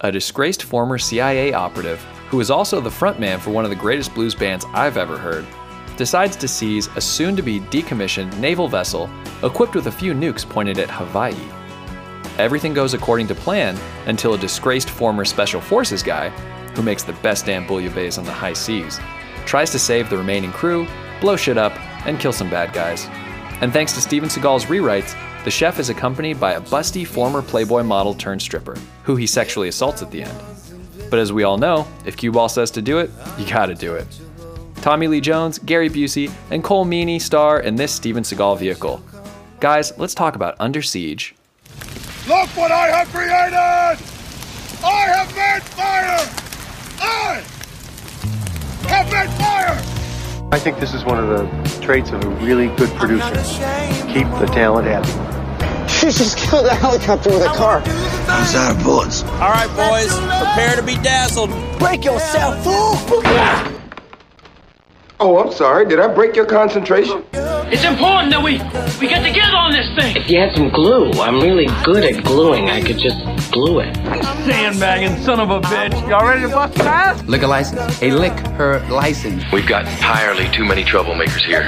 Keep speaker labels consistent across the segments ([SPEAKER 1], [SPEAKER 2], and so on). [SPEAKER 1] a disgraced former CIA operative who is also the frontman for one of the greatest blues bands I've ever heard, decides to seize a soon to be decommissioned naval vessel equipped with a few nukes pointed at Hawaii. Everything goes according to plan until a disgraced former Special Forces guy, who makes the best damn bouillabaisse on the high seas, tries to save the remaining crew, blow shit up, and kill some bad guys. And thanks to Steven Seagal's rewrites, the chef is accompanied by a busty former Playboy model turned stripper, who he sexually assaults at the end. But as we all know, if cue ball says to do it, you gotta do it. Tommy Lee Jones, Gary Busey, and Cole Meany star in this Steven Seagal vehicle. Guys, let's talk about Under Siege.
[SPEAKER 2] Look what I have created! I have made fire! I have made fire!
[SPEAKER 3] I think this is one of the traits of a really good producer. Keep the talent happy.
[SPEAKER 4] You just killed a helicopter with a car.
[SPEAKER 5] All right, boys, prepare to be dazzled.
[SPEAKER 4] Break yourself, fool!
[SPEAKER 6] Oh, I'm sorry. Did I break your concentration?
[SPEAKER 7] It's important that we we get together on this thing.
[SPEAKER 8] If you had some glue, I'm really good at gluing. I could just glue it.
[SPEAKER 7] Sandbagging son of a bitch. Y'all ready to bust it ass?
[SPEAKER 9] Lick a license. A lick her license.
[SPEAKER 10] We've got entirely too many troublemakers here.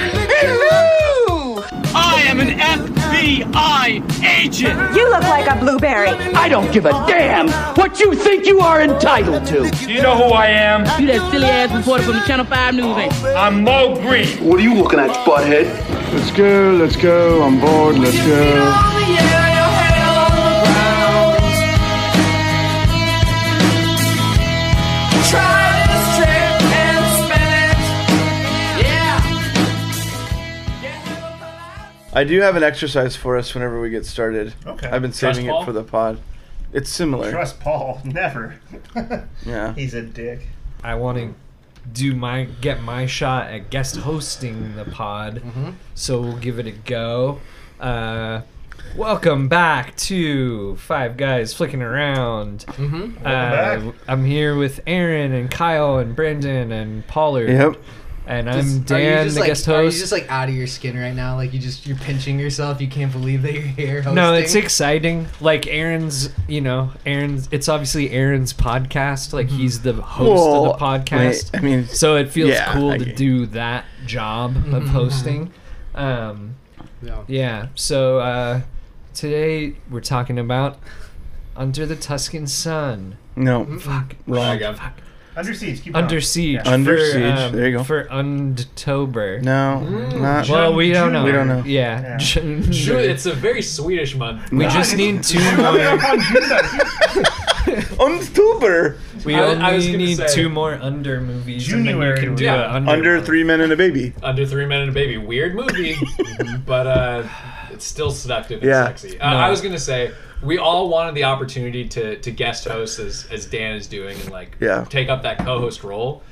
[SPEAKER 7] I am an FBI agent.
[SPEAKER 11] You look like a blueberry.
[SPEAKER 4] I don't give a damn what you think you are entitled to.
[SPEAKER 7] Do you know who I am?
[SPEAKER 8] You that silly ass reporter from the Channel 5 News ain't.
[SPEAKER 7] I'm Mo Green.
[SPEAKER 3] What are you looking at, butthead?
[SPEAKER 2] Let's go, let's go, I'm bored, let's go.
[SPEAKER 12] I do have an exercise for us whenever we get started.
[SPEAKER 13] Okay.
[SPEAKER 12] I've been
[SPEAKER 13] Trust
[SPEAKER 12] saving
[SPEAKER 13] Paul?
[SPEAKER 12] it for the pod. It's similar.
[SPEAKER 13] Trust Paul. Never.
[SPEAKER 12] Yeah.
[SPEAKER 13] He's a dick.
[SPEAKER 9] I want to do my get my shot at guest hosting the pod,
[SPEAKER 11] Mm-hmm.
[SPEAKER 9] so we'll give it a go. Uh, welcome back to Five Guys Flicking Around. Mm-hmm. Uh,
[SPEAKER 13] back.
[SPEAKER 9] I'm here with Aaron and Kyle and Brendan and Pollard.
[SPEAKER 12] Yep.
[SPEAKER 9] And I'm Dan, the guest host.
[SPEAKER 11] Are you just like out of your skin right now? Like you just you're pinching yourself. You can't believe that you're here. Hosting.
[SPEAKER 9] No, it's exciting. Like Aaron's, you know, Aaron's. It's obviously Aaron's podcast. Like he's the host
[SPEAKER 12] Well,
[SPEAKER 9] of the podcast.
[SPEAKER 12] wait, I mean,
[SPEAKER 9] so it feels
[SPEAKER 12] yeah,
[SPEAKER 9] cool
[SPEAKER 12] I
[SPEAKER 9] to
[SPEAKER 12] get-
[SPEAKER 9] do that job of hosting. Um,
[SPEAKER 11] Yeah.
[SPEAKER 9] yeah. So uh, today we're talking about Under the Tuscan Sun.
[SPEAKER 12] No.
[SPEAKER 13] Mm-hmm.
[SPEAKER 9] Fuck.
[SPEAKER 12] Wrong.
[SPEAKER 9] Fuck.
[SPEAKER 13] Under siege. Keep
[SPEAKER 9] Under
[SPEAKER 13] going.
[SPEAKER 9] siege.
[SPEAKER 13] Yeah.
[SPEAKER 12] Under
[SPEAKER 9] for,
[SPEAKER 12] siege,
[SPEAKER 9] um,
[SPEAKER 12] there you go.
[SPEAKER 9] For Undtober.
[SPEAKER 12] No. Not.
[SPEAKER 9] Well, we don't know.
[SPEAKER 12] We don't know.
[SPEAKER 9] Yeah.
[SPEAKER 7] Sure, it's a very Swedish month.
[SPEAKER 9] we just need two
[SPEAKER 13] I mean,
[SPEAKER 9] more.
[SPEAKER 13] I'm on June
[SPEAKER 12] On Tuber.
[SPEAKER 9] We
[SPEAKER 7] I-
[SPEAKER 9] only
[SPEAKER 7] I was gonna
[SPEAKER 9] need
[SPEAKER 7] say-
[SPEAKER 9] two more under movies.
[SPEAKER 13] January.
[SPEAKER 9] and then you can do
[SPEAKER 7] Yeah.
[SPEAKER 9] a under.
[SPEAKER 12] Under three men and a baby.
[SPEAKER 7] Under Three Men and a Baby. Weird movie,
[SPEAKER 9] Mm-hmm.
[SPEAKER 7] but uh, it's still seductive and
[SPEAKER 12] Yeah.
[SPEAKER 7] sexy. Uh, I was gonna say we all wanted the opportunity to to guest host as as Dan is doing and like
[SPEAKER 12] Yeah.
[SPEAKER 7] take up that co-host role.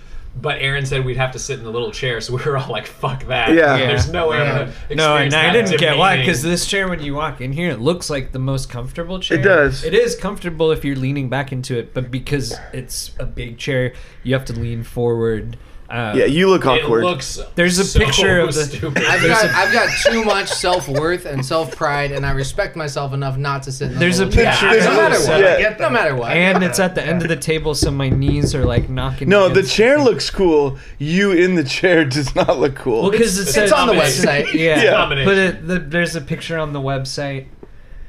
[SPEAKER 7] But Aaron said we'd have to sit in the little chair, so we were all like, "Fuck that!
[SPEAKER 12] Yeah.
[SPEAKER 7] There's no way." I'm gonna
[SPEAKER 9] No,
[SPEAKER 7] experience
[SPEAKER 9] and I
[SPEAKER 7] that
[SPEAKER 9] didn't get why.
[SPEAKER 7] demeaning-
[SPEAKER 9] Because this chair, when you walk in here, it looks like the most comfortable chair.
[SPEAKER 12] does.
[SPEAKER 9] It is comfortable if you're leaning back into it, but because it's a big chair, you have to lean forward. Uh,
[SPEAKER 12] Yeah, you look
[SPEAKER 7] it
[SPEAKER 12] awkward.
[SPEAKER 7] looks.
[SPEAKER 9] There's a
[SPEAKER 7] so
[SPEAKER 9] picture of the-
[SPEAKER 7] Stupid.
[SPEAKER 11] I've got, I've got too much self worth and self pride, and I respect myself enough not to sit. In the
[SPEAKER 9] There's a
[SPEAKER 11] middle of the-
[SPEAKER 9] picture.
[SPEAKER 7] Yeah,
[SPEAKER 11] no matter what.
[SPEAKER 12] Yeah.
[SPEAKER 13] get
[SPEAKER 11] No
[SPEAKER 13] that.
[SPEAKER 11] matter what.
[SPEAKER 9] And it's at the end of the table, so my knees are like knocking.
[SPEAKER 12] no, the
[SPEAKER 9] against-
[SPEAKER 12] chair looks cool. You in the chair does not look cool.
[SPEAKER 9] Well, because it
[SPEAKER 7] It's
[SPEAKER 9] says
[SPEAKER 11] it's on the
[SPEAKER 7] Nomination.
[SPEAKER 11] website.
[SPEAKER 9] yeah,
[SPEAKER 12] Yeah.
[SPEAKER 7] Nomination.
[SPEAKER 9] but it, the, there's a picture on the website.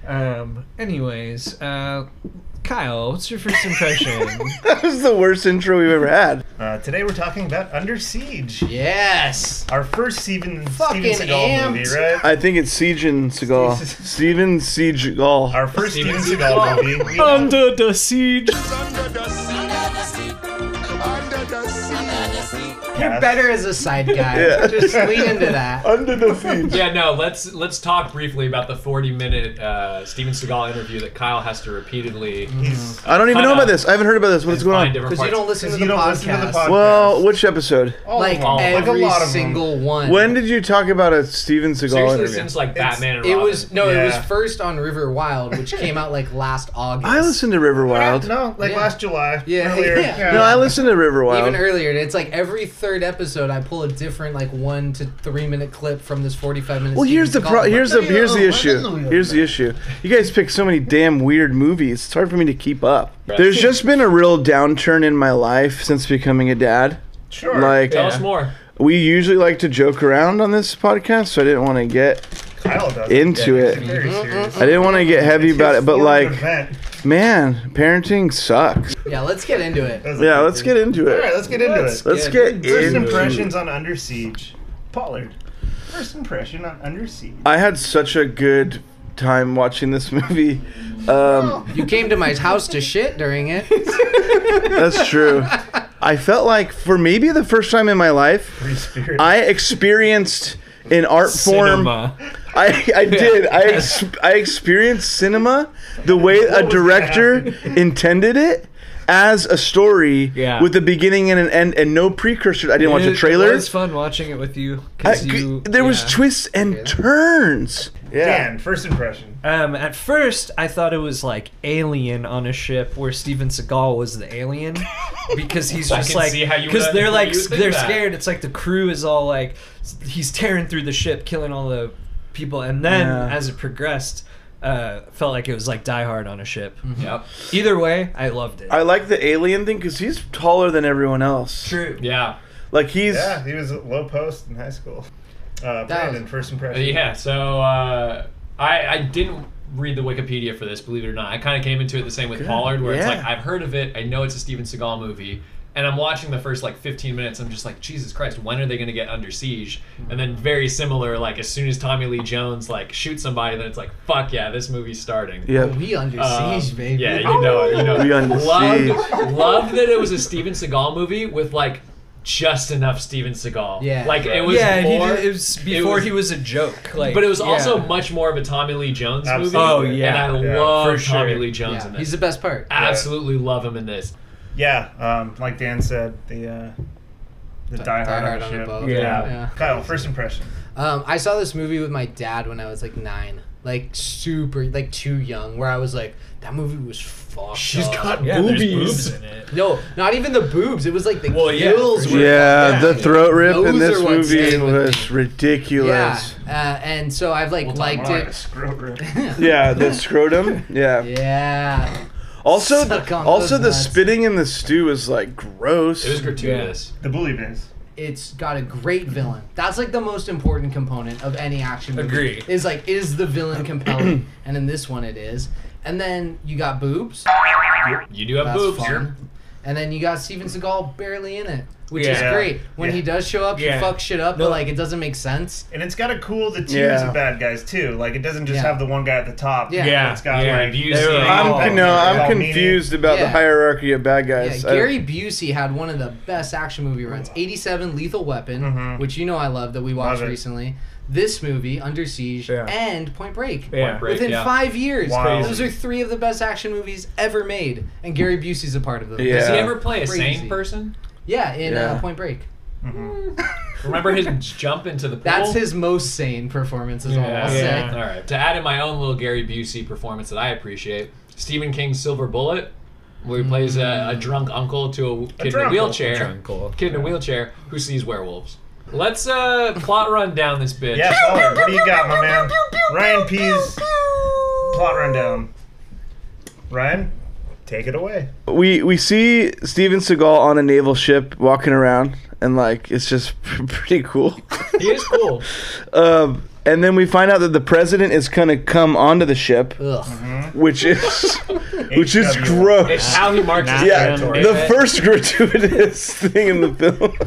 [SPEAKER 9] Um, anyways, uh, Kyle, what's your first impression?
[SPEAKER 12] that was the worst intro we've ever had.
[SPEAKER 13] Uh, today we're talking about Under Siege.
[SPEAKER 11] Yes.
[SPEAKER 13] Our first Steven, Steven
[SPEAKER 11] Fucking
[SPEAKER 13] Seagal
[SPEAKER 11] amped.
[SPEAKER 13] movie, right?
[SPEAKER 12] I think it's Sejan Seagal. Steven Seagal.
[SPEAKER 13] Our first Steven,
[SPEAKER 7] Steven
[SPEAKER 13] Seagal
[SPEAKER 7] Seagal.
[SPEAKER 13] movie. We-
[SPEAKER 9] Under the siege.
[SPEAKER 11] You're better as a side guy.
[SPEAKER 12] Yeah.
[SPEAKER 11] Just lean into that.
[SPEAKER 12] Under the siege.
[SPEAKER 7] Yeah, no. Let's let's talk briefly about the 40-minute uh, Steven Seagal interview that Kyle has to repeatedly
[SPEAKER 13] He's-
[SPEAKER 12] I don't even
[SPEAKER 7] Cut
[SPEAKER 12] know
[SPEAKER 7] up.
[SPEAKER 12] about this. I haven't heard about this. What's going
[SPEAKER 7] find
[SPEAKER 12] on?
[SPEAKER 7] different
[SPEAKER 11] Because Mm-hmm. you
[SPEAKER 7] parts.
[SPEAKER 11] don't listen to
[SPEAKER 13] 'Cause
[SPEAKER 11] the
[SPEAKER 13] you don't listen
[SPEAKER 11] podcast.
[SPEAKER 13] to the podcast.
[SPEAKER 12] Well, which episode?
[SPEAKER 13] All of
[SPEAKER 11] Like
[SPEAKER 13] them. Like
[SPEAKER 11] every
[SPEAKER 13] a lot of them.
[SPEAKER 11] single one.
[SPEAKER 12] When did you talk about a Steven Seagal
[SPEAKER 7] Seriously,
[SPEAKER 12] interview?
[SPEAKER 7] since like
[SPEAKER 13] It's-
[SPEAKER 7] Batman and
[SPEAKER 11] It
[SPEAKER 7] Robin.
[SPEAKER 11] was no, it was
[SPEAKER 13] Yeah.
[SPEAKER 11] first on River Wild, which came out like last August.
[SPEAKER 12] I listened to River Wild.
[SPEAKER 13] No, like
[SPEAKER 11] Yeah.
[SPEAKER 13] last July.
[SPEAKER 11] Yeah,
[SPEAKER 13] Uh, Earlier.
[SPEAKER 11] yeah.
[SPEAKER 12] No, I listened to River Wild.
[SPEAKER 11] even earlier. And it's like every third episode, I pull a different like one to three minute clip from this forty five minute.
[SPEAKER 12] Well, here's the
[SPEAKER 11] Steven
[SPEAKER 12] pro-
[SPEAKER 11] Seagal
[SPEAKER 12] here's the
[SPEAKER 11] clip.
[SPEAKER 12] here's the issue. Here's the issue. You guys pick so many damn weird movies. It's hard for me to keep up. There's just been a real downturn in my life since becoming a dad.
[SPEAKER 7] Sure.
[SPEAKER 12] Like
[SPEAKER 7] Tell us more.
[SPEAKER 12] We usually like to joke around on this podcast, so I didn't want to get
[SPEAKER 13] does.
[SPEAKER 12] into
[SPEAKER 13] Yeah,
[SPEAKER 12] it.
[SPEAKER 13] he's very serious.
[SPEAKER 12] I didn't want to get heavy about it, but
[SPEAKER 13] form of
[SPEAKER 12] like,
[SPEAKER 13] event.
[SPEAKER 12] man, parenting sucks.
[SPEAKER 11] Yeah, let's get into it.
[SPEAKER 12] Yeah, let's get into it.
[SPEAKER 13] All right, let's get into it.
[SPEAKER 12] Let's get
[SPEAKER 13] first
[SPEAKER 12] into
[SPEAKER 13] impressions
[SPEAKER 12] it.
[SPEAKER 13] on Under Siege. Pollard. First impression on Under Siege.
[SPEAKER 12] I had such a good time watching this movie. Um,
[SPEAKER 11] You came to my house to shit during it.
[SPEAKER 12] That's true. I felt like for maybe the first time in my life, I experienced an art
[SPEAKER 9] Cinema.
[SPEAKER 12] form. I, I did. I ex- I experienced cinema the way a director intended it as a story
[SPEAKER 9] Yeah.
[SPEAKER 12] with a beginning and an end and no precursor. I didn't watch
[SPEAKER 9] it,
[SPEAKER 12] a trailer.
[SPEAKER 9] It was fun watching it with you.
[SPEAKER 12] I-
[SPEAKER 9] 'cause you
[SPEAKER 12] there was twists and turns.
[SPEAKER 13] Dan, first impression.
[SPEAKER 9] Um, at first, I thought it was like Alien on a ship where Steven Seagal was the alien because he's
[SPEAKER 7] I
[SPEAKER 9] just
[SPEAKER 7] can
[SPEAKER 9] like
[SPEAKER 7] see how you would-
[SPEAKER 9] because they're
[SPEAKER 7] you
[SPEAKER 9] like
[SPEAKER 7] would think
[SPEAKER 9] they're
[SPEAKER 7] that.
[SPEAKER 9] scared. It's like the crew is all like s- he's tearing through the ship, killing all the people, and then
[SPEAKER 7] Yeah.
[SPEAKER 9] as it progressed, uh, felt like it was like Die Hard on a ship.
[SPEAKER 12] Mm-hmm.
[SPEAKER 7] Yep.
[SPEAKER 9] Either way, I loved it.
[SPEAKER 12] I like the alien thing because he's taller than everyone else.
[SPEAKER 9] True.
[SPEAKER 7] Yeah.
[SPEAKER 12] Like he's
[SPEAKER 13] yeah, he was at low post in high school. Uh, Brandon, first
[SPEAKER 7] Uh,
[SPEAKER 13] impression.
[SPEAKER 7] Yeah, so uh, I I didn't read the Wikipedia for this, believe it or not. I kind of came into it the same with
[SPEAKER 9] Good.
[SPEAKER 7] Pollard, where it's
[SPEAKER 9] Yeah.
[SPEAKER 7] like I've heard of it, I know it's a Steven Seagal movie, and I'm watching the first like 15 minutes. I'm just like, Jesus Christ, when are they gonna get under siege? And then very similar, like as soon as Tommy Lee Jones like shoots somebody, then it's like, fuck yeah, this movie's starting.
[SPEAKER 12] Yeah.
[SPEAKER 11] We under
[SPEAKER 7] Um,
[SPEAKER 11] siege, baby.
[SPEAKER 7] Yeah, you know it. You know it.
[SPEAKER 12] We under
[SPEAKER 7] loved,
[SPEAKER 12] siege.
[SPEAKER 7] loved that it was a Steven Seagal movie with like just enough Steven Seagal.
[SPEAKER 9] Yeah.
[SPEAKER 7] like it was.
[SPEAKER 9] Yeah, he
[SPEAKER 7] more,
[SPEAKER 9] did- it was before he was a joke, like,
[SPEAKER 7] but it was also
[SPEAKER 9] yeah.
[SPEAKER 7] much more of a Tommy Lee Jones
[SPEAKER 9] Absolutely.
[SPEAKER 7] movie.
[SPEAKER 9] Oh, yeah.
[SPEAKER 7] and I
[SPEAKER 9] Yeah.
[SPEAKER 7] love
[SPEAKER 9] For sure.
[SPEAKER 7] Tommy Lee Jones
[SPEAKER 13] Yeah.
[SPEAKER 7] in this.
[SPEAKER 13] He's
[SPEAKER 11] the best part.
[SPEAKER 7] Absolutely love him in this.
[SPEAKER 13] Yeah, um, like Dan said, the uh, the
[SPEAKER 11] Die-
[SPEAKER 13] Die,
[SPEAKER 11] Die
[SPEAKER 13] Hard
[SPEAKER 11] Hard
[SPEAKER 13] on
[SPEAKER 11] on
[SPEAKER 13] a
[SPEAKER 11] a
[SPEAKER 13] ship.
[SPEAKER 11] boat. Yeah. Yeah.
[SPEAKER 13] Kyle, first impression.
[SPEAKER 11] Um, I saw this movie with my dad when I was like nine, like super, like too young. Where I was like, that movie was fucked.
[SPEAKER 7] She's
[SPEAKER 11] up.
[SPEAKER 7] got Yeah, there's boobies. boobs in it.
[SPEAKER 11] No, not even the boobs. It was like the
[SPEAKER 7] Well, yeah,
[SPEAKER 11] gills.
[SPEAKER 12] Yeah,
[SPEAKER 11] were fucked
[SPEAKER 12] the
[SPEAKER 11] up.
[SPEAKER 12] throat rip
[SPEAKER 11] Those
[SPEAKER 12] in this
[SPEAKER 11] are what's
[SPEAKER 12] movie
[SPEAKER 11] staying with me.
[SPEAKER 12] was ridiculous.
[SPEAKER 11] Yeah, uh, and so I've like liked it.
[SPEAKER 12] Yeah, the scrotum. Yeah.
[SPEAKER 11] Yeah.
[SPEAKER 12] Also,
[SPEAKER 11] Suck on
[SPEAKER 12] also
[SPEAKER 11] those
[SPEAKER 12] the
[SPEAKER 11] nuts.
[SPEAKER 12] spitting in the stew is like gross.
[SPEAKER 7] It was gratuitous.
[SPEAKER 13] The bully bins.
[SPEAKER 11] It's got a great villain. That's like the most important component of any action movie.
[SPEAKER 12] Agree.
[SPEAKER 11] Is like, is the villain compelling? and in this one, it is. And then you got boobs.
[SPEAKER 7] You do have
[SPEAKER 11] That's
[SPEAKER 7] boobs.
[SPEAKER 11] fun. And then you got Steven Seagal barely in it, which
[SPEAKER 7] Yeah.
[SPEAKER 11] is great. When
[SPEAKER 13] Yeah.
[SPEAKER 11] he does show up,
[SPEAKER 13] Yeah.
[SPEAKER 11] he fucks shit up,
[SPEAKER 13] No.
[SPEAKER 11] but like it doesn't make sense.
[SPEAKER 13] And it's got a cool the teams
[SPEAKER 11] Yeah.
[SPEAKER 13] of bad guys too. Like it doesn't just have the one guy at the top.
[SPEAKER 11] Yeah. Yeah.
[SPEAKER 13] it's got
[SPEAKER 11] Yeah,
[SPEAKER 13] like
[SPEAKER 11] Busey.
[SPEAKER 13] they were all-
[SPEAKER 12] I'm, no,
[SPEAKER 13] they're all
[SPEAKER 12] I'm
[SPEAKER 13] meaty.
[SPEAKER 12] confused about the
[SPEAKER 11] Yeah.
[SPEAKER 12] hierarchy of bad guys.
[SPEAKER 11] Yeah, Gary Busey had one of the best action movie runs. 87 Lethal Weapon, which you know I love that we watched
[SPEAKER 12] Love it.
[SPEAKER 11] recently. This movie, Under Siege, and Point Break.
[SPEAKER 12] Yeah. Point Break,
[SPEAKER 11] Within
[SPEAKER 12] yeah.
[SPEAKER 11] five years.
[SPEAKER 12] Wow.
[SPEAKER 11] Those are three of the best action movies ever made. And Gary Busey's a part of them.
[SPEAKER 12] Yeah. Does he
[SPEAKER 7] ever play a sane person?
[SPEAKER 11] Yeah, in
[SPEAKER 7] Yeah.
[SPEAKER 11] Uh, Point Break.
[SPEAKER 7] Mm-hmm. Remember his jump into the pool?
[SPEAKER 11] That's his most sane performance, is all I'll say.
[SPEAKER 7] All right. To add in my own little Gary Busey performance that I appreciate, Stephen King's Silver Bullet, where he plays a,
[SPEAKER 12] Mm.
[SPEAKER 7] a drunk uncle to a kid in a
[SPEAKER 9] drunk
[SPEAKER 7] wheelchair,
[SPEAKER 9] uncle. Drunk uncle,
[SPEAKER 7] kid in a wheelchair who sees werewolves. Let's uh plot run down this bitch.
[SPEAKER 13] Yeah, Pollard, what do you got, my man? Ryan P's plot rundown. Ryan, take it away.
[SPEAKER 12] we we see Steven Seagal on a naval ship walking around, and like it's just pretty cool.
[SPEAKER 7] He is cool.
[SPEAKER 12] Um, and then we find out that the president is gonna come onto the ship, which is which is gross.
[SPEAKER 7] Mm-hmm. It's how he marks his
[SPEAKER 12] yeah,
[SPEAKER 7] territory.
[SPEAKER 12] the first gratuitous thing in the film.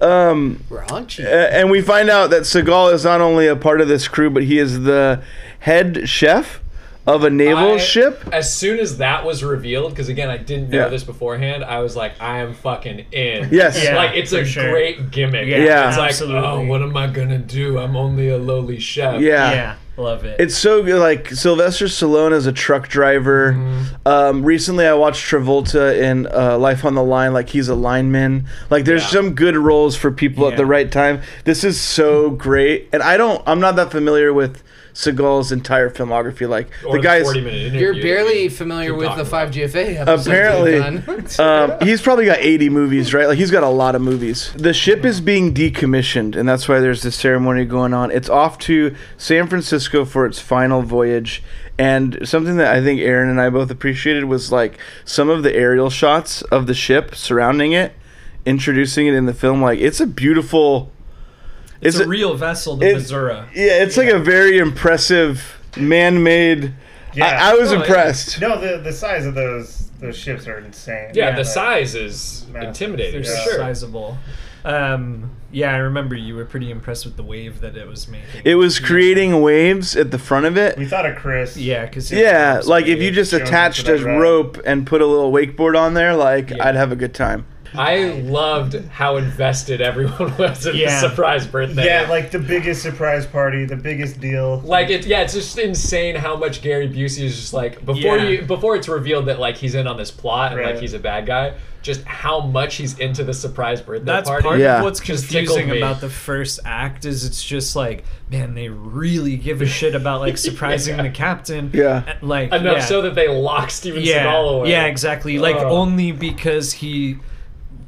[SPEAKER 12] Um,
[SPEAKER 11] Raunchy.
[SPEAKER 12] and we find out that Seagal is not only a part of this crew, but he is the head chef of a naval
[SPEAKER 7] I-
[SPEAKER 12] ship.
[SPEAKER 7] As soon as that was revealed, because again, I didn't know
[SPEAKER 12] Yeah.
[SPEAKER 7] this beforehand, I was like, I am fucking in.
[SPEAKER 12] Yes. Yeah,
[SPEAKER 7] like it's a
[SPEAKER 12] for sure.
[SPEAKER 7] great gimmick.
[SPEAKER 12] Yeah. Yeah.
[SPEAKER 7] it's like, oh,
[SPEAKER 12] Absolutely.
[SPEAKER 7] what am I gonna do? I'm only a lowly chef.
[SPEAKER 12] Yeah. Yeah,
[SPEAKER 7] love it.
[SPEAKER 12] It's so good. Like Sylvester Stallone as a truck driver.
[SPEAKER 7] Mm-hmm.
[SPEAKER 12] Um, recently, I watched Travolta in uh, Life on the Line. Like he's a lineman. Like there's some good roles for people at the right time. This is so great, and I don't. I'm not that familiar with Seagal's entire filmography. Like
[SPEAKER 7] Or
[SPEAKER 12] the guy's
[SPEAKER 7] 40-minute interview.
[SPEAKER 11] You're barely familiar
[SPEAKER 7] Keep
[SPEAKER 11] with
[SPEAKER 7] talking
[SPEAKER 11] the five GFA episodes.
[SPEAKER 12] apparently
[SPEAKER 11] we've done.
[SPEAKER 12] um, he's probably got 80 movies right like he's got a lot of movies the ship is being decommissioned and that's why there's this ceremony going on it's off to san francisco for its final voyage and something that i think aaron and i both appreciated was like some of the aerial shots of the ship surrounding it introducing it in the film like it's a beautiful
[SPEAKER 9] It's, a, real vessel to
[SPEAKER 12] it-
[SPEAKER 9] Missouri.
[SPEAKER 12] yeah it's like a very impressive man-made I, I was
[SPEAKER 7] Oh,
[SPEAKER 12] impressed
[SPEAKER 13] No, the the size of those those ships are insane.
[SPEAKER 7] Yeah, the
[SPEAKER 13] that-
[SPEAKER 7] size is intimidating.
[SPEAKER 9] They're
[SPEAKER 7] for sure.
[SPEAKER 9] sizable. Um, yeah, I remember you were pretty impressed with the wave that it was making.
[SPEAKER 12] it was creating waves at the front of it
[SPEAKER 13] We thought of Chris.
[SPEAKER 9] Yeah, because
[SPEAKER 12] Yeah, like if you just attached a
[SPEAKER 13] that ride.
[SPEAKER 12] rope and put a little wakeboard on there, like I'd have a good time.
[SPEAKER 7] I loved how invested everyone was in
[SPEAKER 13] Yeah.
[SPEAKER 7] the surprise birthday.
[SPEAKER 13] Yeah, like the biggest surprise party, the biggest deal.
[SPEAKER 7] Like it, yeah, it's just insane how much Gary Busey is just like before
[SPEAKER 13] Yeah.
[SPEAKER 7] you before it's revealed that like he's in on this plot and
[SPEAKER 13] Right.
[SPEAKER 7] like he's a bad guy. Just how much he's into the surprise birthday
[SPEAKER 9] That's
[SPEAKER 7] party.
[SPEAKER 9] part of what's
[SPEAKER 7] Just tickled
[SPEAKER 9] confusing
[SPEAKER 7] me.
[SPEAKER 9] about the first act is it's just like, man, they really give a shit about like surprising the captain.
[SPEAKER 12] Yeah.
[SPEAKER 9] Like
[SPEAKER 7] enough
[SPEAKER 9] yeah.
[SPEAKER 7] so that they lock Steven
[SPEAKER 9] yeah,
[SPEAKER 7] Seagal away. Oh.
[SPEAKER 9] Yeah, exactly. Like
[SPEAKER 7] Ugh.
[SPEAKER 9] only because he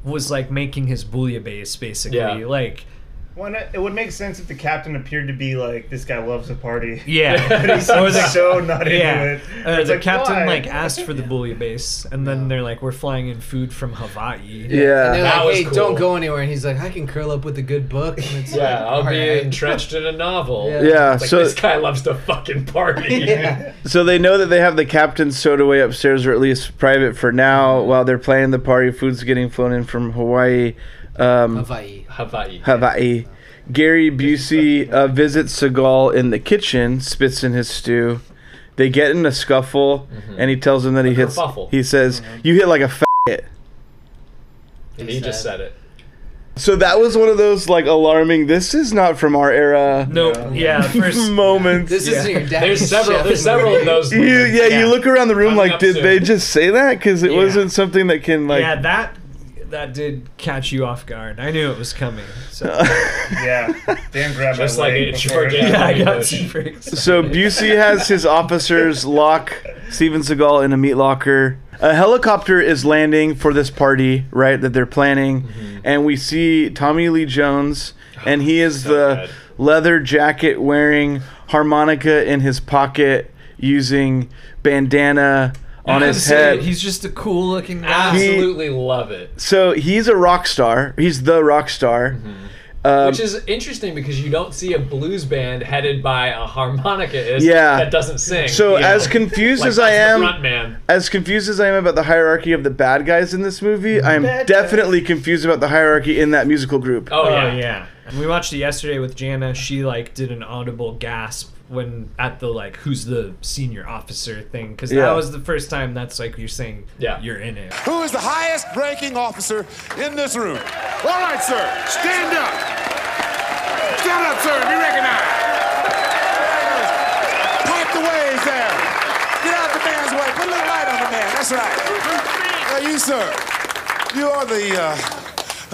[SPEAKER 9] was like making his bouillabaisse basically.
[SPEAKER 7] Yeah.
[SPEAKER 9] Like
[SPEAKER 13] Why not- it would make sense if the captain appeared to be like, "This guy loves a party."
[SPEAKER 9] yeah.
[SPEAKER 13] but he's
[SPEAKER 9] Or the-
[SPEAKER 13] so not into
[SPEAKER 9] yeah.
[SPEAKER 13] it.
[SPEAKER 9] Uh,
[SPEAKER 13] It's
[SPEAKER 9] the
[SPEAKER 13] like,
[SPEAKER 9] captain
[SPEAKER 13] why?
[SPEAKER 9] like asked for the bouillabaisse and then they're like, We're flying in food from Hawaii.
[SPEAKER 12] Yeah.
[SPEAKER 11] And they're
[SPEAKER 7] That
[SPEAKER 11] like,
[SPEAKER 7] was
[SPEAKER 11] hey,
[SPEAKER 7] cool.
[SPEAKER 11] don't go anywhere. And he's like, I can curl up with a good book. And it's
[SPEAKER 7] Yeah,
[SPEAKER 11] like,
[SPEAKER 7] I'll be
[SPEAKER 11] alright.
[SPEAKER 7] entrenched in a novel.
[SPEAKER 11] Yeah.
[SPEAKER 12] Yeah,
[SPEAKER 7] It's like,
[SPEAKER 12] so-
[SPEAKER 7] this guy loves to fucking party.
[SPEAKER 11] Yeah.
[SPEAKER 12] So they know that they have the captain's soda way upstairs, or at least private for now,
[SPEAKER 7] Mm-hmm.
[SPEAKER 12] while they're planning the party. Food's getting flown in from Hawaii. Um,
[SPEAKER 11] Hawaii.
[SPEAKER 7] Hawaii.
[SPEAKER 12] Hawaii. Gary Busey uh, visits Seagal in the kitchen, spits in his stew. They get in a scuffle, and he tells him that he
[SPEAKER 7] Mm-hmm. A
[SPEAKER 12] hits.
[SPEAKER 7] kerfuffle.
[SPEAKER 12] He says,
[SPEAKER 7] Mm-hmm.
[SPEAKER 12] "You hit like a f- it."
[SPEAKER 7] And he just said it.
[SPEAKER 12] So that was one of those like alarming. This is not from our era.
[SPEAKER 9] Nope. Yeah, first
[SPEAKER 12] moments.
[SPEAKER 11] This isn't your dad.
[SPEAKER 7] There's several. There's several of those.
[SPEAKER 12] You, yeah,
[SPEAKER 9] Yeah.
[SPEAKER 12] you look around the room
[SPEAKER 7] Coming
[SPEAKER 12] like,
[SPEAKER 7] up
[SPEAKER 12] did
[SPEAKER 7] soon.
[SPEAKER 12] they just say that? Because it
[SPEAKER 9] Yeah.
[SPEAKER 12] wasn't something that can like.
[SPEAKER 9] yeah, that that did catch you off guard. I knew it was coming. So
[SPEAKER 13] yeah, Dan grabbed
[SPEAKER 7] Just
[SPEAKER 13] my
[SPEAKER 7] like
[SPEAKER 13] leg
[SPEAKER 7] it,
[SPEAKER 13] before
[SPEAKER 7] George.
[SPEAKER 13] it
[SPEAKER 7] Yeah,
[SPEAKER 13] got-
[SPEAKER 9] I got
[SPEAKER 7] Bush.
[SPEAKER 9] super excited.
[SPEAKER 12] so Busey has his officers lock Steven Seagal in a meat locker. A helicopter is landing for this party, right? That they're planning,
[SPEAKER 7] Mm-hmm.
[SPEAKER 12] and we see Tommy Lee Jones, and he is the
[SPEAKER 7] bad.
[SPEAKER 12] leather jacket wearing harmonica in his pocket, using bandana on his head.
[SPEAKER 9] He's just a cool looking guy.
[SPEAKER 7] Absolutely love it.
[SPEAKER 12] so he's a rock star. He's the rock star. Um,
[SPEAKER 7] Mm-hmm. Which is interesting because you don't see a blues band headed by a harmonicaist
[SPEAKER 12] Yeah.
[SPEAKER 7] that doesn't sing.
[SPEAKER 12] So
[SPEAKER 7] you know?
[SPEAKER 12] as confused
[SPEAKER 7] Like,
[SPEAKER 12] as I
[SPEAKER 7] that's the
[SPEAKER 12] am,
[SPEAKER 7] front man.
[SPEAKER 12] as confused as I am about the hierarchy of the bad guys in this movie, I am
[SPEAKER 13] Bad
[SPEAKER 12] definitely confused about the hierarchy in that musical group.
[SPEAKER 7] Oh,
[SPEAKER 9] Oh
[SPEAKER 7] yeah.
[SPEAKER 9] yeah. We watched it yesterday with Jana. She like did an audible gasp when at the like who's the senior officer thing because
[SPEAKER 12] Yeah.
[SPEAKER 9] that was the first time that's like you're saying
[SPEAKER 7] Yeah.
[SPEAKER 9] you're in it.
[SPEAKER 2] Who is the highest ranking officer in this room? All right, sir. Stand up. Stand up, sir, and be recognized. Pipe the ways there. Get out the man's way. Put a little light on the man. That's right. Now, you, sir, you are the uh,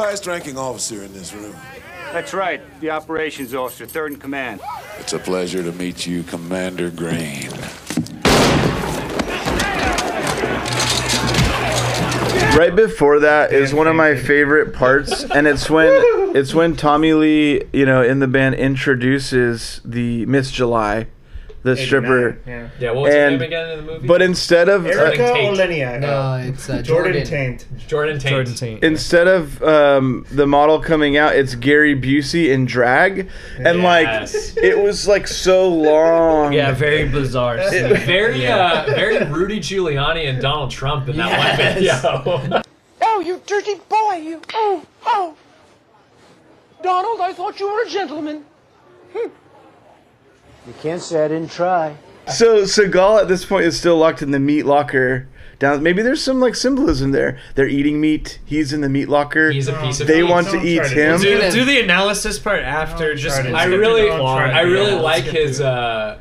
[SPEAKER 2] highest ranking officer in this room.
[SPEAKER 5] That's right, the operations officer, third in command.
[SPEAKER 2] It's a pleasure to meet you, Commander Green.
[SPEAKER 12] Right before that is one of my favorite parts, and it's when it's when Tommy Lee, you know, in the band introduces the Miss July, the stripper.
[SPEAKER 13] Yeah.
[SPEAKER 7] Yeah, what was
[SPEAKER 12] And-
[SPEAKER 7] her name again in the movie?
[SPEAKER 12] But instead of
[SPEAKER 13] Erica
[SPEAKER 12] uh,
[SPEAKER 7] Tate.
[SPEAKER 13] Oleniak.
[SPEAKER 11] No, it's uh,
[SPEAKER 13] Jordan,
[SPEAKER 11] Jordan.
[SPEAKER 13] Taint.
[SPEAKER 7] Jordan Tate.
[SPEAKER 9] Jordan Taint.
[SPEAKER 12] instead of um, the model coming out, it's Gary Busey in drag, and
[SPEAKER 7] Yes.
[SPEAKER 12] like it was like so long.
[SPEAKER 9] yeah, very bizarre. scene.
[SPEAKER 7] Very, uh, very Rudy Giuliani and Donald Trump in that
[SPEAKER 11] Yes.
[SPEAKER 7] one video.
[SPEAKER 4] Oh, you dirty boy, you. Oh, oh. Donald, I thought you were a gentleman.
[SPEAKER 5] You can't say I didn't try.
[SPEAKER 12] So Seagal at this point is still locked in the meat locker. Down, maybe there's some like symbolism there. They're eating meat. He's in the meat locker.
[SPEAKER 7] He's a piece of
[SPEAKER 12] they
[SPEAKER 7] meat.
[SPEAKER 12] want to
[SPEAKER 13] Someone
[SPEAKER 12] eat
[SPEAKER 13] tried to
[SPEAKER 12] him.
[SPEAKER 9] do, do the analysis part after. Just
[SPEAKER 13] Uncharted.
[SPEAKER 7] I
[SPEAKER 13] Let's get
[SPEAKER 7] really,
[SPEAKER 13] through it. Uncharted.
[SPEAKER 7] I really
[SPEAKER 13] Yeah, let's
[SPEAKER 7] like
[SPEAKER 13] get
[SPEAKER 7] his. Uh,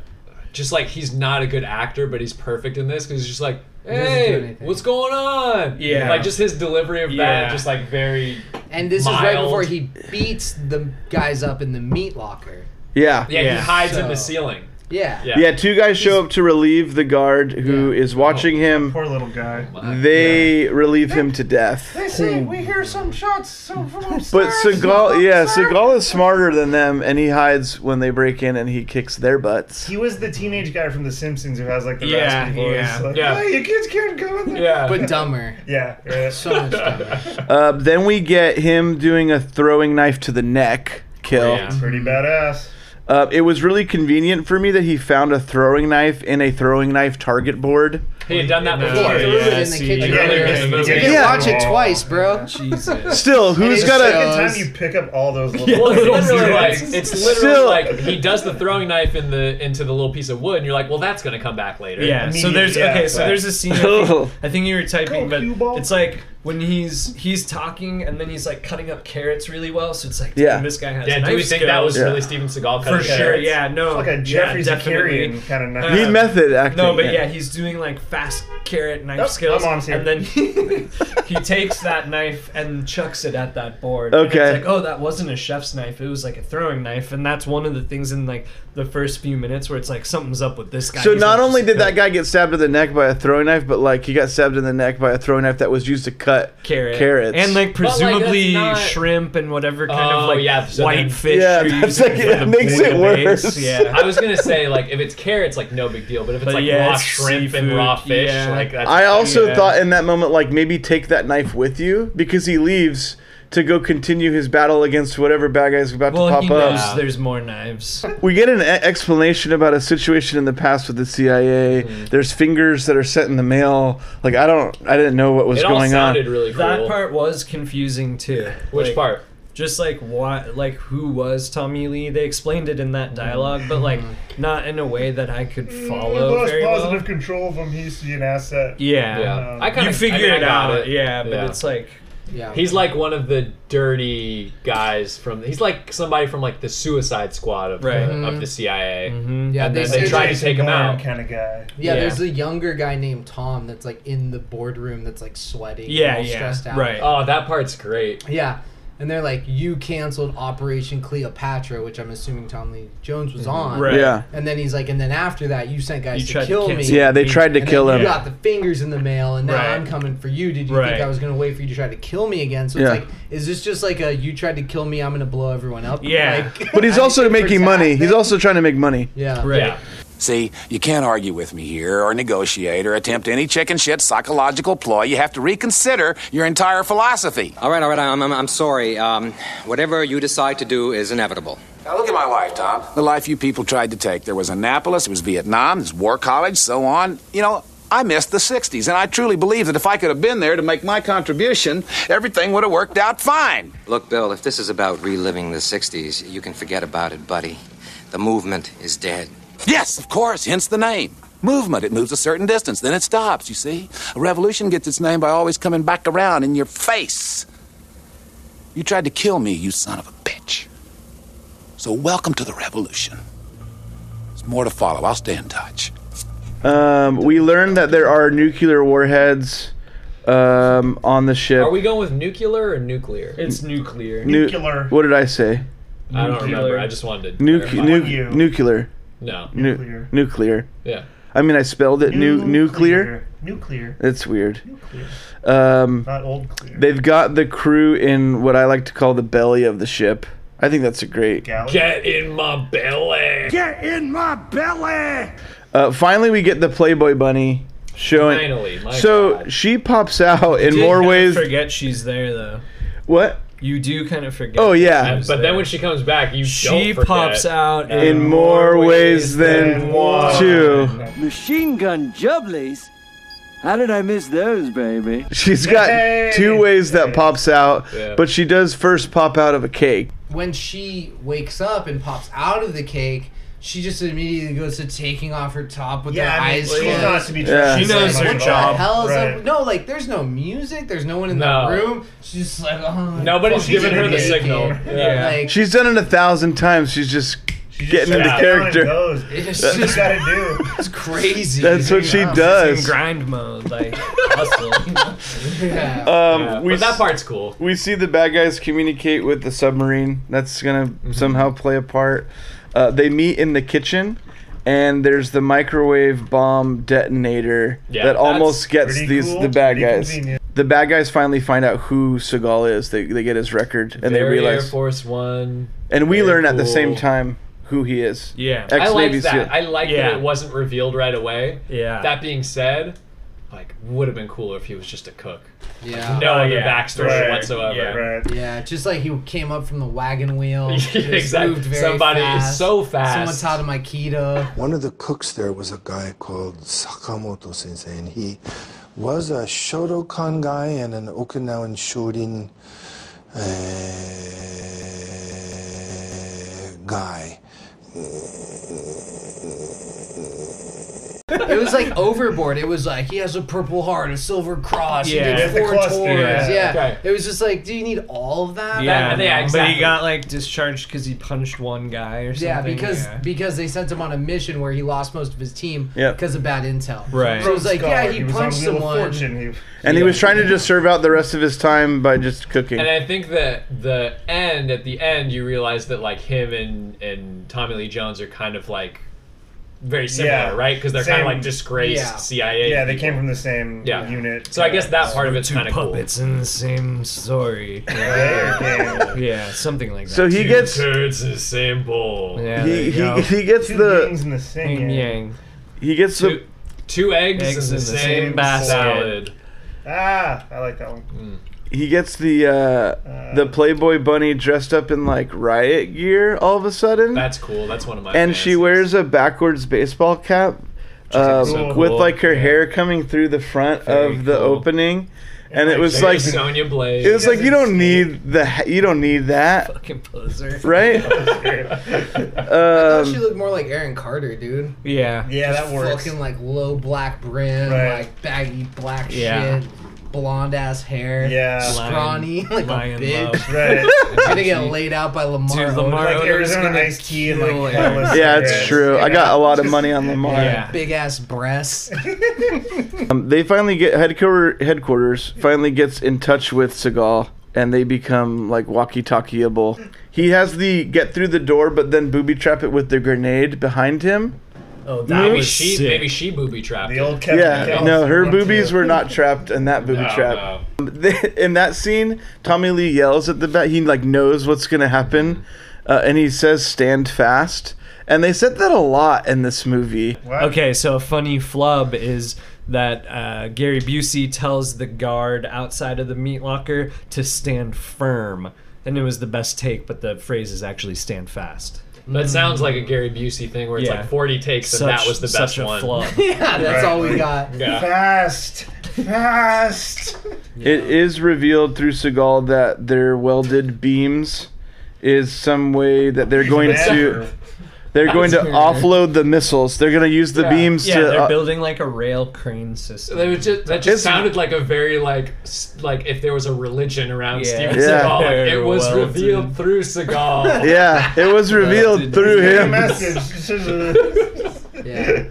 [SPEAKER 7] just like he's not a good actor, but he's perfect in this because he's just like, hey,
[SPEAKER 11] anything.
[SPEAKER 7] what's going on?
[SPEAKER 9] Yeah.
[SPEAKER 7] like just his delivery of
[SPEAKER 9] Yeah.
[SPEAKER 7] that, just like very.
[SPEAKER 11] And this is right
[SPEAKER 7] Mild.
[SPEAKER 11] before he beats the guys up in the meat locker.
[SPEAKER 12] Yeah.
[SPEAKER 7] Yeah, he
[SPEAKER 9] Yeah.
[SPEAKER 7] hides in the
[SPEAKER 11] So-
[SPEAKER 7] ceiling.
[SPEAKER 11] Yeah.
[SPEAKER 12] Yeah. two guys show up to relieve the guard who is watching him.
[SPEAKER 13] Oh, Poor little guy.
[SPEAKER 12] They relieve him to death.
[SPEAKER 13] They say we hear some shots so from
[SPEAKER 12] But
[SPEAKER 13] upstairs.
[SPEAKER 12] Seagal, yeah, Seagal is smarter than them, and he hides when they break in, and he kicks their butts.
[SPEAKER 13] He was the teenage guy from The Simpsons who has like the
[SPEAKER 12] Yeah,
[SPEAKER 13] raspy voice.
[SPEAKER 12] yeah,
[SPEAKER 13] like,
[SPEAKER 12] yeah.
[SPEAKER 13] "Hey, you kids can't go in there.
[SPEAKER 7] Yeah.
[SPEAKER 11] But dumber.
[SPEAKER 13] Yeah. yeah.
[SPEAKER 11] So much dumber.
[SPEAKER 12] Uh, then we get him doing a throwing knife to the neck
[SPEAKER 9] Oh,
[SPEAKER 12] kill.
[SPEAKER 13] Pretty badass.
[SPEAKER 12] Uh, it was really convenient for me that he found a throwing knife in a throwing knife target board.
[SPEAKER 7] He had done that
[SPEAKER 11] Yeah,
[SPEAKER 7] before.
[SPEAKER 11] yeah, yeah, in the kitchen earlier. You didn't watch it twice, bro.
[SPEAKER 9] Jesus.
[SPEAKER 12] Still,
[SPEAKER 13] And
[SPEAKER 12] who's
[SPEAKER 13] it's
[SPEAKER 12] got
[SPEAKER 13] the
[SPEAKER 12] a-
[SPEAKER 13] second time you pick up all those little?
[SPEAKER 7] Well, it's literally like
[SPEAKER 13] dudes.
[SPEAKER 7] it's literally like he does the throwing knife in the into the little piece of wood, and you're like, well, that's gonna come back later.
[SPEAKER 9] Yeah. So there's okay. So there's a scene. I think, I think you were typing, but it's like when he's he's talking and then he's like cutting up carrots really well. So it's like,
[SPEAKER 7] Yeah.
[SPEAKER 9] damn, this guy has.
[SPEAKER 7] Yeah, do
[SPEAKER 9] knife
[SPEAKER 7] we think that was
[SPEAKER 9] skills.
[SPEAKER 7] really Yeah. Steven Seagal
[SPEAKER 9] For
[SPEAKER 7] cutting
[SPEAKER 9] sure.
[SPEAKER 7] carrots?
[SPEAKER 9] Yeah. No.
[SPEAKER 7] It's like a
[SPEAKER 9] yeah,
[SPEAKER 7] Jeffrey
[SPEAKER 9] definitely.
[SPEAKER 13] Zakarian kinda knife.
[SPEAKER 9] Uh,
[SPEAKER 12] He method acting,
[SPEAKER 9] No, but
[SPEAKER 12] yeah.
[SPEAKER 9] yeah, he's doing like fast carrot knife
[SPEAKER 13] Nope,
[SPEAKER 9] skills,
[SPEAKER 13] my mom's here.
[SPEAKER 9] and then he, he takes that knife and chucks it at that board.
[SPEAKER 12] Okay.
[SPEAKER 9] And it's like, oh, that wasn't a chef's knife; it was like a throwing knife, and that's one of the things in like the first few minutes where it's like something's up with this guy.
[SPEAKER 12] So
[SPEAKER 9] He's
[SPEAKER 12] not
[SPEAKER 9] just
[SPEAKER 12] only
[SPEAKER 9] a
[SPEAKER 12] did that
[SPEAKER 9] cook.
[SPEAKER 12] guy get stabbed in the neck by a throwing knife, but like he got stabbed in the neck by a throwing knife that was used to cut
[SPEAKER 9] Carrot.
[SPEAKER 12] carrots
[SPEAKER 9] and like
[SPEAKER 7] But, like, that's
[SPEAKER 9] presumably
[SPEAKER 7] not-
[SPEAKER 9] shrimp and whatever kind
[SPEAKER 7] Oh,
[SPEAKER 9] of like
[SPEAKER 7] yeah, so
[SPEAKER 9] white
[SPEAKER 7] then-
[SPEAKER 9] fish.
[SPEAKER 12] Yeah,
[SPEAKER 9] you're
[SPEAKER 12] that's
[SPEAKER 9] using
[SPEAKER 12] like-
[SPEAKER 9] for
[SPEAKER 12] it
[SPEAKER 9] the
[SPEAKER 12] makes
[SPEAKER 9] big
[SPEAKER 12] it
[SPEAKER 9] base.
[SPEAKER 12] worse.
[SPEAKER 9] Yeah.
[SPEAKER 7] I was gonna say like if it's carrots, like no big deal, but if it's
[SPEAKER 9] But
[SPEAKER 7] like
[SPEAKER 9] yeah,
[SPEAKER 7] raw
[SPEAKER 9] it's
[SPEAKER 7] shrimp and
[SPEAKER 9] seafood,
[SPEAKER 7] raw fish,
[SPEAKER 9] yeah.
[SPEAKER 7] like that's
[SPEAKER 12] I also
[SPEAKER 7] yeah.
[SPEAKER 12] thought in that moment, like maybe take that knife with you because he leaves to go continue his battle against whatever bad guy is about
[SPEAKER 9] Well,
[SPEAKER 12] to pop
[SPEAKER 9] he knows
[SPEAKER 12] up.
[SPEAKER 9] there's more knives.
[SPEAKER 12] We get an e- explanation about a situation in the past with the CIA.
[SPEAKER 7] Mm.
[SPEAKER 12] There's fingers that are sent in the mail. Like I don't, I didn't know what was going on.
[SPEAKER 9] That part was confusing too.
[SPEAKER 7] Which
[SPEAKER 9] Like,
[SPEAKER 7] part?
[SPEAKER 9] Just like what, like who was Tommy Lee? They explained it in that dialogue, but like
[SPEAKER 12] Mm.
[SPEAKER 9] not in a way that I could
[SPEAKER 13] he
[SPEAKER 9] follow
[SPEAKER 13] lost
[SPEAKER 9] very well.
[SPEAKER 13] positive control of him. He used to be an asset.
[SPEAKER 9] Yeah,
[SPEAKER 13] Um,
[SPEAKER 9] you figure
[SPEAKER 7] I
[SPEAKER 9] it
[SPEAKER 7] got
[SPEAKER 9] out.
[SPEAKER 7] it.
[SPEAKER 9] Yeah, but
[SPEAKER 7] Yeah.
[SPEAKER 9] it's like
[SPEAKER 7] He's like one of the dirty guys from. He's like somebody from like the Suicide Squad of
[SPEAKER 9] Right.
[SPEAKER 7] the, of the CIA.
[SPEAKER 11] Mm-hmm. Yeah,
[SPEAKER 7] and
[SPEAKER 11] they
[SPEAKER 7] then they
[SPEAKER 11] say-
[SPEAKER 7] tried to take him out.
[SPEAKER 13] kind of guy.
[SPEAKER 11] Yeah, there's the younger guy named Tom that's like in the boardroom that's like sweating. and all Stressed out.
[SPEAKER 7] Oh, that part's great.
[SPEAKER 11] Yeah. And they're like, you canceled Operation Cleopatra, which I'm assuming Tom Lee Jones was
[SPEAKER 12] Mhm.
[SPEAKER 11] on.
[SPEAKER 12] Right. Yeah.
[SPEAKER 11] And then he's like, and then after that, you sent guys
[SPEAKER 12] You tried
[SPEAKER 11] to
[SPEAKER 12] to
[SPEAKER 11] kill me.
[SPEAKER 12] cancel Yeah, they me. tried to
[SPEAKER 11] And
[SPEAKER 12] kill
[SPEAKER 11] then
[SPEAKER 12] him.
[SPEAKER 11] You got the fingers in the mail, and now
[SPEAKER 12] Right.
[SPEAKER 11] I'm coming for you. Did you
[SPEAKER 12] Right.
[SPEAKER 11] think I was going to wait for you to try to kill me again? So
[SPEAKER 12] Yeah.
[SPEAKER 11] it's like, is this just like a you tried to kill me, I'm going to blow everyone up? Like,
[SPEAKER 12] but he's also making money. He's also trying to make money.
[SPEAKER 11] yeah.
[SPEAKER 5] See, you can't argue with me here or negotiate or attempt any chicken shit psychological ploy. You have to reconsider your entire philosophy.
[SPEAKER 14] All right, all right. I'm, I'm, I'm sorry. Um, whatever you decide to do is inevitable.
[SPEAKER 5] Now look at my wife, Tom. The life you people tried to take. There was Annapolis, there was Vietnam, there's war college, so on. You know, I missed the 60s, and I truly believe that if I could have been there to make my contribution, everything would have worked out fine.
[SPEAKER 14] Look, Bill, if this is about reliving the 60s, you can forget about it, buddy. The movement is dead.
[SPEAKER 5] Yes, of course, hence the name. Movement, it moves a certain distance, then it stops, you see? A revolution gets its name by always coming back around in your face. You tried to kill me, you son of a bitch. So, welcome to the revolution. There's more to follow. I'll stay in touch.
[SPEAKER 12] Um, we learned that there are nuclear warheads um, on the ship.
[SPEAKER 7] Are we going with nuclear or nuclear?
[SPEAKER 9] It's nuclear.
[SPEAKER 12] Nu- what did I say?
[SPEAKER 7] I don't remember. I just wanted to.
[SPEAKER 12] Nuc-
[SPEAKER 7] clarify.
[SPEAKER 12] nu- nuclear.
[SPEAKER 7] No.
[SPEAKER 12] Nu-
[SPEAKER 7] Nuclear.
[SPEAKER 12] nuclear.
[SPEAKER 7] Yeah.
[SPEAKER 12] I mean, I spelled it nu- nuclear.
[SPEAKER 13] Nuclear.
[SPEAKER 12] It's weird. Um,
[SPEAKER 13] Not old
[SPEAKER 12] They've got the crew in what I like to call the belly of the ship. I think that's a great.
[SPEAKER 7] Get in my belly.
[SPEAKER 13] Get in my belly.
[SPEAKER 12] Uh, finally, we get the Playboy Bunny showing.
[SPEAKER 9] Finally, my
[SPEAKER 12] so she pops out in
[SPEAKER 9] Did
[SPEAKER 12] more
[SPEAKER 9] kinda
[SPEAKER 12] ways.
[SPEAKER 9] Forget she's there though.
[SPEAKER 12] What?
[SPEAKER 9] You do kind of forget.
[SPEAKER 12] Oh, yeah.
[SPEAKER 9] she's
[SPEAKER 7] But
[SPEAKER 9] there.
[SPEAKER 7] then when she comes back, you
[SPEAKER 9] She
[SPEAKER 7] don't forget.
[SPEAKER 9] pops out
[SPEAKER 12] in more ways than two.
[SPEAKER 15] Machine gun jubblies? How did I miss those, baby?
[SPEAKER 12] She's got two ways that pops out,
[SPEAKER 11] Yeah.
[SPEAKER 12] but she does first pop out of a cake.
[SPEAKER 11] when she wakes up and pops out of the cake, she just immediately goes to taking off her top with
[SPEAKER 13] Yeah,
[SPEAKER 11] her
[SPEAKER 13] I mean,
[SPEAKER 11] eyes
[SPEAKER 13] she's
[SPEAKER 11] closed.
[SPEAKER 13] not to be Yeah. trusted.
[SPEAKER 11] She's
[SPEAKER 13] She knows
[SPEAKER 11] like,
[SPEAKER 13] her
[SPEAKER 11] what
[SPEAKER 13] job.
[SPEAKER 11] The hell is up?
[SPEAKER 13] Right.
[SPEAKER 11] No, like there's no music. There's no one in
[SPEAKER 13] No.
[SPEAKER 11] the room. She's just like, oh,
[SPEAKER 7] Nobody's
[SPEAKER 11] fuck,
[SPEAKER 7] giving her the
[SPEAKER 11] naked.
[SPEAKER 7] signal.
[SPEAKER 11] Yeah. Like,
[SPEAKER 12] She's done it a thousand times. She's just getting into character.
[SPEAKER 11] It's
[SPEAKER 12] That-
[SPEAKER 11] just
[SPEAKER 13] gotta do.
[SPEAKER 11] It's crazy.
[SPEAKER 12] That's what she does.
[SPEAKER 9] She's in grind mode, like hustle.
[SPEAKER 11] yeah.
[SPEAKER 12] Um,
[SPEAKER 9] Yeah.
[SPEAKER 12] we
[SPEAKER 9] But that
[SPEAKER 12] s-
[SPEAKER 9] part's cool.
[SPEAKER 12] We see the bad guys communicate with the submarine. That's gonna somehow play a part. Uh, they meet in the kitchen, and there's the microwave bomb detonator
[SPEAKER 2] Yeah,
[SPEAKER 12] that almost
[SPEAKER 2] that's
[SPEAKER 12] gets
[SPEAKER 2] pretty
[SPEAKER 12] these
[SPEAKER 2] cool,
[SPEAKER 12] the bad
[SPEAKER 2] pretty
[SPEAKER 12] guys.
[SPEAKER 2] convenient.
[SPEAKER 12] The bad guys finally find out who Seagal is. They they get his record and they
[SPEAKER 7] Very
[SPEAKER 12] realize.
[SPEAKER 7] Air Force One.
[SPEAKER 12] and we
[SPEAKER 7] Very
[SPEAKER 12] learn at the same
[SPEAKER 7] cool.
[SPEAKER 12] time who he is.
[SPEAKER 9] Yeah.
[SPEAKER 12] ex
[SPEAKER 7] I
[SPEAKER 12] Navy
[SPEAKER 7] like
[SPEAKER 12] SEAL.
[SPEAKER 7] that. I like
[SPEAKER 9] Yeah.
[SPEAKER 7] that it wasn't revealed right away.
[SPEAKER 9] Yeah.
[SPEAKER 7] That being said, like would have been cooler if he was just a cook.
[SPEAKER 11] Yeah.
[SPEAKER 7] No
[SPEAKER 11] Oh,
[SPEAKER 7] other
[SPEAKER 11] yeah.
[SPEAKER 7] backstory
[SPEAKER 11] Right.
[SPEAKER 7] whatsoever.
[SPEAKER 11] Yeah. Yeah, just like he came up from the wagon wheel. just
[SPEAKER 7] Exactly.
[SPEAKER 11] Moved very
[SPEAKER 7] Somebody is
[SPEAKER 11] fast.
[SPEAKER 7] so fast.
[SPEAKER 11] Someone taught him Aikido.
[SPEAKER 16] One of the cooks there was a guy called Sakamoto Sensei, and he was a Shotokan guy and an Okinawan eh, Shorin uh, guy.
[SPEAKER 11] It was like overboard. It was like he has a purple heart, a silver cross.
[SPEAKER 9] Yeah.
[SPEAKER 11] He
[SPEAKER 9] It's
[SPEAKER 11] did
[SPEAKER 9] a
[SPEAKER 11] four
[SPEAKER 9] cluster,
[SPEAKER 11] tours.
[SPEAKER 9] yeah.
[SPEAKER 11] Yeah.
[SPEAKER 9] Okay.
[SPEAKER 11] It was just like, do you need all of that?
[SPEAKER 9] Yeah, but he got like discharged because he punched one guy or something.
[SPEAKER 11] Yeah, because because they sent him on a mission where he lost most of his team
[SPEAKER 12] Yep.
[SPEAKER 11] because of bad intel.
[SPEAKER 12] Right.
[SPEAKER 11] So it was like, yeah, he,
[SPEAKER 13] He was on
[SPEAKER 11] punched
[SPEAKER 13] Wheel of
[SPEAKER 11] someone.
[SPEAKER 13] Fortune. He-
[SPEAKER 12] and he was trying to just serve out the rest of his time by just cooking.
[SPEAKER 7] And I think that the end, at the end, you realize that like him and and Tommy Lee Jones are kind of like very similar,
[SPEAKER 13] Yeah.
[SPEAKER 7] right? Because they're kind of
[SPEAKER 13] Same-
[SPEAKER 7] like disgraced
[SPEAKER 13] yeah.
[SPEAKER 7] CIA.
[SPEAKER 13] Yeah, they
[SPEAKER 7] people.
[SPEAKER 13] came from the same
[SPEAKER 7] Yeah.
[SPEAKER 13] unit.
[SPEAKER 7] So I guess that part of it's
[SPEAKER 9] Two
[SPEAKER 7] kind of cool.
[SPEAKER 9] puppets in the same story.
[SPEAKER 13] Yeah,
[SPEAKER 9] yeah, something like that.
[SPEAKER 12] So he gets-
[SPEAKER 7] turds in the same bowl.
[SPEAKER 9] Yeah, there
[SPEAKER 12] he,
[SPEAKER 9] you go.
[SPEAKER 12] he, he gets
[SPEAKER 13] Two
[SPEAKER 12] the
[SPEAKER 13] yangs in the same
[SPEAKER 9] Yin
[SPEAKER 13] yang.
[SPEAKER 9] yang.
[SPEAKER 12] he gets the
[SPEAKER 7] Two eggs,
[SPEAKER 9] Eggs
[SPEAKER 7] in the same, basket. salad. Mm.
[SPEAKER 13] Ah, I like that one.
[SPEAKER 12] he gets the uh, the Playboy bunny dressed up in like riot gear all of a sudden.
[SPEAKER 7] That's cool. That's one of my.
[SPEAKER 12] and she wears a backwards baseball cap uh,
[SPEAKER 13] Oh.
[SPEAKER 7] so
[SPEAKER 12] with
[SPEAKER 7] cool.
[SPEAKER 12] like her hair coming through the front of the opening and it was like
[SPEAKER 7] Sonya Blade.
[SPEAKER 12] it was like you don't need the ha- you don't need that
[SPEAKER 9] fucking poser
[SPEAKER 12] right
[SPEAKER 11] I thought she
[SPEAKER 12] um,
[SPEAKER 11] looked more like Aaron Carter, dude.
[SPEAKER 9] yeah
[SPEAKER 11] Just Fucking like low black brim,
[SPEAKER 9] Right.
[SPEAKER 11] like baggy black
[SPEAKER 9] Yeah.
[SPEAKER 11] shit, blonde ass hair,
[SPEAKER 9] Yeah.
[SPEAKER 11] scrawny,
[SPEAKER 9] Lion-
[SPEAKER 11] like
[SPEAKER 9] lion
[SPEAKER 11] a bitch.
[SPEAKER 9] love.
[SPEAKER 13] Right.
[SPEAKER 11] You're gonna get laid out by Lamar.
[SPEAKER 9] Dude,
[SPEAKER 11] Odom.
[SPEAKER 9] Lamar Like Odom's Arizona gonna
[SPEAKER 13] Ice Tea and
[SPEAKER 11] kill
[SPEAKER 13] like
[SPEAKER 11] him.
[SPEAKER 13] Hella
[SPEAKER 12] yeah
[SPEAKER 13] cigarettes.
[SPEAKER 12] it's true i got a lot of money on lamar
[SPEAKER 11] Big ass breasts.
[SPEAKER 12] um, they finally get headquarter headquarters finally gets in touch with Seagal and they become like walkie-talkieable he has the get through the door but then booby trap it with the grenade behind him
[SPEAKER 9] Oh,
[SPEAKER 12] that
[SPEAKER 7] maybe
[SPEAKER 12] was
[SPEAKER 7] she
[SPEAKER 12] sick.
[SPEAKER 7] maybe she booby trapped. The old
[SPEAKER 12] yeah, no, her boobies were not trapped in that booby
[SPEAKER 7] No,
[SPEAKER 12] trap. Um, They- In that scene, Tommy Lee yells at the bat. He like knows what's gonna happen, uh, and he says, "Stand fast." And they said that a lot in this movie.
[SPEAKER 9] Okay, so a funny flub is that uh, Gary Busey tells the guard outside of the meat locker to stand firm. And it was the best take, but the phrase is actually stand fast.
[SPEAKER 7] That sounds like a Gary Busey thing where it's
[SPEAKER 9] Yeah.
[SPEAKER 7] like 40 takes
[SPEAKER 9] Such-
[SPEAKER 7] and that was the best
[SPEAKER 9] such a
[SPEAKER 7] one.
[SPEAKER 9] flub.
[SPEAKER 11] yeah, that's all we got.
[SPEAKER 7] Yeah.
[SPEAKER 13] Fast, fast.
[SPEAKER 12] It is revealed through Seagal that their welded beams is some way that they're going to. They're going to offload the missiles. They're going to use the beams
[SPEAKER 9] Yeah,
[SPEAKER 12] to.
[SPEAKER 9] they're
[SPEAKER 12] uh,
[SPEAKER 9] building like a rail crane system.
[SPEAKER 7] That, was just, that just sounded like a very like s- like if there was a religion around
[SPEAKER 9] Yeah.
[SPEAKER 7] Steven
[SPEAKER 12] Yeah.
[SPEAKER 7] Seagal, like, it was
[SPEAKER 9] Well,
[SPEAKER 7] revealed through Seagal.
[SPEAKER 12] yeah, it was
[SPEAKER 7] uh,
[SPEAKER 12] revealed through him.
[SPEAKER 11] yeah.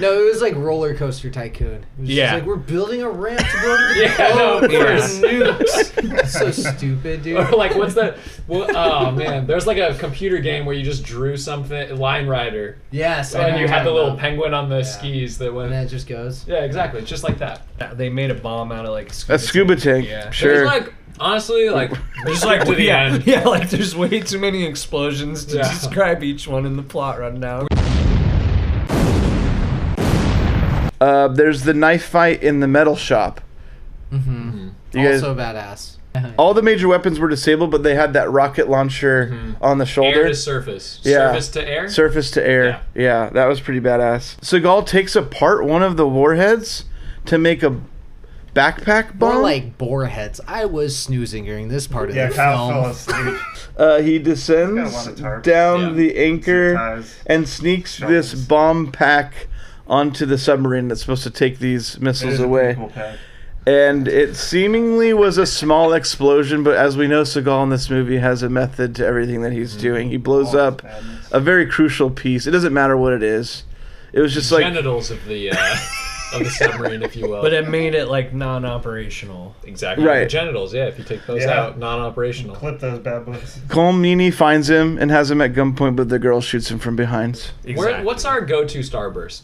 [SPEAKER 11] No, it was like roller coaster tycoon. It was
[SPEAKER 12] Yeah.
[SPEAKER 11] just like we're building a ramp to go to the
[SPEAKER 7] Yeah, no, of
[SPEAKER 11] boat for
[SPEAKER 7] course.
[SPEAKER 11] nukes. Oh, so stupid, dude.
[SPEAKER 7] Or like what's that? Well, oh man, there's like a computer game where you just drew something. Uh, Line Rider.
[SPEAKER 11] Yes, I know
[SPEAKER 7] And you
[SPEAKER 11] what
[SPEAKER 7] had the
[SPEAKER 11] you're
[SPEAKER 7] little
[SPEAKER 11] talking
[SPEAKER 7] penguin on the skis that went.
[SPEAKER 11] And it just goes.
[SPEAKER 7] Yeah, exactly. It's just like that.
[SPEAKER 9] They made a bomb out of like
[SPEAKER 12] A scuba tank,
[SPEAKER 9] Yeah.
[SPEAKER 12] sure.
[SPEAKER 7] There's like honestly like
[SPEAKER 9] There's like
[SPEAKER 7] to the
[SPEAKER 9] yeah,
[SPEAKER 7] end.
[SPEAKER 9] yeah, like there's way too many explosions to
[SPEAKER 7] Yeah.
[SPEAKER 9] describe each one in the plot rundown.
[SPEAKER 12] Uh, there's the knife fight in the metal shop.
[SPEAKER 11] Mm-hmm.
[SPEAKER 12] You guys-
[SPEAKER 11] also badass.
[SPEAKER 12] All the major weapons were disabled, but they had that rocket launcher
[SPEAKER 11] Mm-hmm.
[SPEAKER 12] on the shoulder.
[SPEAKER 7] Air to surface. Surface to air?
[SPEAKER 12] Surface to air. Yeah. that was pretty badass. Seagal takes apart one of the warheads to make a backpack bomb.
[SPEAKER 11] More like boar heads. I was snoozing during this part of
[SPEAKER 13] Yeah,
[SPEAKER 11] the
[SPEAKER 13] Kyle
[SPEAKER 11] film.
[SPEAKER 13] fell asleep.
[SPEAKER 12] Uh, he
[SPEAKER 13] Got a lot
[SPEAKER 12] descends
[SPEAKER 13] of tarps.
[SPEAKER 12] down the anchor and sneaks this bomb pack onto the submarine that's supposed to take these missiles
[SPEAKER 13] is a
[SPEAKER 12] away.
[SPEAKER 13] pretty cool pack.
[SPEAKER 12] And it seemingly was a small explosion, but as we know, Seagal in this movie has a method to everything that he's doing. He blows up a very crucial piece. It doesn't matter what it is. It was just like
[SPEAKER 7] genitals of the uh, of the submarine, if you will.
[SPEAKER 9] But it made it like non-operational.
[SPEAKER 7] exactly
[SPEAKER 12] Right.
[SPEAKER 7] the genitals. Yeah, if you take those
[SPEAKER 13] Yeah.
[SPEAKER 7] out, non-operational.
[SPEAKER 13] Clip those bad boys.
[SPEAKER 12] Colmini finds him and has him at gunpoint, but the girl shoots him from behind.
[SPEAKER 7] Where, what's our go-to starburst?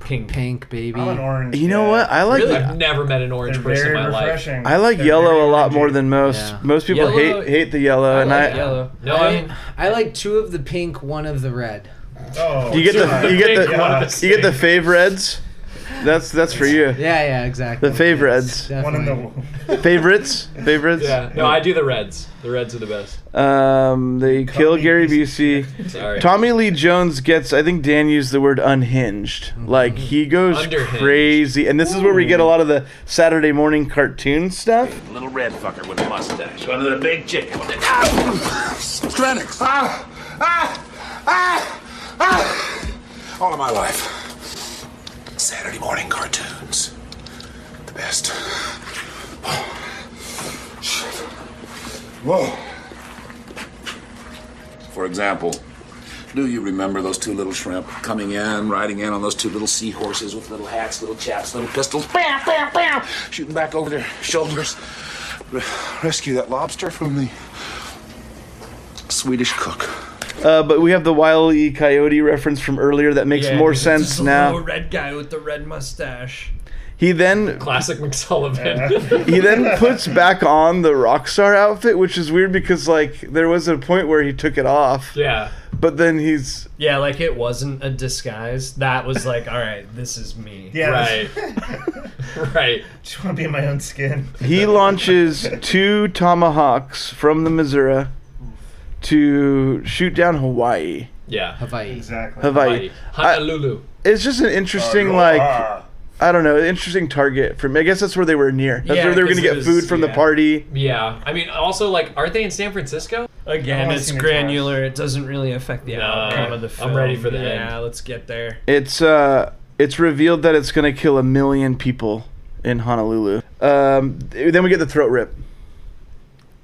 [SPEAKER 9] Pink,
[SPEAKER 11] pink, baby.
[SPEAKER 13] orange.
[SPEAKER 12] You know what? I like
[SPEAKER 7] Really? I've never met an orange person in my life.
[SPEAKER 12] I like yellow a lot more than most. Most people
[SPEAKER 11] Yellow-
[SPEAKER 12] hate hate the yellow, and I
[SPEAKER 11] No, I, I like two of the pink, one of the red.
[SPEAKER 13] Oh,
[SPEAKER 12] you get the you get the you get the fave reds. That's that's for you. Yeah,
[SPEAKER 11] yeah, exactly.
[SPEAKER 12] The fave reds.
[SPEAKER 13] One in the
[SPEAKER 12] favorites favorites.
[SPEAKER 7] Yeah. No, I do the reds. The reds are the best.
[SPEAKER 12] Um, they kill Gary Busey.
[SPEAKER 7] Sorry.
[SPEAKER 12] Tommy Lee Jones gets. I think Dan used the word unhinged.
[SPEAKER 11] Mm-hmm.
[SPEAKER 12] Like he goes
[SPEAKER 7] Underhinged.
[SPEAKER 12] crazy, and this is where we get a lot of the Saturday morning cartoon stuff.
[SPEAKER 17] Little red fucker with a mustache. One of the big chicken.
[SPEAKER 2] Stranix. Ah, ah, ah, ah. All of my life. Saturday morning cartoons. The best. Shit. Whoa.
[SPEAKER 18] For example, do you remember those two little shrimp coming in, riding in on those two little seahorses with little hats, little chaps, little pistols? Bam, bam, bam! Shooting back over their shoulders.
[SPEAKER 2] Re- rescue that lobster from the Swedish cook.
[SPEAKER 12] Uh, but we have the Wile E. Coyote reference from earlier that makes
[SPEAKER 9] Yeah,
[SPEAKER 12] more
[SPEAKER 9] 'cause it's
[SPEAKER 12] sense
[SPEAKER 9] just a
[SPEAKER 12] now.
[SPEAKER 9] little red guy with the red mustache.
[SPEAKER 12] He then
[SPEAKER 7] classic McSullivan.
[SPEAKER 12] he then puts back on the Rockstar outfit, which is weird because like there was a point where he took it off.
[SPEAKER 7] Yeah.
[SPEAKER 12] But then he's
[SPEAKER 9] Yeah, like it wasn't a disguise. That was like, all right, this is me.
[SPEAKER 13] Yeah. Right.
[SPEAKER 7] right.
[SPEAKER 13] Just want to be in my own skin.
[SPEAKER 12] he launches two tomahawks from the Missouri to shoot down Hawaii.
[SPEAKER 7] Yeah.
[SPEAKER 11] Hawaii.
[SPEAKER 13] Exactly.
[SPEAKER 12] Hawaii. I-
[SPEAKER 7] Honolulu.
[SPEAKER 12] it's just an
[SPEAKER 19] Oh,
[SPEAKER 12] interesting like I don't know, interesting target for me. I guess that's where they were near. That's
[SPEAKER 7] Yeah,
[SPEAKER 12] where they were
[SPEAKER 7] because
[SPEAKER 12] gonna
[SPEAKER 7] it
[SPEAKER 12] get
[SPEAKER 7] was-
[SPEAKER 12] food from the
[SPEAKER 7] yeah.
[SPEAKER 12] party.
[SPEAKER 7] Yeah. I mean, also like, aren't they in San Francisco?
[SPEAKER 12] Oh,
[SPEAKER 9] Again, it's granular. It doesn't really affect the outcome of the
[SPEAKER 7] I'm
[SPEAKER 9] film.
[SPEAKER 7] ready for the
[SPEAKER 9] Yeah,
[SPEAKER 7] end.
[SPEAKER 9] let's get there.
[SPEAKER 12] It's uh, it's revealed that it's gonna kill a million people in Honolulu. Um, then we get the throat rip.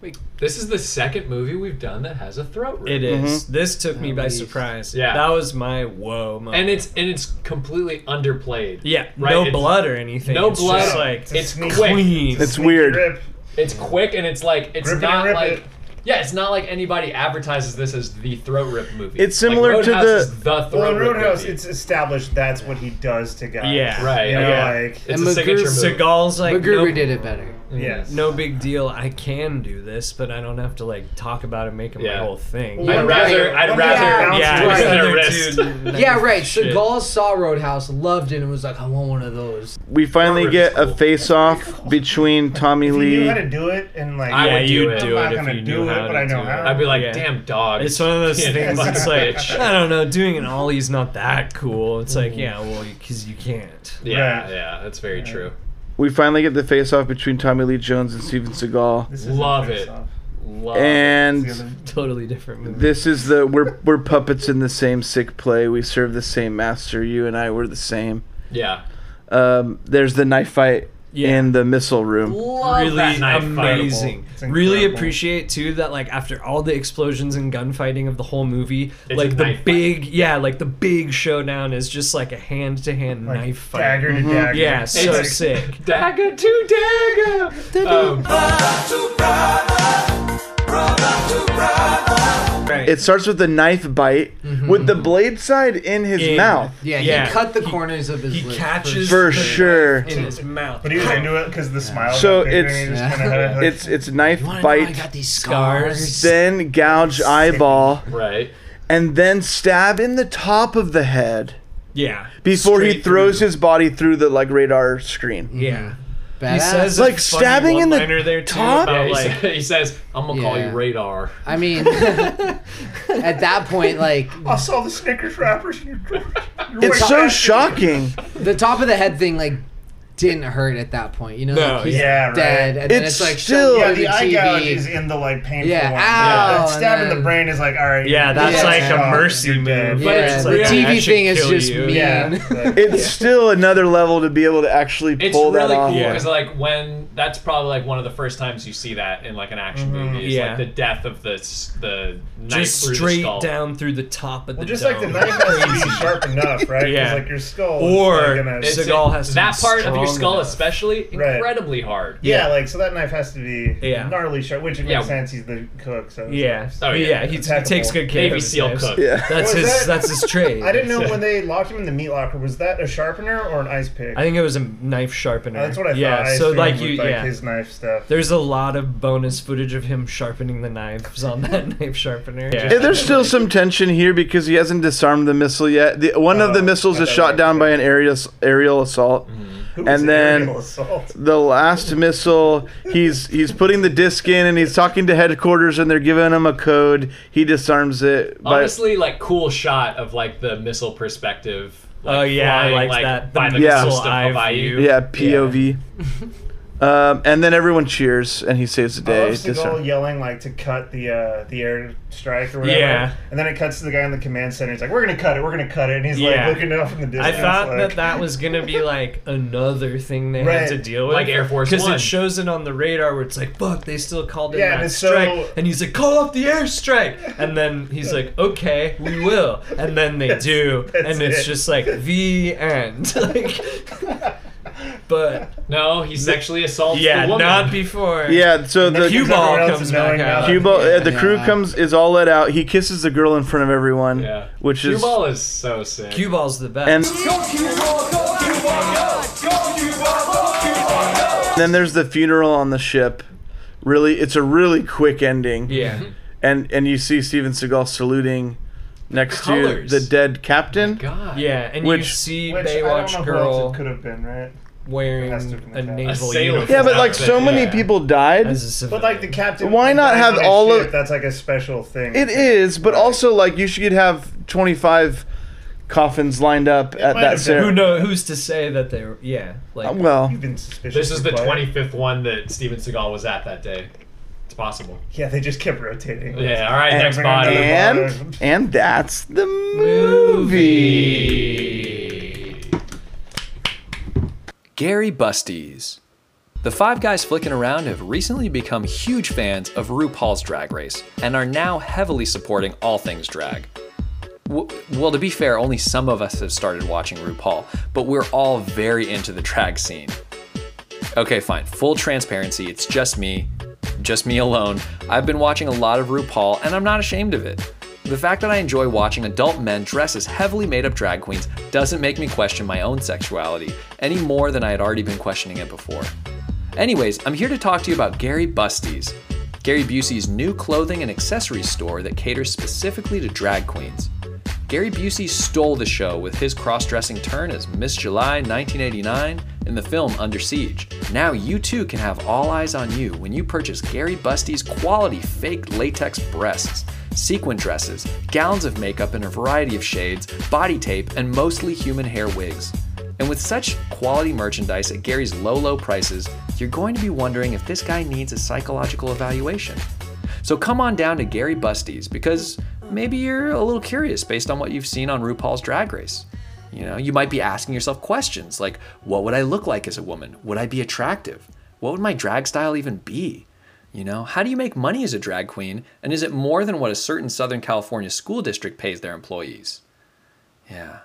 [SPEAKER 7] Wait, this is the second movie we've done that has a throat rip.
[SPEAKER 9] It
[SPEAKER 12] Mm-hmm.
[SPEAKER 9] is. This took me by surprise.
[SPEAKER 7] Yeah.
[SPEAKER 9] That was my whoa moment.
[SPEAKER 7] and it's and it's completely underplayed.
[SPEAKER 9] yeah,
[SPEAKER 7] right.
[SPEAKER 9] no
[SPEAKER 7] It's-
[SPEAKER 9] blood or anything.
[SPEAKER 7] No
[SPEAKER 9] It's
[SPEAKER 7] blood.
[SPEAKER 9] Just like
[SPEAKER 7] it's quick.
[SPEAKER 9] clean.
[SPEAKER 12] It's weird.
[SPEAKER 7] It's quick and it's like it's
[SPEAKER 13] Rip it and
[SPEAKER 7] not
[SPEAKER 13] rip
[SPEAKER 7] like
[SPEAKER 13] it.
[SPEAKER 7] yeah, it's not like anybody advertises this as the throat rip movie.
[SPEAKER 12] It's
[SPEAKER 7] Like,
[SPEAKER 12] similar to
[SPEAKER 7] Roadhouse
[SPEAKER 12] the-
[SPEAKER 7] is the throat
[SPEAKER 13] Well, in
[SPEAKER 7] rip
[SPEAKER 13] Roadhouse,
[SPEAKER 7] movie.
[SPEAKER 13] it's established that's what he does to guys.
[SPEAKER 9] Yeah.
[SPEAKER 7] Right,
[SPEAKER 13] You know,
[SPEAKER 9] yeah.
[SPEAKER 13] like
[SPEAKER 9] And Magruder- Seagal's like
[SPEAKER 11] Magruder
[SPEAKER 9] nope.
[SPEAKER 11] did it better.
[SPEAKER 13] Yes.
[SPEAKER 9] No big deal. I can do this, but I don't have to like talk about it, make it
[SPEAKER 7] Yeah.
[SPEAKER 9] my whole thing.
[SPEAKER 7] I'd rather- I'd
[SPEAKER 9] Yeah.
[SPEAKER 7] rather-
[SPEAKER 9] yeah,
[SPEAKER 7] Bounce
[SPEAKER 9] I'd
[SPEAKER 7] it.
[SPEAKER 9] rather
[SPEAKER 7] Wrist.
[SPEAKER 9] do-
[SPEAKER 11] Yeah, right.
[SPEAKER 9] Shit.
[SPEAKER 11] Seagal saw Roadhouse, loved it, and was like, I want one of those.
[SPEAKER 12] We finally get a face-off between Tommy
[SPEAKER 13] If you knew how
[SPEAKER 12] Lee.
[SPEAKER 13] to do it and like
[SPEAKER 7] I would do it.
[SPEAKER 13] I'm not gonna do it, but I know how.
[SPEAKER 7] I'd be like,
[SPEAKER 9] Yeah.
[SPEAKER 7] damn dog.
[SPEAKER 9] It's one of those
[SPEAKER 7] Yeah,
[SPEAKER 9] things.
[SPEAKER 7] fucking
[SPEAKER 9] It's like
[SPEAKER 7] bitch.
[SPEAKER 9] I don't know. Doing an ollie's not that cool. It's
[SPEAKER 11] Mm-hmm.
[SPEAKER 9] like yeah, well, because you can't.
[SPEAKER 7] Yeah, yeah, that's very true.
[SPEAKER 12] We finally get the face-off between Tommy Lee Jones and Steven Seagal.
[SPEAKER 7] Love it. Love
[SPEAKER 12] And-
[SPEAKER 7] it.
[SPEAKER 9] Totally different movie.
[SPEAKER 12] This is the we're we're puppets in the same sick play. We serve the same master. You and I were the same.
[SPEAKER 7] Yeah.
[SPEAKER 12] Um, there's the knife fight in the missile room.
[SPEAKER 11] Love
[SPEAKER 9] really
[SPEAKER 11] that knife
[SPEAKER 9] Um, amazing.
[SPEAKER 11] fight. It's
[SPEAKER 9] Really
[SPEAKER 11] incredible.
[SPEAKER 9] appreciate too that like after all the explosions and gunfighting of the whole movie,
[SPEAKER 7] a
[SPEAKER 9] like the
[SPEAKER 7] knife
[SPEAKER 9] big yeah, like the big showdown is just like a hand to hand knife fight. Mm-hmm.
[SPEAKER 13] dagger
[SPEAKER 12] Mm-hmm.
[SPEAKER 13] to Mhm. dagger.
[SPEAKER 9] Yeah,
[SPEAKER 13] It's
[SPEAKER 9] so
[SPEAKER 13] like-
[SPEAKER 9] sick.
[SPEAKER 7] Dagger to dagger. Um,
[SPEAKER 12] It starts with the knife bite with the blade side in his mouth.
[SPEAKER 11] Yeah, he cut the corners of his he lips.
[SPEAKER 9] catches
[SPEAKER 12] For sure.
[SPEAKER 9] in his mouth.
[SPEAKER 13] But he was into it because the smile.
[SPEAKER 12] So
[SPEAKER 13] got bigger
[SPEAKER 12] it's
[SPEAKER 13] and he just kinda had, like,
[SPEAKER 12] it's it's knife bite.
[SPEAKER 11] these
[SPEAKER 9] scars.
[SPEAKER 12] Then gouge eyeball,
[SPEAKER 7] right.
[SPEAKER 12] and then stab in the top of the head
[SPEAKER 9] Yeah.
[SPEAKER 12] before he
[SPEAKER 9] Straight
[SPEAKER 12] throws his body through the like radar screen.
[SPEAKER 9] Yeah.
[SPEAKER 11] Badass.
[SPEAKER 9] He says
[SPEAKER 12] Like
[SPEAKER 9] a funny
[SPEAKER 12] stabbing in the
[SPEAKER 9] one-liner there too
[SPEAKER 12] top?
[SPEAKER 7] Yeah,
[SPEAKER 9] about,
[SPEAKER 7] he,
[SPEAKER 9] like,
[SPEAKER 7] sa- he says, "I'm gonna call you
[SPEAKER 11] Yeah.
[SPEAKER 7] radar."
[SPEAKER 11] I mean, at that point, like,
[SPEAKER 13] I saw the Snickers wrappers. in your drawer. You're
[SPEAKER 12] It's
[SPEAKER 13] way
[SPEAKER 12] so
[SPEAKER 13] past it.
[SPEAKER 12] shocking.
[SPEAKER 11] the top of the head thing, like, didn't hurt at that point. You know,
[SPEAKER 13] No,
[SPEAKER 11] like he's
[SPEAKER 13] yeah, right.
[SPEAKER 11] dead, and then it's like still
[SPEAKER 13] yeah,
[SPEAKER 11] yeah,
[SPEAKER 13] the
[SPEAKER 11] the
[SPEAKER 13] eye
[SPEAKER 11] TV.
[SPEAKER 13] gouge is in the like painful
[SPEAKER 11] Yeah,
[SPEAKER 13] one.
[SPEAKER 11] ow,
[SPEAKER 13] That
[SPEAKER 11] and
[SPEAKER 13] stab in the
[SPEAKER 11] then-
[SPEAKER 13] brain is like all right.
[SPEAKER 12] Yeah,
[SPEAKER 13] you're
[SPEAKER 12] that's
[SPEAKER 13] dead.
[SPEAKER 12] like a
[SPEAKER 13] Shot.
[SPEAKER 12] mercy
[SPEAKER 13] Oh, You're dead.
[SPEAKER 12] move. But it's like, yeah, I should kill you.
[SPEAKER 13] Yeah.
[SPEAKER 12] It's still another level to be able to actually
[SPEAKER 7] It's
[SPEAKER 12] pull
[SPEAKER 7] really
[SPEAKER 12] that off.
[SPEAKER 7] cool because like when that's probably like one of the first times you see that in like an action
[SPEAKER 13] Mm-hmm.
[SPEAKER 7] movie. Is,
[SPEAKER 9] Yeah.
[SPEAKER 7] like the death of the s- the knife
[SPEAKER 9] Just
[SPEAKER 7] through the
[SPEAKER 9] straight
[SPEAKER 7] skull.
[SPEAKER 9] down through the top of
[SPEAKER 13] Well,
[SPEAKER 9] the
[SPEAKER 13] just
[SPEAKER 9] dome.
[SPEAKER 13] like the knife has to be sharp enough, right? 'Cause,
[SPEAKER 9] Yeah.
[SPEAKER 13] like your skull.
[SPEAKER 9] Or
[SPEAKER 13] is, like, gonna-
[SPEAKER 9] it's- Seagal has to
[SPEAKER 7] that
[SPEAKER 9] be
[SPEAKER 7] part of your
[SPEAKER 9] strong
[SPEAKER 7] skull
[SPEAKER 9] enough.
[SPEAKER 7] especially
[SPEAKER 13] Right.
[SPEAKER 7] incredibly hard.
[SPEAKER 13] Yeah, like so that knife has to be
[SPEAKER 7] Yeah.
[SPEAKER 13] gnarly sharp, which it makes
[SPEAKER 7] Yeah.
[SPEAKER 13] sense. He's the cook, so it's-
[SPEAKER 9] Yeah.
[SPEAKER 13] it's
[SPEAKER 9] Oh, yeah. He- he
[SPEAKER 13] attackable.
[SPEAKER 9] takes good care of Navy his SEAL knives. cook. Yeah. That's
[SPEAKER 13] Was
[SPEAKER 9] his- that's his trade.
[SPEAKER 13] I didn't know
[SPEAKER 9] Yeah.
[SPEAKER 13] when they locked him in the meat locker. Was that a sharpener or an ice pick?
[SPEAKER 9] I think it was a knife sharpener.
[SPEAKER 13] Oh, that's what I
[SPEAKER 9] yeah,
[SPEAKER 13] thought. I
[SPEAKER 9] so
[SPEAKER 13] assumed
[SPEAKER 9] like
[SPEAKER 13] with,
[SPEAKER 9] you,
[SPEAKER 13] like,
[SPEAKER 9] yeah.
[SPEAKER 13] his knife stuff.
[SPEAKER 9] There's a lot of bonus footage of him sharpening the knives on that knife sharpener.
[SPEAKER 12] Yeah. there's still some tension here because he hasn't disarmed the missile yet. The, one
[SPEAKER 7] Uh,
[SPEAKER 12] of the missiles is shot down by an aerial aerial assault,
[SPEAKER 7] Mm-hmm.
[SPEAKER 12] and then
[SPEAKER 13] aerial assault?
[SPEAKER 12] the last missile, he's he's putting the disc in and he's talking to headquarters and they're giving him a code. He disarms it. by-
[SPEAKER 7] Honestly, like cool shot of like the missile perspective. Like,
[SPEAKER 9] Oh, yeah, I
[SPEAKER 7] flying,
[SPEAKER 9] liked that.
[SPEAKER 7] By the
[SPEAKER 12] Yeah.
[SPEAKER 7] missile
[SPEAKER 12] Eye
[SPEAKER 7] of IU.
[SPEAKER 12] yeah, POV. um, and then everyone cheers and he saves the
[SPEAKER 13] I
[SPEAKER 12] day.
[SPEAKER 13] love Seagal
[SPEAKER 12] Disarm-
[SPEAKER 13] yelling like to cut the uh, the air strike or whatever.
[SPEAKER 12] Yeah.
[SPEAKER 13] And then it cuts to the guy in the command center. He's like, "We're gonna cut it. We're gonna cut it." And he's
[SPEAKER 9] Yeah.
[SPEAKER 13] like looking out from the
[SPEAKER 9] I
[SPEAKER 13] distance.
[SPEAKER 9] thought
[SPEAKER 13] like,
[SPEAKER 9] that that was gonna be like another thing they
[SPEAKER 13] Right.
[SPEAKER 9] had to deal with,
[SPEAKER 13] Like Air Force
[SPEAKER 9] because
[SPEAKER 13] One.
[SPEAKER 9] it shows it on the radar where it's like, "Fuck!" They still called in
[SPEAKER 13] Yeah, and
[SPEAKER 9] that
[SPEAKER 13] it's
[SPEAKER 9] strike,
[SPEAKER 13] so-
[SPEAKER 9] and he's like, "Call off the airstrike," and then he's like, "Okay, we will," and then they do, and it's
[SPEAKER 7] it.
[SPEAKER 9] just like the end. like, but
[SPEAKER 7] No, he sexually assaults
[SPEAKER 9] yeah,
[SPEAKER 7] the woman.
[SPEAKER 9] not before.
[SPEAKER 12] Yeah, so the
[SPEAKER 9] cue ball comes back out.
[SPEAKER 12] Cue ball- uh, the
[SPEAKER 9] Yeah.
[SPEAKER 12] crew comes is all let out. He kisses the girl in front of everyone,
[SPEAKER 7] Yeah.
[SPEAKER 12] which
[SPEAKER 7] Cue
[SPEAKER 12] is
[SPEAKER 7] ball is so sick.
[SPEAKER 9] Cue ball's the best.
[SPEAKER 12] And-
[SPEAKER 17] Go,
[SPEAKER 12] Then there's the funeral on the ship. Really, it's a really quick ending.
[SPEAKER 9] Yeah.
[SPEAKER 12] And and you see Steven Seagal saluting next
[SPEAKER 9] Colours.
[SPEAKER 12] to the dead captain.
[SPEAKER 9] Yeah, and you
[SPEAKER 12] Which-
[SPEAKER 9] see
[SPEAKER 13] Which I don't know
[SPEAKER 9] Baywatch
[SPEAKER 13] who else
[SPEAKER 9] girl
[SPEAKER 13] it could have been right.
[SPEAKER 9] wearing a naval uniform.
[SPEAKER 12] Yeah, but like so many people died.
[SPEAKER 13] But like the captain.
[SPEAKER 12] Why not
[SPEAKER 13] dies
[SPEAKER 12] have
[SPEAKER 13] on a
[SPEAKER 12] all of-
[SPEAKER 13] ship, That's like a special thing.
[SPEAKER 12] It is, but also like you should have 25 coffins lined up at that
[SPEAKER 9] Who
[SPEAKER 12] ceremony.
[SPEAKER 9] know? Who's to say that they? were Yeah,
[SPEAKER 13] Uh,
[SPEAKER 9] like
[SPEAKER 12] Well,
[SPEAKER 7] This is the 25th one that Steven Seagal was at that day. It's possible.
[SPEAKER 13] Yeah, they just kept rotating.
[SPEAKER 7] Yeah, all right, next body.
[SPEAKER 12] And and that's the movie.
[SPEAKER 1] Gary Busties. The five guys flicking around have recently become huge fans of RuPaul's Drag Race and are now heavily supporting all things drag. W- well, to be fair, only some of us have started watching RuPaul, but we're all very into the drag scene. Okay, fine. Full transparency, it's just me, just me alone. I've been watching a lot of RuPaul, and I'm not ashamed of it. The fact that I enjoy watching adult men dress as heavily made up drag queens doesn't make me question my own sexuality any more than I had already been questioning it before. Anyways, I'm here to talk to you about Gary Busties, Gary Busey's new clothing and accessories store that caters specifically to drag queens. Gary Busey stole the show with his cross dressing turn as Miss July 1989 in the film Under Siege. Now you too can have all eyes on you when you purchase Gary Busty's quality fake latex breasts, sequin dresses, gowns of makeup in a variety of shades, body tape, and mostly human hair wigs. And with such quality merchandise at Gary's low, low prices, you're going to be wondering if this guy needs a psychological evaluation. So come on down to Gary Busty's because maybe you're a little curious based on what you've seen on RuPaul's Drag Race. You know, you might be asking yourself questions like, what would I look like as a woman? Would I be attractive? What would my drag style even be? You know, how do you make money as a drag queen? And is it more than what a certain Southern California school district pays their employees? Yeah.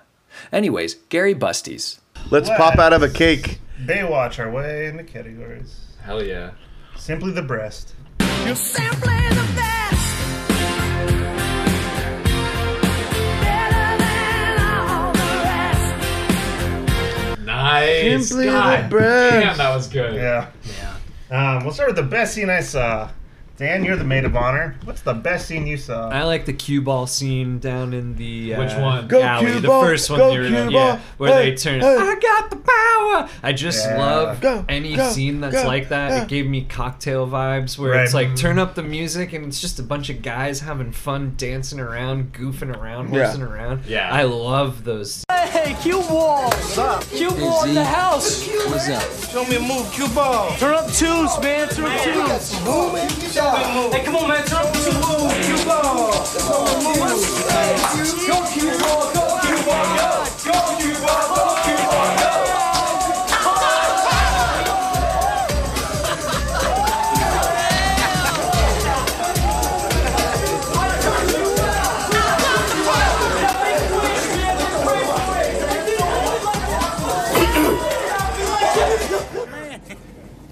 [SPEAKER 1] Anyways, Gary Busties.
[SPEAKER 12] Let's pop out of a cake.
[SPEAKER 13] Baywatch our way in the categories.
[SPEAKER 7] Hell yeah.
[SPEAKER 13] Simply the breast.
[SPEAKER 17] You're simply the best.
[SPEAKER 7] Nice.
[SPEAKER 13] Simply
[SPEAKER 7] God
[SPEAKER 13] the breast.
[SPEAKER 7] Damn, that was good.
[SPEAKER 13] Yeah. Yeah. Um, we'll start with the best scene I saw. Dan, you're the maid of honor. What's the best scene you saw?
[SPEAKER 9] I like the cue ball scene down in the uh,
[SPEAKER 13] Which one? Go
[SPEAKER 9] Go alley,
[SPEAKER 13] cue
[SPEAKER 9] the
[SPEAKER 13] ball,
[SPEAKER 9] first one.
[SPEAKER 13] go
[SPEAKER 9] they were
[SPEAKER 13] cue
[SPEAKER 9] in,
[SPEAKER 13] ball,
[SPEAKER 9] yeah, where
[SPEAKER 13] hey,
[SPEAKER 9] they turn.
[SPEAKER 13] hey.
[SPEAKER 9] I got the power. I just
[SPEAKER 13] Yeah.
[SPEAKER 9] love
[SPEAKER 13] Go,
[SPEAKER 9] any
[SPEAKER 13] go,
[SPEAKER 9] scene that's
[SPEAKER 13] go,
[SPEAKER 9] like that. It gave me cocktail vibes, where it's
[SPEAKER 13] Right.
[SPEAKER 9] like turn up the music and it's just a bunch of guys having fun, dancing around, goofing around,
[SPEAKER 13] Yeah.
[SPEAKER 9] horsing around.
[SPEAKER 13] Yeah.
[SPEAKER 9] I love those.
[SPEAKER 19] Hey, cue ball. What's up? Cue ball in the house.
[SPEAKER 20] What's up?
[SPEAKER 19] Show me a move, cue ball. Turn up twos, man. Turn up twos. Show me a move. Hey, come on, man. Turn up two moves. Cue ball. Show me a move. Go cue ball. Go cue ball. Go. Go cue ball. Go cue ball. Go.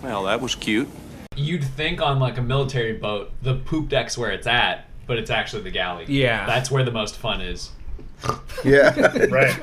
[SPEAKER 5] Well, that was cute.
[SPEAKER 7] You'd think on like a military boat, the poop deck's where it's at, but it's actually the galley.
[SPEAKER 12] Yeah.
[SPEAKER 7] That's where the most fun is.
[SPEAKER 12] Yeah.
[SPEAKER 13] right.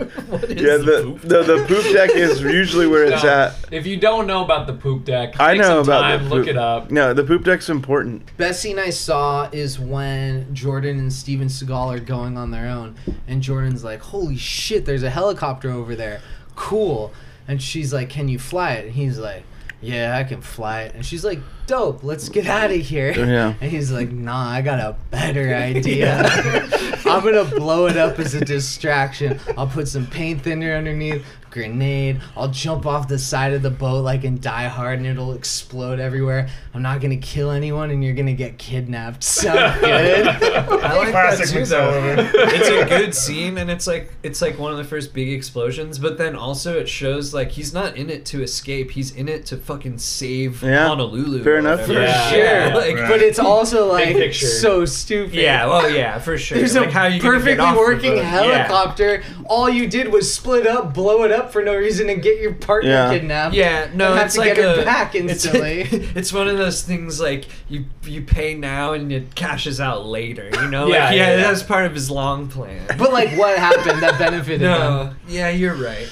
[SPEAKER 12] yeah, the, the, the poop deck is usually where it's
[SPEAKER 7] No,
[SPEAKER 12] at.
[SPEAKER 7] If you don't know about the poop deck,
[SPEAKER 12] I
[SPEAKER 7] take some
[SPEAKER 12] know about
[SPEAKER 7] time,
[SPEAKER 12] the poop.
[SPEAKER 7] look it up.
[SPEAKER 12] No, the poop deck's important.
[SPEAKER 11] Best scene I saw is when Jordan and Steven Seagal are going on their own, and Jordan's like, "Holy shit, there's a helicopter over there, cool." And she's like, "Can you fly it?" And he's like, "Yeah, I can fly it." And she's like, "Dope, let's get out of here."
[SPEAKER 12] Yeah.
[SPEAKER 11] And he's like, "Nah, I got a better idea. I'm gonna blow it up as a distraction. I'll put some paint thinner underneath." Grenade. I'll jump off the side of the boat like in Die Hard, and it'll explode everywhere. I'm not gonna kill anyone, and you're gonna get kidnapped. So good.
[SPEAKER 9] I like
[SPEAKER 11] Classic
[SPEAKER 9] that too, though.
[SPEAKER 11] McSullivan.
[SPEAKER 9] it's a good scene, and it's like it's like one of the first big explosions. But then also it shows like he's not in it to escape; he's in it to fucking save
[SPEAKER 12] Yeah.
[SPEAKER 9] Honolulu.
[SPEAKER 12] Fair
[SPEAKER 9] or
[SPEAKER 12] enough.
[SPEAKER 9] whatever.
[SPEAKER 12] Yeah.
[SPEAKER 9] Sure,
[SPEAKER 12] Yeah.
[SPEAKER 9] like-
[SPEAKER 12] Right.
[SPEAKER 11] but it's also
[SPEAKER 9] Big
[SPEAKER 11] like
[SPEAKER 9] picture.
[SPEAKER 11] so stupid.
[SPEAKER 9] Yeah, well, yeah, for sure.
[SPEAKER 11] There's
[SPEAKER 9] Like,
[SPEAKER 11] a
[SPEAKER 9] how are you gonna get
[SPEAKER 11] perfectly
[SPEAKER 9] off the
[SPEAKER 11] working
[SPEAKER 9] boat? Yeah.
[SPEAKER 11] helicopter. All you did was split up, blow it up for no reason, and get your partner
[SPEAKER 9] Yeah.
[SPEAKER 11] kidnapped.
[SPEAKER 9] Yeah, no,
[SPEAKER 11] and have
[SPEAKER 9] it's
[SPEAKER 11] to
[SPEAKER 9] like
[SPEAKER 11] get her
[SPEAKER 9] a-
[SPEAKER 11] back
[SPEAKER 9] it's-
[SPEAKER 11] instantly.
[SPEAKER 9] It's one of those things like you you pay now and it cashes out later. You know,
[SPEAKER 11] Yeah,
[SPEAKER 9] like,
[SPEAKER 11] yeah,
[SPEAKER 9] yeah,
[SPEAKER 11] yeah.
[SPEAKER 9] that's part of his long plan.
[SPEAKER 11] but like, what happened that benefited
[SPEAKER 9] No, yeah, you're right.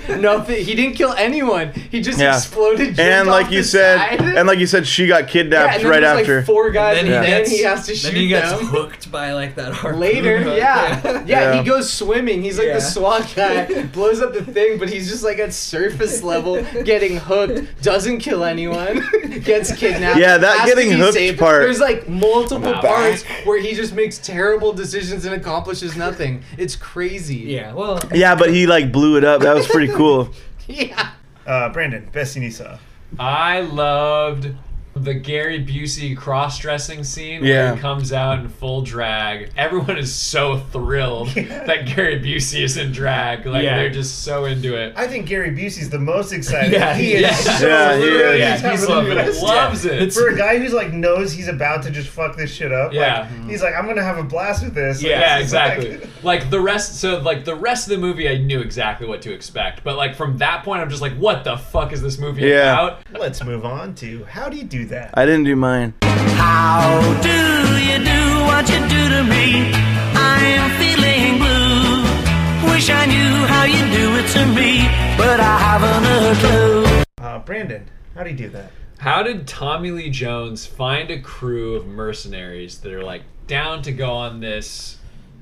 [SPEAKER 11] him? Nothing. He didn't kill anyone. He just
[SPEAKER 12] yeah.
[SPEAKER 11] exploded. jumped
[SPEAKER 12] and like
[SPEAKER 11] off
[SPEAKER 12] you
[SPEAKER 11] the
[SPEAKER 12] said,
[SPEAKER 11] side.
[SPEAKER 12] and like you said, she got
[SPEAKER 11] yeah,
[SPEAKER 12] kidnapped
[SPEAKER 11] and then
[SPEAKER 12] right
[SPEAKER 11] there's, like,
[SPEAKER 12] after.
[SPEAKER 11] four guys, and
[SPEAKER 12] Yeah.
[SPEAKER 11] then, he has to shoot
[SPEAKER 9] Then he gets
[SPEAKER 11] them.
[SPEAKER 9] hooked by like that harpoon.
[SPEAKER 11] Later,
[SPEAKER 9] hook.
[SPEAKER 11] yeah. yeah,
[SPEAKER 9] Yeah.
[SPEAKER 11] he goes swimming. He's like
[SPEAKER 9] Yeah.
[SPEAKER 11] the SWAT guy, blows up the thing, but he's just like at surface level, getting hooked, doesn't kill anyone, gets kidnapped.
[SPEAKER 12] Yeah, that
[SPEAKER 11] has to
[SPEAKER 12] getting
[SPEAKER 11] be
[SPEAKER 12] hooked part.
[SPEAKER 11] There's like multiple
[SPEAKER 12] I'm out.
[SPEAKER 11] parts where he just makes terrible decisions and accomplishes nothing. It's crazy.
[SPEAKER 9] Yeah, well,
[SPEAKER 12] Yeah, but he like blew it up. That was pretty cool.
[SPEAKER 11] yeah.
[SPEAKER 13] Uh, Brandon, best scene you saw.
[SPEAKER 7] I loved the Gary Busey cross dressing scene where
[SPEAKER 13] Yeah.
[SPEAKER 7] he comes out in full drag. Everyone is so thrilled that Gary Busey is in drag. Like
[SPEAKER 13] Yeah.
[SPEAKER 7] they're just so into it.
[SPEAKER 13] I think Gary Busey's the most excited.
[SPEAKER 7] Yeah,
[SPEAKER 13] he
[SPEAKER 7] yeah.
[SPEAKER 13] is so
[SPEAKER 7] Yeah, he
[SPEAKER 13] literally
[SPEAKER 7] is.
[SPEAKER 13] top
[SPEAKER 7] He's
[SPEAKER 13] of the
[SPEAKER 7] loving it.
[SPEAKER 13] list.
[SPEAKER 7] Loves it.
[SPEAKER 13] For a guy who's like knows he's about to just fuck this shit up.
[SPEAKER 7] Yeah.
[SPEAKER 13] like, he's like, I'm gonna have a blast with this. Like,
[SPEAKER 7] Yeah,
[SPEAKER 13] this is
[SPEAKER 7] exactly.
[SPEAKER 13] like-
[SPEAKER 7] Like the rest, so like the rest of the movie, I knew exactly what to expect. But like from that point, I'm just like, what the fuck is this movie
[SPEAKER 12] Yeah.
[SPEAKER 7] about?
[SPEAKER 13] Let's move on to how do you do that?
[SPEAKER 12] I didn't do mine.
[SPEAKER 17] How do you do what you do to me? I'm feeling blue. Wish I knew how you do it to me, but I haven't a clue.
[SPEAKER 13] Uh, Brandon, how do you do that?
[SPEAKER 7] How did Tommy Lee Jones find a crew of mercenaries that are like down to go on this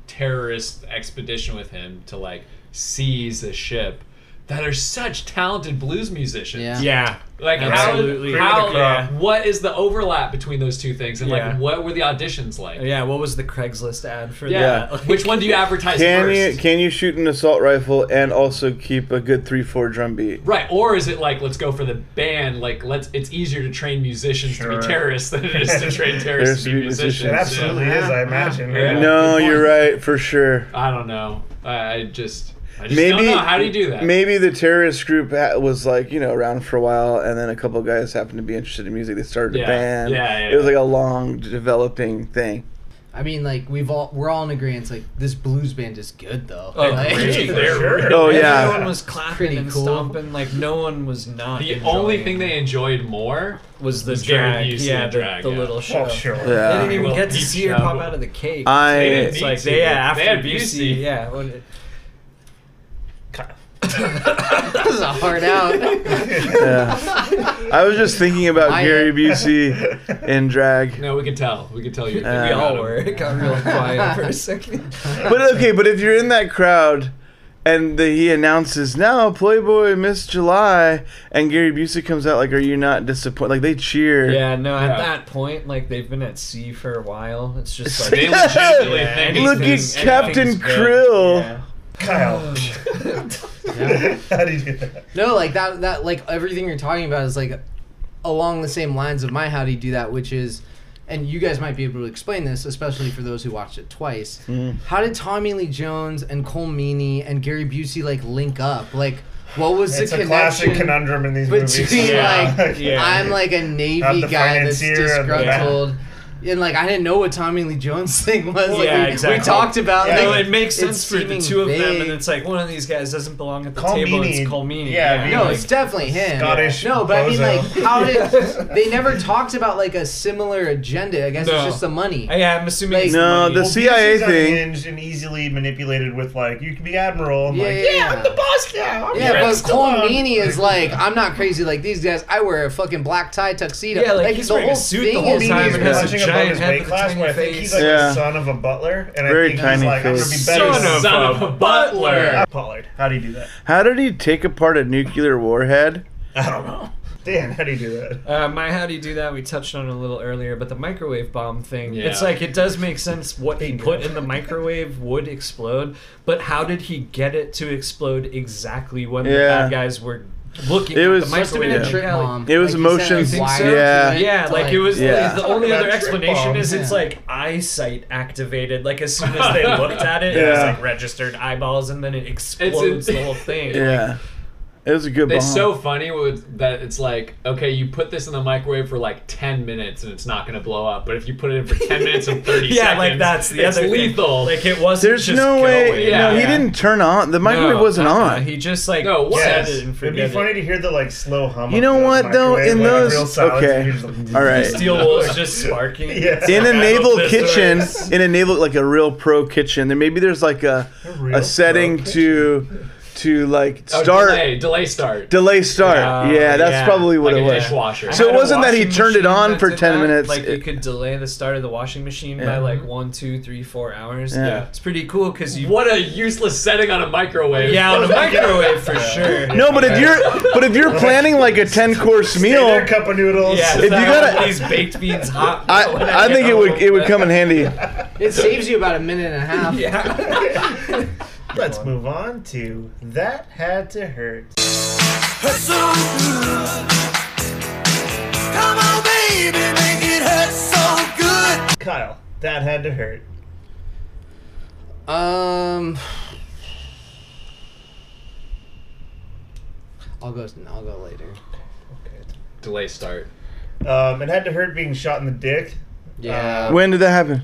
[SPEAKER 7] terrorist expedition with him to like seize a ship that are such talented blues musicians?
[SPEAKER 9] Yeah. Yeah.
[SPEAKER 7] Like
[SPEAKER 9] Absolutely.
[SPEAKER 7] how, how
[SPEAKER 9] Yeah.
[SPEAKER 7] what is the overlap between those two things and
[SPEAKER 9] Yeah.
[SPEAKER 7] like what were the auditions like?
[SPEAKER 9] Yeah, what was the Craigslist ad for
[SPEAKER 7] Yeah.
[SPEAKER 9] that? Like-
[SPEAKER 7] Which one do you advertise
[SPEAKER 12] Can
[SPEAKER 7] first?
[SPEAKER 12] you can you shoot an assault rifle and also keep a good three four drum beat?
[SPEAKER 7] Right, or is it like let's go for the band? Like let's it's easier to train musicians to
[SPEAKER 12] Sure.
[SPEAKER 7] be terrorists than it is to train terrorists to be musicians.
[SPEAKER 12] It
[SPEAKER 13] absolutely is, I imagine.
[SPEAKER 7] Yeah.
[SPEAKER 12] No, you're right for sure.
[SPEAKER 7] I don't know. I, I just I just don't know. How do you do that?
[SPEAKER 12] Maybe the terrorist group ha- was like you know around for a while, and then a couple of guys happened to be interested in music. They started
[SPEAKER 11] Yeah.
[SPEAKER 12] a band.
[SPEAKER 11] Yeah, yeah,
[SPEAKER 12] it was
[SPEAKER 11] yeah.
[SPEAKER 12] like a long developing thing.
[SPEAKER 11] I mean, like we've all we're all in agreement. Like this blues band is good though.
[SPEAKER 9] Oh,
[SPEAKER 11] like,
[SPEAKER 9] great.
[SPEAKER 12] Oh, yeah.
[SPEAKER 9] Everyone was clapping
[SPEAKER 11] Pretty
[SPEAKER 9] and
[SPEAKER 11] cool.
[SPEAKER 9] stomping. Like no one was not.
[SPEAKER 7] the
[SPEAKER 9] enjoying
[SPEAKER 7] only
[SPEAKER 9] it.
[SPEAKER 7] thing they enjoyed more
[SPEAKER 9] was the
[SPEAKER 7] Gary
[SPEAKER 9] drag,
[SPEAKER 7] Busey
[SPEAKER 9] yeah,
[SPEAKER 7] and
[SPEAKER 9] the-
[SPEAKER 7] drag,
[SPEAKER 9] the
[SPEAKER 7] yeah. Oh,
[SPEAKER 9] little show. Oh, sure.
[SPEAKER 12] They Yeah.
[SPEAKER 9] didn't even
[SPEAKER 7] Well,
[SPEAKER 9] get to
[SPEAKER 7] each
[SPEAKER 9] see her
[SPEAKER 7] show.
[SPEAKER 9] pop out of the cake.
[SPEAKER 12] I- They didn't
[SPEAKER 9] it's
[SPEAKER 12] need
[SPEAKER 9] like
[SPEAKER 12] to.
[SPEAKER 9] yeah,
[SPEAKER 12] They
[SPEAKER 9] after
[SPEAKER 12] had
[SPEAKER 9] Busey,
[SPEAKER 12] Busey.
[SPEAKER 9] yeah. What,
[SPEAKER 11] This is a hard out.
[SPEAKER 12] Yeah. I was just thinking about
[SPEAKER 7] I-
[SPEAKER 12] Gary Busey in drag.
[SPEAKER 7] No, we could tell. We could tell you.
[SPEAKER 12] Uh, We all were.
[SPEAKER 9] It got real quiet for a second.
[SPEAKER 12] But okay, but if you're in that crowd and the, he announces now Playboy Miss July and Gary Busey comes out like are you not disappointed? Like they cheer.
[SPEAKER 9] Yeah, no. At
[SPEAKER 12] Yeah.
[SPEAKER 9] that point, like they've been at sea for a while. It's just like
[SPEAKER 12] They legitimately
[SPEAKER 9] Yeah,
[SPEAKER 12] think it's- Look at
[SPEAKER 9] anything's-
[SPEAKER 12] Captain
[SPEAKER 9] anything's good.
[SPEAKER 12] Krill.
[SPEAKER 9] Yeah.
[SPEAKER 13] Kyle. How do you do that?
[SPEAKER 11] No, like that that like everything you're talking about is like along the same lines of my how do you do that, which is and you guys might be able to explain this, especially for those who watched it twice. How did Tommy Lee Jones and Cole Meany and Gary Busey like link up? Like what was
[SPEAKER 13] it's
[SPEAKER 11] the
[SPEAKER 13] a classic
[SPEAKER 11] connection
[SPEAKER 13] conundrum in these movies.
[SPEAKER 11] between like I'm like a
[SPEAKER 13] I'm
[SPEAKER 11] Navy
[SPEAKER 13] the
[SPEAKER 11] guy that's
[SPEAKER 13] financier, I'm the- yeah.
[SPEAKER 11] disgruntled. And like I didn't know what Tommy Lee Jones thing was. Like,
[SPEAKER 9] yeah,
[SPEAKER 11] we,
[SPEAKER 9] exactly.
[SPEAKER 11] we talked about.
[SPEAKER 9] Yeah.
[SPEAKER 11] like,
[SPEAKER 9] no, it makes
[SPEAKER 11] it
[SPEAKER 9] sense for the
[SPEAKER 11] seeming
[SPEAKER 9] two of them,
[SPEAKER 11] vague.
[SPEAKER 9] and it's like one of these guys doesn't belong at the
[SPEAKER 11] Call
[SPEAKER 9] table.
[SPEAKER 11] Meany.
[SPEAKER 9] It's Colmini.
[SPEAKER 11] Yeah, I mean, No, like, it's definitely him. Scottish No, but I mean, bozo. like, how did- They never talked about like a similar agenda. I guess
[SPEAKER 9] No.
[SPEAKER 11] it's just the money.
[SPEAKER 9] Yeah, I'm assuming.
[SPEAKER 11] Like-
[SPEAKER 12] No, the CIA
[SPEAKER 13] Busey's
[SPEAKER 12] thing-
[SPEAKER 13] unhinged and easily manipulated with like you can be admiral. I'm
[SPEAKER 11] Yeah,
[SPEAKER 13] like,
[SPEAKER 11] yeah,
[SPEAKER 13] yeah,
[SPEAKER 11] yeah.
[SPEAKER 13] I'm the boss now. I'm
[SPEAKER 11] Yeah,
[SPEAKER 13] Rex
[SPEAKER 11] but Cole
[SPEAKER 13] Stallone."
[SPEAKER 11] Meany is like, I'm not crazy like these guys. I wear a fucking black tie tuxedo.
[SPEAKER 9] Yeah, like,
[SPEAKER 11] like
[SPEAKER 9] he's
[SPEAKER 11] the
[SPEAKER 9] wearing a
[SPEAKER 11] whole
[SPEAKER 9] suit
[SPEAKER 11] thing
[SPEAKER 9] the whole
[SPEAKER 11] is
[SPEAKER 9] time and has a
[SPEAKER 13] punching above
[SPEAKER 9] giant
[SPEAKER 13] his
[SPEAKER 9] head
[SPEAKER 13] weight
[SPEAKER 9] with a
[SPEAKER 13] class
[SPEAKER 9] tiny
[SPEAKER 13] where I think he's
[SPEAKER 9] face.
[SPEAKER 13] like
[SPEAKER 12] Yeah.
[SPEAKER 13] the son of a butler, and
[SPEAKER 12] Very
[SPEAKER 13] I think
[SPEAKER 12] tiny
[SPEAKER 13] he's like,
[SPEAKER 12] face.
[SPEAKER 13] I'm gonna be better.
[SPEAKER 12] Son of a
[SPEAKER 13] butler. Pollard, how do you do that?
[SPEAKER 12] How did he take apart a nuclear warhead?
[SPEAKER 13] I don't know. Dan, how do you do that?
[SPEAKER 9] Uh, my how do you do that? We touched on it a little earlier, but the microwave bomb thing.
[SPEAKER 13] Yeah.
[SPEAKER 9] It's like it does make sense what he put in the microwave would explode, but how did he get it to explode exactly when the
[SPEAKER 12] Yeah.
[SPEAKER 9] bad guys were looking?
[SPEAKER 12] It
[SPEAKER 9] at
[SPEAKER 12] was
[SPEAKER 9] the microwave
[SPEAKER 12] yeah.
[SPEAKER 9] Yeah, like-
[SPEAKER 12] It was motion.
[SPEAKER 9] You think so?
[SPEAKER 12] Yeah,
[SPEAKER 9] yeah. Like it was
[SPEAKER 12] Yeah.
[SPEAKER 9] the only
[SPEAKER 13] About
[SPEAKER 9] other
[SPEAKER 13] trick
[SPEAKER 9] explanation
[SPEAKER 13] bombs.
[SPEAKER 9] is it's
[SPEAKER 13] Yeah.
[SPEAKER 9] like eyesight activated. Like as soon as they looked at it, it was
[SPEAKER 12] Yeah.
[SPEAKER 9] like registered eyeballs, and then it explodes the whole thing.
[SPEAKER 12] Yeah, it was a good bomb.
[SPEAKER 7] It's so funny with that it's like, okay, you put this in the microwave for like 10 minutes and it's not going to blow up. But if you put it in for 10 minutes and 30
[SPEAKER 9] Yeah,
[SPEAKER 7] seconds,
[SPEAKER 9] like that's the
[SPEAKER 7] it's
[SPEAKER 9] other thing.
[SPEAKER 7] lethal.
[SPEAKER 9] Like it wasn't.
[SPEAKER 12] There's
[SPEAKER 9] just
[SPEAKER 12] no way.
[SPEAKER 9] going.
[SPEAKER 12] no, he didn't turn on. The microwave wasn't
[SPEAKER 9] uh-uh.
[SPEAKER 12] on.
[SPEAKER 9] He just like
[SPEAKER 13] No, it
[SPEAKER 9] said
[SPEAKER 13] was.
[SPEAKER 9] it and
[SPEAKER 13] It'd be
[SPEAKER 9] forget
[SPEAKER 13] funny to hear the like slow hum.
[SPEAKER 12] You
[SPEAKER 13] of
[SPEAKER 12] know
[SPEAKER 13] the
[SPEAKER 12] what, though?
[SPEAKER 13] microwave,
[SPEAKER 12] In
[SPEAKER 13] like,
[SPEAKER 12] those-
[SPEAKER 13] real silence,
[SPEAKER 12] okay.
[SPEAKER 13] you're just like,
[SPEAKER 12] All
[SPEAKER 9] it.
[SPEAKER 12] right.
[SPEAKER 9] Steel wool is just sparking.
[SPEAKER 13] Yeah.
[SPEAKER 12] in a
[SPEAKER 13] I hope
[SPEAKER 12] naval
[SPEAKER 13] this
[SPEAKER 12] kitchen,
[SPEAKER 13] works.
[SPEAKER 12] in a naval like a real pro kitchen, there maybe there's like a a, setting to to like
[SPEAKER 7] Oh,
[SPEAKER 12] start
[SPEAKER 7] delay, delay start.
[SPEAKER 12] delay start.
[SPEAKER 7] Yeah,
[SPEAKER 12] yeah, that's
[SPEAKER 7] yeah.
[SPEAKER 12] probably what
[SPEAKER 7] Like
[SPEAKER 12] it
[SPEAKER 7] a
[SPEAKER 12] was.
[SPEAKER 7] dishwasher.
[SPEAKER 12] So
[SPEAKER 9] I
[SPEAKER 12] it
[SPEAKER 9] had a
[SPEAKER 12] wasn't that he
[SPEAKER 9] washing
[SPEAKER 12] turned it
[SPEAKER 9] machine
[SPEAKER 12] on
[SPEAKER 9] that
[SPEAKER 12] for
[SPEAKER 9] did
[SPEAKER 12] ten
[SPEAKER 9] that.
[SPEAKER 12] minutes.
[SPEAKER 9] Like you
[SPEAKER 12] It-
[SPEAKER 9] could delay the start of the washing machine by
[SPEAKER 12] Yeah.
[SPEAKER 9] like one, two, three, four hours.
[SPEAKER 12] Yeah.
[SPEAKER 9] it's pretty cool because you.
[SPEAKER 7] What a useless setting on a microwave.
[SPEAKER 9] Yeah, on a microwave for sure.
[SPEAKER 12] no, but if you're but if you're planning like a ten course meal,
[SPEAKER 13] Their cup of noodles.
[SPEAKER 12] Yeah, If you gotta-
[SPEAKER 9] these baked beans hot.
[SPEAKER 12] I I think it would it would come in handy.
[SPEAKER 11] It saves you about a minute and a half.
[SPEAKER 13] Let's move on to that had to hurt.
[SPEAKER 19] Hurt so good. Come on, baby, make it hurt so good.
[SPEAKER 13] Kyle, that had to hurt.
[SPEAKER 11] Um, I'll go. I'll go later.
[SPEAKER 7] Delay start.
[SPEAKER 13] Um, it had to hurt being shot in the dick. Um,
[SPEAKER 11] Yeah.
[SPEAKER 12] When did that happen?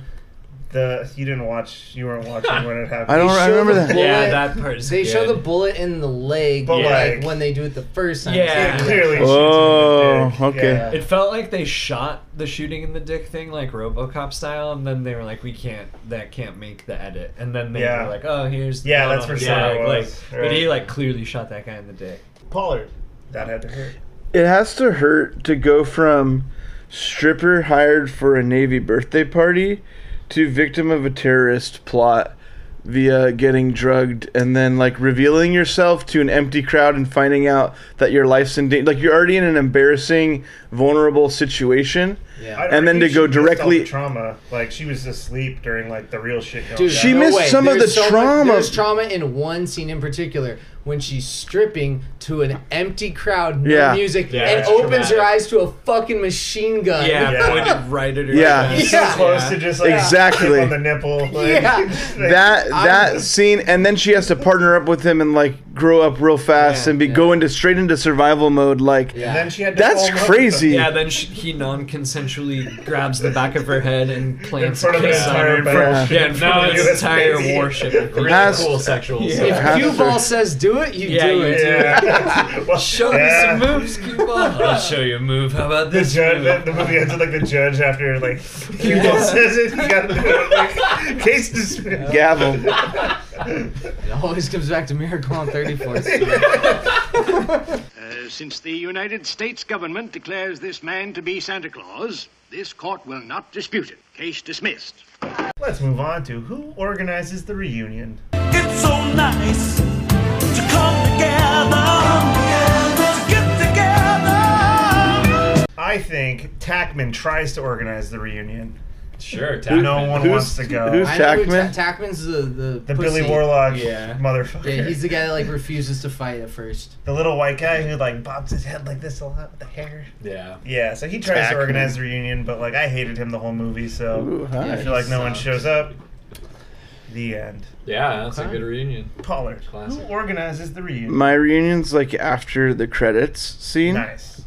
[SPEAKER 13] The you didn't watch. You weren't watching when it happened.
[SPEAKER 12] I don't
[SPEAKER 11] They
[SPEAKER 12] re- I
[SPEAKER 11] show
[SPEAKER 12] remember
[SPEAKER 11] the
[SPEAKER 12] that.
[SPEAKER 11] bullet-
[SPEAKER 12] Yeah, that
[SPEAKER 9] part's
[SPEAKER 11] They show
[SPEAKER 12] good.
[SPEAKER 11] the bullet in the leg,
[SPEAKER 13] But
[SPEAKER 11] but like
[SPEAKER 13] like-
[SPEAKER 11] when they do it the first time.
[SPEAKER 9] Yeah,
[SPEAKER 11] it's like-
[SPEAKER 13] clearly
[SPEAKER 12] Oh, okay.
[SPEAKER 9] It felt like they shot the shooting in the dick thing like RoboCop style, and then they were like, "We can't, that can't make the edit." And then they
[SPEAKER 13] Yeah.
[SPEAKER 9] were like, "Oh, here's the
[SPEAKER 13] Yeah,
[SPEAKER 9] gun
[SPEAKER 13] that's
[SPEAKER 9] on
[SPEAKER 13] for
[SPEAKER 9] the
[SPEAKER 13] sure
[SPEAKER 9] back,"
[SPEAKER 13] it
[SPEAKER 9] Like,
[SPEAKER 13] was.
[SPEAKER 9] But he
[SPEAKER 13] Right.
[SPEAKER 9] like clearly shot that guy in the dick.
[SPEAKER 13] Pollard, that had to hurt.
[SPEAKER 12] It has to hurt to go from stripper hired for a Navy birthday party to victim of a terrorist plot via getting drugged and then like revealing yourself to an empty crowd and finding out that your life's in danger. Like you're already in an embarrassing, vulnerable situation.
[SPEAKER 13] I'd
[SPEAKER 12] And then
[SPEAKER 13] argue
[SPEAKER 12] to go
[SPEAKER 13] she missed all
[SPEAKER 12] directly-
[SPEAKER 13] the trauma, like she was asleep during like the real shit. Going
[SPEAKER 11] Dude,
[SPEAKER 13] down.
[SPEAKER 12] She
[SPEAKER 11] no
[SPEAKER 12] missed
[SPEAKER 11] way.
[SPEAKER 12] some of
[SPEAKER 11] There's
[SPEAKER 12] the
[SPEAKER 11] so much-
[SPEAKER 12] trauma.
[SPEAKER 11] there's trauma in one scene in particular when she's stripping to an empty crowd, no
[SPEAKER 12] Yeah.
[SPEAKER 11] music,
[SPEAKER 12] Yeah,
[SPEAKER 11] and
[SPEAKER 12] it's
[SPEAKER 11] opens
[SPEAKER 12] traumatic.
[SPEAKER 11] her eyes to a fucking machine gun.
[SPEAKER 9] Yeah, pointed right at her.
[SPEAKER 12] Yeah.
[SPEAKER 13] She's so close to just like
[SPEAKER 12] Exactly.
[SPEAKER 13] tip on the nipple. like,
[SPEAKER 11] Yeah.
[SPEAKER 13] just, like,
[SPEAKER 12] that that scene and then she has to partner up with him and like grow up real fast and be go into straight into survival mode like
[SPEAKER 13] And then she had to
[SPEAKER 12] that's
[SPEAKER 13] fall in love with him.
[SPEAKER 12] crazy
[SPEAKER 9] Yeah, then she, he non-consensually grabs the back of her head and plants
[SPEAKER 13] In front of the
[SPEAKER 9] a kiss on her.
[SPEAKER 13] entire battleship.
[SPEAKER 9] yeah, in front of
[SPEAKER 13] Yeah.
[SPEAKER 9] the entire
[SPEAKER 13] That's-
[SPEAKER 9] warship.
[SPEAKER 13] Really
[SPEAKER 12] That's-
[SPEAKER 13] cool
[SPEAKER 7] sexual
[SPEAKER 12] Yeah.
[SPEAKER 11] If
[SPEAKER 12] How
[SPEAKER 11] cue
[SPEAKER 12] does
[SPEAKER 11] ball
[SPEAKER 12] her-
[SPEAKER 11] says do it, you
[SPEAKER 9] Yeah,
[SPEAKER 11] do
[SPEAKER 9] you
[SPEAKER 11] it.
[SPEAKER 13] Yeah. Well,
[SPEAKER 9] Show me some moves, cue ball. I'll show you a move. How about
[SPEAKER 13] The
[SPEAKER 9] this?
[SPEAKER 13] judge.
[SPEAKER 9] move?
[SPEAKER 13] The, the movie ends with like the judge after like he says it. You gotta do it. Like, case dismissed.
[SPEAKER 12] gavel
[SPEAKER 11] It always comes back to Miracle on 34th.
[SPEAKER 20] Uh, since the United States government declares this man to be Santa Claus, this court will not dispute it. Case dismissed.
[SPEAKER 13] Let's move on to who organizes the reunion.
[SPEAKER 19] It's so nice to come together. Let's get together.
[SPEAKER 13] I think Tackman tries to organize the reunion.
[SPEAKER 7] Sure,
[SPEAKER 13] Who- No one who's- wants to go. who's
[SPEAKER 11] I know who
[SPEAKER 13] Tackman?
[SPEAKER 11] Ta- Tackman's the the,
[SPEAKER 13] The Billy
[SPEAKER 11] pussy.
[SPEAKER 13] Warlock
[SPEAKER 11] Yeah,
[SPEAKER 13] motherfucker.
[SPEAKER 11] Yeah, he's the guy that like refuses to fight at first.
[SPEAKER 13] The little white guy who like bobs his head like this a lot with the hair.
[SPEAKER 7] Yeah.
[SPEAKER 13] Yeah, so he tries
[SPEAKER 11] Tackman.
[SPEAKER 13] to organize the reunion, but like I hated him the whole movie, so
[SPEAKER 7] Ooh, hi.
[SPEAKER 13] I feel like no one shows up. The end.
[SPEAKER 7] Yeah, that's a
[SPEAKER 13] Okay.
[SPEAKER 7] good reunion.
[SPEAKER 13] Pollard. Who organizes the reunion?
[SPEAKER 12] My reunion's like after the credits scene.
[SPEAKER 13] Nice.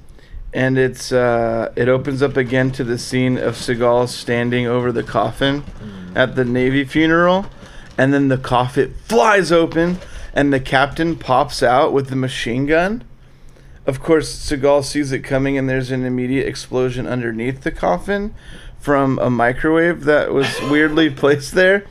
[SPEAKER 12] And it's uh, it opens up again to the scene of Seagal standing over the coffin
[SPEAKER 13] Mm.
[SPEAKER 12] at the Navy funeral, and then the coffin flies open, and the captain pops out with the machine gun. Of course, Seagal sees it coming, and there's an immediate explosion underneath the coffin from a microwave that was weirdly placed there.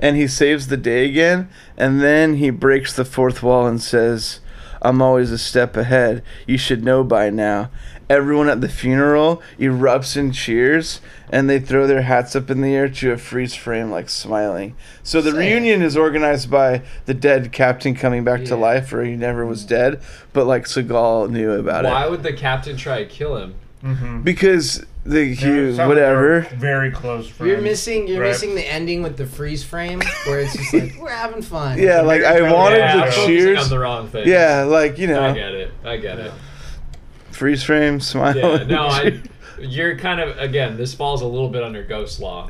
[SPEAKER 12] And he saves the day again, and then he breaks the fourth wall and says, I'm always a step ahead. You should know by now. Everyone at the funeral erupts in cheers, and they throw their hats up in the air to a freeze frame, like smiling. So the reunion is organized by the dead captain coming back to life, or he never was dead, but like Seagal knew about
[SPEAKER 7] Mm. Why
[SPEAKER 12] it
[SPEAKER 7] would the captain try to kill him?
[SPEAKER 9] Mm-hmm.
[SPEAKER 12] because the Hugh,
[SPEAKER 13] some
[SPEAKER 12] whatever.
[SPEAKER 13] Very close friends.
[SPEAKER 11] You're missing. You're
[SPEAKER 12] Right.
[SPEAKER 11] missing the ending with the freeze frame where it's just like we're having fun.
[SPEAKER 12] Yeah, like I wanted
[SPEAKER 7] Yeah, I'm
[SPEAKER 12] the
[SPEAKER 7] focusing
[SPEAKER 12] cheers.
[SPEAKER 7] on the wrong thing.
[SPEAKER 12] Yeah, like you know,
[SPEAKER 7] I get it. I get it.
[SPEAKER 12] freeze frame, smile.
[SPEAKER 7] Yeah,
[SPEAKER 12] and
[SPEAKER 7] no,
[SPEAKER 12] cheers.
[SPEAKER 7] I, you're kind of again. This falls a little bit under ghost law.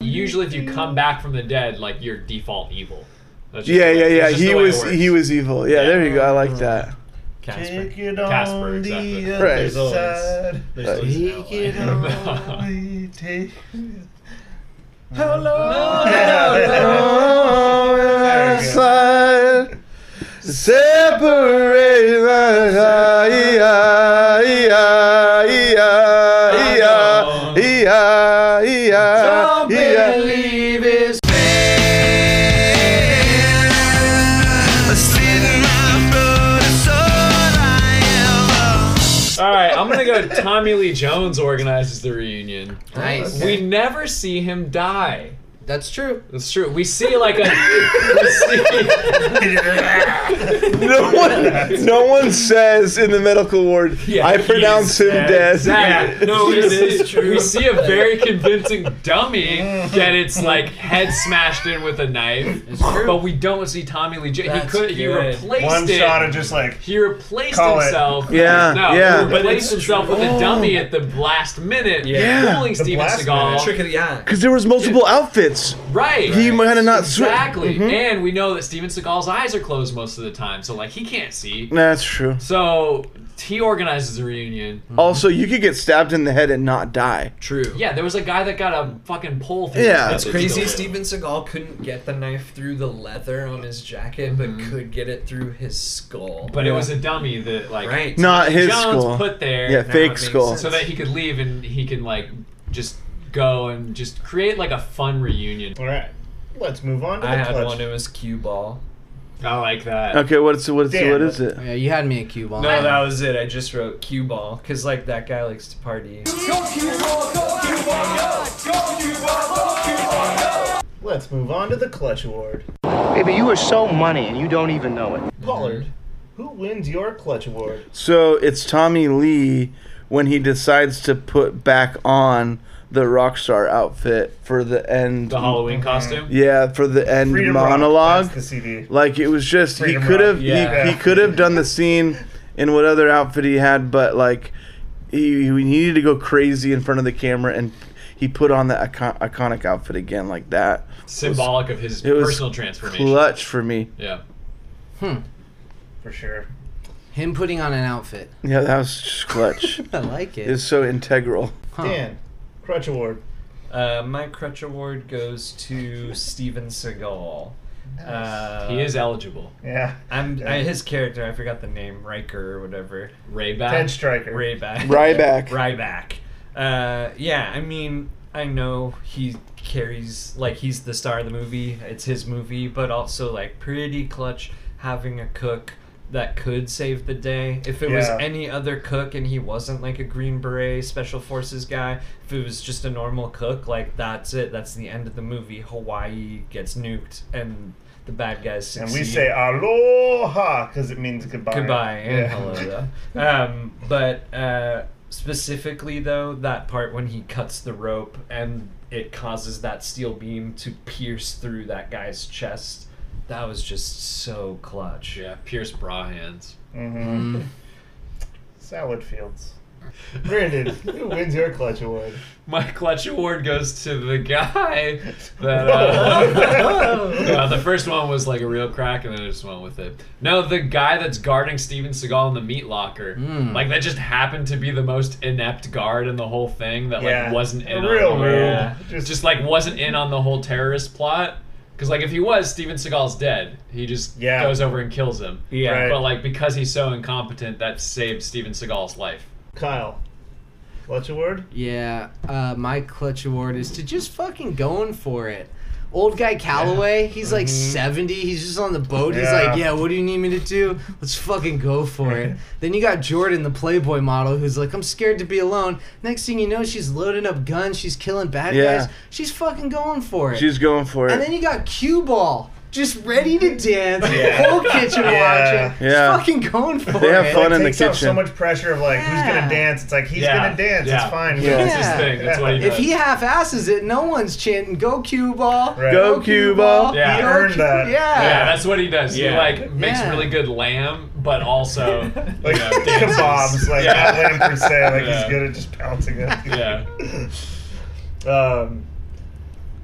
[SPEAKER 7] Usually, if you come back from the dead, like you're default evil. That's just
[SPEAKER 12] yeah,
[SPEAKER 7] the way-
[SPEAKER 12] yeah,
[SPEAKER 7] that's just
[SPEAKER 12] yeah.
[SPEAKER 7] the
[SPEAKER 12] He
[SPEAKER 7] way it
[SPEAKER 12] was
[SPEAKER 7] works.
[SPEAKER 12] he was evil. Yeah, there you go. I like that.
[SPEAKER 13] Take it on
[SPEAKER 7] Casper, exactly.
[SPEAKER 13] the
[SPEAKER 12] Right.
[SPEAKER 13] other
[SPEAKER 12] There's always-
[SPEAKER 13] side.
[SPEAKER 12] there's always an
[SPEAKER 13] Take it on. the- Take.
[SPEAKER 19] Hello.
[SPEAKER 12] Side, separate my yeah, yeah, yeah, yeah, yeah, yeah,
[SPEAKER 19] Don't
[SPEAKER 12] yeah.
[SPEAKER 19] believe it's been a sitting my blood and soul I am.
[SPEAKER 7] All right, I'm gonna go. Tommy Lee Jones organizes the reunion.
[SPEAKER 11] Nice.
[SPEAKER 7] We never see him die.
[SPEAKER 11] That's true.
[SPEAKER 7] That's true. We see like a. we see-
[SPEAKER 12] No one, no one says in the medical ward. I pronounce him dead.
[SPEAKER 7] Exactly. No, we see, we see a very convincing dummy get its like head smashed in with a knife. But we don't see Tommy Lee Jones. He
[SPEAKER 13] That's
[SPEAKER 7] could. He
[SPEAKER 13] good.
[SPEAKER 7] replaced
[SPEAKER 13] One
[SPEAKER 7] it.
[SPEAKER 13] shot of just, like,
[SPEAKER 7] he replaced
[SPEAKER 13] call it.
[SPEAKER 7] himself.
[SPEAKER 13] Yeah,
[SPEAKER 7] No,
[SPEAKER 13] yeah.
[SPEAKER 7] He
[SPEAKER 13] But
[SPEAKER 7] replaced
[SPEAKER 13] it's
[SPEAKER 7] himself with
[SPEAKER 12] true.
[SPEAKER 7] a dummy at the last minute,
[SPEAKER 12] Yeah.
[SPEAKER 7] fooling
[SPEAKER 12] The
[SPEAKER 7] Steven
[SPEAKER 12] last
[SPEAKER 7] Seagal.
[SPEAKER 12] minute. Trick of the Because there was multiple outfits.
[SPEAKER 7] Right.
[SPEAKER 12] He might have not swi-
[SPEAKER 7] Exactly.
[SPEAKER 12] Mhm.
[SPEAKER 7] And we know that Steven Seagal's eyes are closed most of the time, so like he can't see.
[SPEAKER 12] That's true.
[SPEAKER 7] So he organizes a reunion.
[SPEAKER 12] Also, you could get stabbed in the head and not die.
[SPEAKER 9] True.
[SPEAKER 7] Yeah, there was a guy that got a fucking pole through.
[SPEAKER 12] Yeah.
[SPEAKER 9] it's
[SPEAKER 12] It's
[SPEAKER 9] crazy.
[SPEAKER 12] still-
[SPEAKER 9] Steven Seagal couldn't get the knife through the leather on his jacket, but could get it through his skull.
[SPEAKER 7] But it was a dummy that like
[SPEAKER 9] Right.
[SPEAKER 12] Not his
[SPEAKER 7] Jones
[SPEAKER 12] skull.
[SPEAKER 7] put there.
[SPEAKER 12] Yeah, Now fake it makes skull. sense.
[SPEAKER 7] So that he could leave and he can like just go and just create like a fun reunion.
[SPEAKER 13] All right. Let's move on.
[SPEAKER 9] I had one. It was cue ball.
[SPEAKER 7] I like that.
[SPEAKER 12] Okay, what's what's
[SPEAKER 9] Damn.
[SPEAKER 12] what is it?
[SPEAKER 11] Yeah, you had me at cue ball.
[SPEAKER 9] No, that was it. I just wrote cue ball because like that guy likes to party.
[SPEAKER 13] Let's move on to the Clutch Award.
[SPEAKER 21] Baby, you are so money and you don't even know it.
[SPEAKER 13] Pollard, who wins your Clutch Award?
[SPEAKER 12] So it's Tommy Lee when he decides to put back on the rockstar outfit for the end.
[SPEAKER 7] The Halloween costume.
[SPEAKER 12] Yeah, for the end
[SPEAKER 7] Mhm. Freedom Rock,
[SPEAKER 12] monologue.
[SPEAKER 7] that's the CD.
[SPEAKER 12] Like it was just
[SPEAKER 7] Freedom
[SPEAKER 12] he could
[SPEAKER 7] Rock,
[SPEAKER 12] have
[SPEAKER 7] yeah.
[SPEAKER 12] he, he could have done the scene in what other outfit he had, but like he, he needed to go crazy in front of the camera and he put on the icon- iconic outfit again like that.
[SPEAKER 7] Symbolic of his
[SPEAKER 12] It was
[SPEAKER 7] personal transformation.
[SPEAKER 12] Clutch for me.
[SPEAKER 7] Yeah.
[SPEAKER 11] Hmm.
[SPEAKER 13] For sure.
[SPEAKER 11] Him putting on an outfit.
[SPEAKER 12] Yeah, that was just clutch.
[SPEAKER 11] I like it.
[SPEAKER 12] It's so integral.
[SPEAKER 13] Dan, Crutch Award.
[SPEAKER 9] Uh, my crutch award goes to Steven Seagal. Uh,
[SPEAKER 7] He is eligible.
[SPEAKER 13] Yeah.
[SPEAKER 9] I'm
[SPEAKER 13] Yeah.
[SPEAKER 9] I, his character. I forgot the name, Riker or whatever.
[SPEAKER 7] Rayback.
[SPEAKER 13] Ted Stryker.
[SPEAKER 9] Rayback.
[SPEAKER 12] Ryback.
[SPEAKER 9] Ryback. Uh, yeah, I mean, I know he carries like he's the star of the movie. It's his movie, but also like pretty clutch having a cook that could save the day. If it was
[SPEAKER 13] Yeah.
[SPEAKER 9] any other cook and he wasn't like a Green Beret Special Forces guy, if it was just a normal cook, like that's it. That's the end of the movie. Hawaii gets nuked and the bad guys succeed.
[SPEAKER 13] And we say aloha because it means goodbye.
[SPEAKER 9] Goodbye and hello, though. Um, but uh, specifically, though, that part when he cuts the rope and it causes that steel beam to pierce through that guy's chest, that was just so clutch.
[SPEAKER 7] Yeah, Pierce bra hands.
[SPEAKER 13] hmm Salad fields. Brandon, who wins your clutch award?
[SPEAKER 7] My clutch award goes to the guy that. Uh, Yeah, the first one was like a real crack, and then I just went with it. No, the guy that's guarding Steven Seagal in the meat locker,
[SPEAKER 13] Mm.
[SPEAKER 7] like that just happened to be the most inept guard in the whole thing that
[SPEAKER 13] Yeah.
[SPEAKER 7] like wasn't in
[SPEAKER 13] A real
[SPEAKER 7] on the
[SPEAKER 13] rube.
[SPEAKER 7] whole,
[SPEAKER 13] Yeah.
[SPEAKER 7] just, like wasn't in on the whole terrorist plot. Because like if he was, Steven Seagal's dead. He just
[SPEAKER 13] Yeah.
[SPEAKER 7] goes over and kills him.
[SPEAKER 13] Yeah. Right.
[SPEAKER 7] But like because he's so incompetent, that saved Steven Seagal's life.
[SPEAKER 13] Kyle, clutch award?
[SPEAKER 11] Yeah, uh, my clutch award is to just fucking going for it. Old guy Calloway, he's like
[SPEAKER 12] Mm-hmm.
[SPEAKER 11] 70. He's just on the boat. He's
[SPEAKER 13] Yeah.
[SPEAKER 11] like, yeah, what do you need me to do? Let's fucking go for it. then you got Jordan, the Playboy model, who's like, I'm scared to be alone. Next thing you know, she's loading up guns. She's killing bad
[SPEAKER 12] Yeah.
[SPEAKER 11] guys. She's fucking going for it.
[SPEAKER 12] She's going for it.
[SPEAKER 11] And then you got cue ball. Just ready to dance,
[SPEAKER 12] Yeah.
[SPEAKER 11] whole kitchen
[SPEAKER 12] Yeah.
[SPEAKER 11] watching,
[SPEAKER 12] Yeah.
[SPEAKER 11] just fucking going for it.
[SPEAKER 12] They have fun
[SPEAKER 13] it
[SPEAKER 12] in the
[SPEAKER 13] takes off so
[SPEAKER 12] kitchen.
[SPEAKER 13] much pressure of like, who's gonna dance? It's like he's
[SPEAKER 12] Yeah.
[SPEAKER 13] gonna dance.
[SPEAKER 12] Yeah.
[SPEAKER 13] It's fine.
[SPEAKER 12] Yeah, it's his thing. That's what he
[SPEAKER 11] If he half asses it, no one's chanting "Go cue ball,
[SPEAKER 13] Right.
[SPEAKER 12] Go cue ball.
[SPEAKER 7] Yeah.
[SPEAKER 11] Go cue- Yeah,
[SPEAKER 7] yeah, that's what he does.
[SPEAKER 13] Yeah.
[SPEAKER 7] He like makes
[SPEAKER 13] Yeah.
[SPEAKER 7] really good lamb, but also like you know, dances.
[SPEAKER 13] kebabs, like
[SPEAKER 7] Yeah.
[SPEAKER 13] not lamb per se. Like
[SPEAKER 7] Yeah.
[SPEAKER 13] he's good at just pouncing it.
[SPEAKER 7] Yeah.
[SPEAKER 13] um,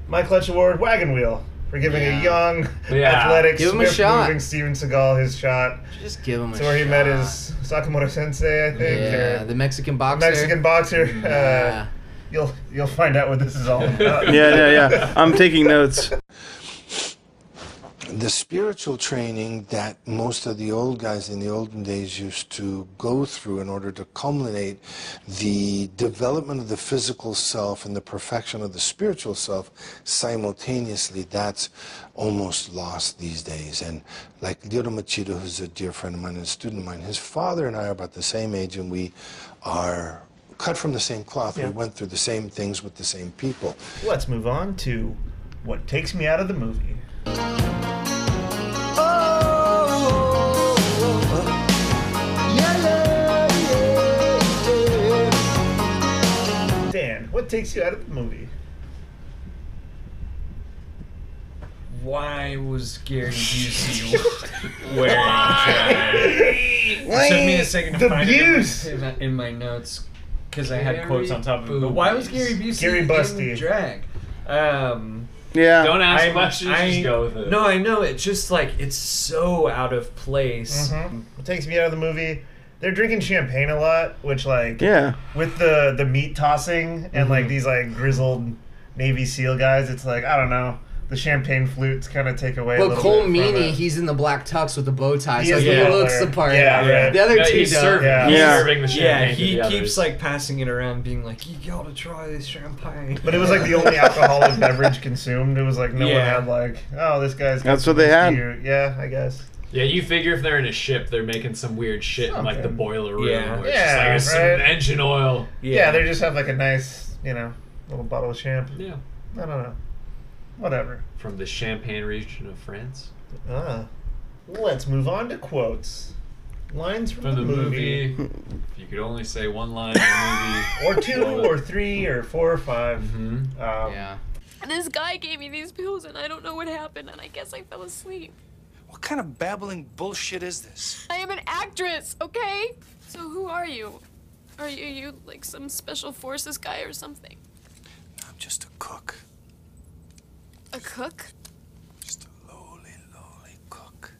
[SPEAKER 13] my clutch award, wagon wheel, for giving
[SPEAKER 11] Yeah.
[SPEAKER 13] a young,
[SPEAKER 11] Yeah.
[SPEAKER 13] athletic,
[SPEAKER 11] Give him a
[SPEAKER 13] swift
[SPEAKER 11] shot.
[SPEAKER 13] moving Steven Seagal his shot.
[SPEAKER 11] Just give him a
[SPEAKER 13] to where he met
[SPEAKER 11] shot.
[SPEAKER 13] his Sakamoto Sensei, I think.
[SPEAKER 11] Yeah,
[SPEAKER 13] or
[SPEAKER 11] the Mexican boxer.
[SPEAKER 13] Mexican boxer.
[SPEAKER 11] Yeah.
[SPEAKER 13] Uh, you'll you'll find out what this is all about.
[SPEAKER 12] yeah, yeah, yeah. I'm taking notes.
[SPEAKER 16] the spiritual training that most of the old guys in the olden days used to go through in order to culminate the development of the physical self and the perfection of the spiritual self simultaneously, that's almost lost these days. And like Lyoto Machida, who's a dear friend of mine and a student of mine, his father and I are about the same age, and we are cut from the same cloth.
[SPEAKER 13] Yeah.
[SPEAKER 16] We went through the same things with the same people.
[SPEAKER 13] Let's move on to what takes me out of the movie. Dan, what takes you out of the movie?
[SPEAKER 9] Why was Gary Busey wearing a jacket? It took me a second to
[SPEAKER 13] The
[SPEAKER 9] find it in my-
[SPEAKER 13] Buse.
[SPEAKER 9] in my, in my notes because I had
[SPEAKER 13] Gary
[SPEAKER 9] quotes on top of it. But why was Gary Busey
[SPEAKER 13] Gary
[SPEAKER 9] in
[SPEAKER 13] Busty.
[SPEAKER 9] drag? Um,
[SPEAKER 12] Yeah.
[SPEAKER 7] Don't ask questions, just go with it.
[SPEAKER 9] No, I know. It's just like it's so out of place.
[SPEAKER 13] Mhm. What takes me out of the movie? They're drinking champagne a lot, which like
[SPEAKER 12] Yeah.
[SPEAKER 13] with the the meat tossing and like these like grizzled Navy SEAL guys. It's like I don't know. The champagne flutes kind of take away. a
[SPEAKER 11] But
[SPEAKER 13] little
[SPEAKER 11] Cole
[SPEAKER 13] bit from
[SPEAKER 11] Meany,
[SPEAKER 13] it.
[SPEAKER 11] he's in the black tux with the bow tie,
[SPEAKER 13] He
[SPEAKER 11] so
[SPEAKER 13] is
[SPEAKER 11] he
[SPEAKER 13] the butler.
[SPEAKER 11] looks the part.
[SPEAKER 13] Yeah, right.
[SPEAKER 11] The other
[SPEAKER 13] Yeah,
[SPEAKER 11] two
[SPEAKER 13] he's
[SPEAKER 11] don't.
[SPEAKER 13] serving- Yeah. he's serving the
[SPEAKER 9] Yeah,
[SPEAKER 13] champagne to
[SPEAKER 9] he
[SPEAKER 13] the
[SPEAKER 9] keeps
[SPEAKER 13] others.
[SPEAKER 9] like passing it around, being like, "You gotta try this champagne."
[SPEAKER 13] But it was like the only alcoholic beverage consumed. It was like no one
[SPEAKER 9] Yeah.
[SPEAKER 13] had like, oh, this guy's. got
[SPEAKER 12] That's what they
[SPEAKER 13] some
[SPEAKER 12] had.
[SPEAKER 13] beer. Yeah, I guess.
[SPEAKER 7] Yeah, you figure if they're in a ship, they're making some weird shit in like the
[SPEAKER 13] Something.
[SPEAKER 7] boiler room,
[SPEAKER 13] Yeah.
[SPEAKER 7] where it's just like
[SPEAKER 13] Yeah,
[SPEAKER 7] there's
[SPEAKER 13] right.
[SPEAKER 7] some engine oil.
[SPEAKER 13] Yeah. they just have like a nice, you know, little bottle of champ.
[SPEAKER 7] Yeah.
[SPEAKER 13] I don't know. Whatever.
[SPEAKER 7] from the Champagne region of France.
[SPEAKER 13] Ah. Let's move on to quotes. Lines from,
[SPEAKER 7] From the
[SPEAKER 13] movie.
[SPEAKER 7] movie, if you could only say one line in the movie,
[SPEAKER 13] Or two,
[SPEAKER 7] what would-
[SPEAKER 13] or three, or four, or 5 Um,
[SPEAKER 7] Mm-hmm.
[SPEAKER 11] yeah.
[SPEAKER 6] This guy gave me these pills, and I don't know what happened, and I guess I fell asleep.
[SPEAKER 22] What kind of babbling bullshit is this?
[SPEAKER 6] I am an actress, okay? So who are you? Are you, you like some special forces guy or something?
[SPEAKER 22] I'm just a cook.
[SPEAKER 6] A cook? Just a lowly, lowly cook.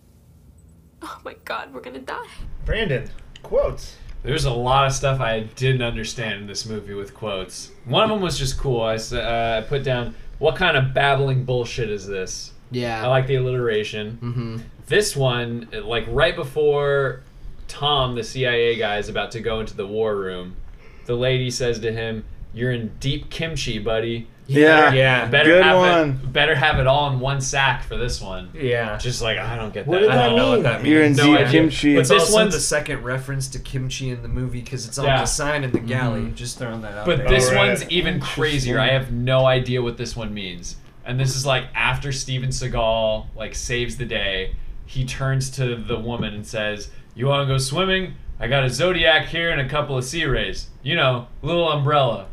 [SPEAKER 6] Oh my god, we're gonna die.
[SPEAKER 13] Brandon, quotes.
[SPEAKER 7] There's a lot of stuff I didn't understand in this movie with quotes. One of them was just cool. I s- uh, I put down, "What kind of babbling bullshit is this?"
[SPEAKER 11] Yeah.
[SPEAKER 7] I like the alliteration. Mm-hmm. This one, like right before Tom, the CIA guy, is about to go into the war room, the lady says to him, "You're in deep kimchi, buddy."
[SPEAKER 12] Yeah.
[SPEAKER 7] Better
[SPEAKER 12] Good
[SPEAKER 7] have
[SPEAKER 12] one.
[SPEAKER 7] It, better have it all in one sack for this one.
[SPEAKER 9] Yeah.
[SPEAKER 7] Just like I don't get that.
[SPEAKER 9] What
[SPEAKER 7] I
[SPEAKER 9] did that
[SPEAKER 7] don't know what
[SPEAKER 9] mean?
[SPEAKER 7] that means.
[SPEAKER 12] You're in
[SPEAKER 7] no
[SPEAKER 12] deep
[SPEAKER 7] idea.
[SPEAKER 12] kimchi.
[SPEAKER 7] But
[SPEAKER 9] It's
[SPEAKER 7] this
[SPEAKER 9] also
[SPEAKER 7] one's
[SPEAKER 9] the second reference to kimchi in the movie because it's on
[SPEAKER 7] Yeah.
[SPEAKER 9] the sign in the galley.
[SPEAKER 7] Mhm.
[SPEAKER 9] Just throwing that out.
[SPEAKER 7] But
[SPEAKER 9] there.
[SPEAKER 7] this one's even crazier. I have no idea what this one means. And this is like after Steven Seagal like saves the day, he turns to the woman and says, "You want to go swimming? I got a zodiac here and a couple of sea rays. You know, little umbrella."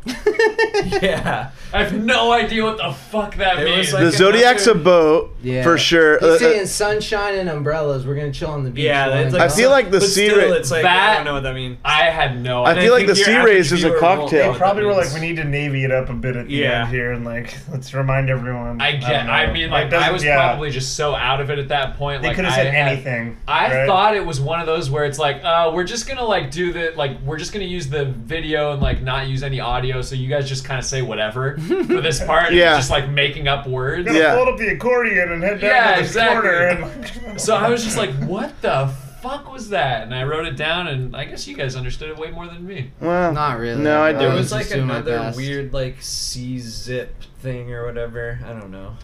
[SPEAKER 9] yeah.
[SPEAKER 7] I have no idea what the fuck that
[SPEAKER 9] It
[SPEAKER 7] means.
[SPEAKER 9] was
[SPEAKER 12] the Zodiac's a boat
[SPEAKER 11] Yeah.
[SPEAKER 12] for sure.
[SPEAKER 11] He's
[SPEAKER 12] Uh,
[SPEAKER 11] saying sunshine and umbrellas. We're gonna chill on the beach.
[SPEAKER 12] Yeah,
[SPEAKER 11] while
[SPEAKER 12] it's
[SPEAKER 11] it
[SPEAKER 12] like- I
[SPEAKER 11] goes
[SPEAKER 12] feel
[SPEAKER 11] on.
[SPEAKER 12] like the But sea still, ra- it's like, I
[SPEAKER 9] don't know what that means.
[SPEAKER 7] I had no.
[SPEAKER 12] Oh, I feel like the sea rays is a cocktail.
[SPEAKER 13] They probably were like, we need to navy it up a bit at the
[SPEAKER 7] Yeah.
[SPEAKER 13] end here, and like let's remind everyone.
[SPEAKER 7] I
[SPEAKER 13] don't
[SPEAKER 7] get.
[SPEAKER 13] know.
[SPEAKER 7] I, mean, like
[SPEAKER 13] doesn't-
[SPEAKER 7] I was
[SPEAKER 13] yeah.
[SPEAKER 7] probably just so out of it at that point.
[SPEAKER 13] They
[SPEAKER 7] like,
[SPEAKER 13] could have
[SPEAKER 7] I
[SPEAKER 13] said
[SPEAKER 7] had-
[SPEAKER 13] anything.
[SPEAKER 7] I
[SPEAKER 13] right?
[SPEAKER 7] thought it was one of those where it's like, uh, we're just gonna like do the like we're just gonna use the video and like not use any audio, so you guys just kind of say whatever for this part. and
[SPEAKER 13] Yeah.
[SPEAKER 7] just like making up words.
[SPEAKER 13] We're gonna fold up the accordion and head down
[SPEAKER 7] Yeah,
[SPEAKER 13] to this corner. And,
[SPEAKER 7] exactly. so I was just like, what the fuck was that? And I wrote it down, and I guess you guys understood it way more than me.
[SPEAKER 12] Well,
[SPEAKER 11] not really.
[SPEAKER 12] No, I
[SPEAKER 9] There
[SPEAKER 12] didn't.
[SPEAKER 9] was like
[SPEAKER 11] doing my
[SPEAKER 9] another
[SPEAKER 11] best.
[SPEAKER 9] weird like C zip thing or whatever. I don't know.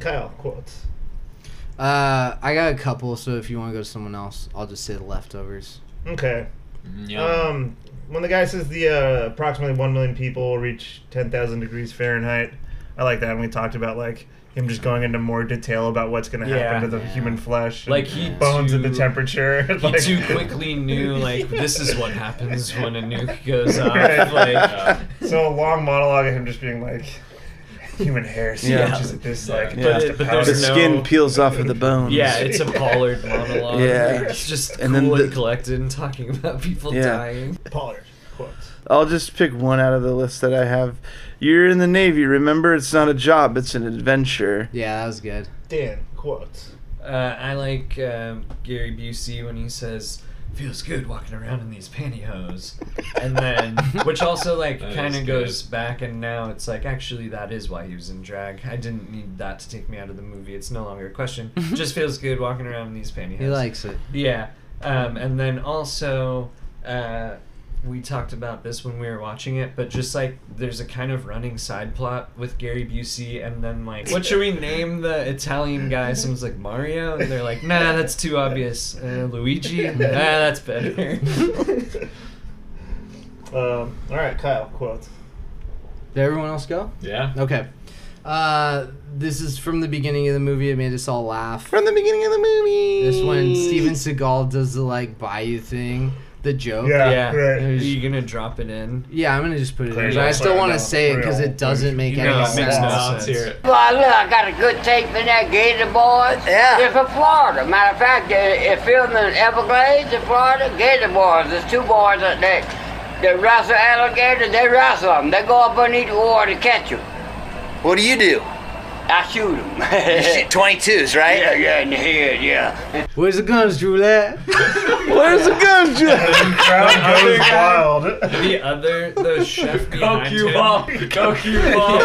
[SPEAKER 13] Kyle quotes.
[SPEAKER 11] Uh, I got a couple. So if you want to go to someone else, I'll just say the leftovers.
[SPEAKER 13] Okay.
[SPEAKER 11] Yum.
[SPEAKER 13] Um, when the guy says the uh, approximately one million people will reach ten thousand degrees Fahrenheit, I like that. And we talked about like him just going into more detail about what's going to
[SPEAKER 9] Yeah.
[SPEAKER 13] happen to the human flesh, and
[SPEAKER 9] Like, he
[SPEAKER 13] bones at the
[SPEAKER 9] too-
[SPEAKER 13] temperature.
[SPEAKER 9] He too quickly knew like this is what happens when a nuke goes off.
[SPEAKER 13] Right.
[SPEAKER 9] Like
[SPEAKER 13] so a long monologue of him just being like, human hair so
[SPEAKER 12] Yeah.
[SPEAKER 13] much is at this like.
[SPEAKER 12] Yeah.
[SPEAKER 13] just a power-
[SPEAKER 12] the skin peels off of the bones.
[SPEAKER 9] Yeah, it's a Pollard monologue.
[SPEAKER 12] Yeah.
[SPEAKER 9] It's just
[SPEAKER 12] And
[SPEAKER 9] and
[SPEAKER 12] then
[SPEAKER 9] cool
[SPEAKER 12] the-
[SPEAKER 9] and collected and talking about people
[SPEAKER 12] Yeah.
[SPEAKER 9] dying.
[SPEAKER 13] Pollard quotes.
[SPEAKER 12] I'll just pick one out of the list that I have. You're in the Navy. Remember, it's not a job; it's an adventure.
[SPEAKER 11] Yeah, that was good.
[SPEAKER 13] Dan quotes.
[SPEAKER 9] Uh, I like um, Gary Busey when he says, "Feels good walking around in these pantyhose," and then, which also like
[SPEAKER 7] That
[SPEAKER 9] kind
[SPEAKER 7] is
[SPEAKER 9] of
[SPEAKER 7] good.
[SPEAKER 9] goes back, and now it's like actually that is why he was in drag. I didn't need that to take me out of the movie. It's no longer a question. Just feels good walking around in these pantyhose.
[SPEAKER 11] He likes it.
[SPEAKER 9] Yeah, um, and then also. Uh, we talked about this when we were watching it, but just like there's a kind of running side plot with Gary Busey, and then like, what should we name the Italian guy? Someone's like Mario, and they're like, nah, that's too obvious. Uh, Luigi, nah, that's better.
[SPEAKER 13] Um, all right, Kyle quotes.
[SPEAKER 11] Did everyone else go?
[SPEAKER 7] Yeah.
[SPEAKER 11] Okay. Uh, this is from the beginning of the movie. It made us all laugh.
[SPEAKER 12] From the beginning of the movie.
[SPEAKER 11] This when Steven Seagal does the like Bayou thing, the joke.
[SPEAKER 9] Are you gonna drop it in?
[SPEAKER 11] Yeah, I'm gonna just put it
[SPEAKER 9] Clear
[SPEAKER 11] in,
[SPEAKER 9] it
[SPEAKER 11] but I
[SPEAKER 9] up,
[SPEAKER 11] still
[SPEAKER 9] clear it
[SPEAKER 11] want to
[SPEAKER 9] up,
[SPEAKER 11] say it
[SPEAKER 9] clear
[SPEAKER 11] because
[SPEAKER 9] it
[SPEAKER 11] it
[SPEAKER 9] up.
[SPEAKER 11] doesn't make
[SPEAKER 9] No,
[SPEAKER 11] any
[SPEAKER 9] it
[SPEAKER 11] sense.
[SPEAKER 9] makes no No, let's sense. hear
[SPEAKER 8] Well, look, I got a good tape in that Gator Boys. Yeah. They're from Florida. Matter of fact, they- if you're in the Everglades in Florida, Gator Boys. There's two boys that they, they wrestle alligators, they wrestle them. They go up underneath the water to catch them. What do you do? I shoot them.
[SPEAKER 22] You shoot 22s, right?
[SPEAKER 8] Yeah, yeah, in the head, yeah.
[SPEAKER 11] Where's the guns, Juliet?
[SPEAKER 12] Where's the guns,
[SPEAKER 13] Juliet? wild.
[SPEAKER 9] The other, the chef behind
[SPEAKER 7] cue
[SPEAKER 9] him.
[SPEAKER 7] ball. Go cue ball.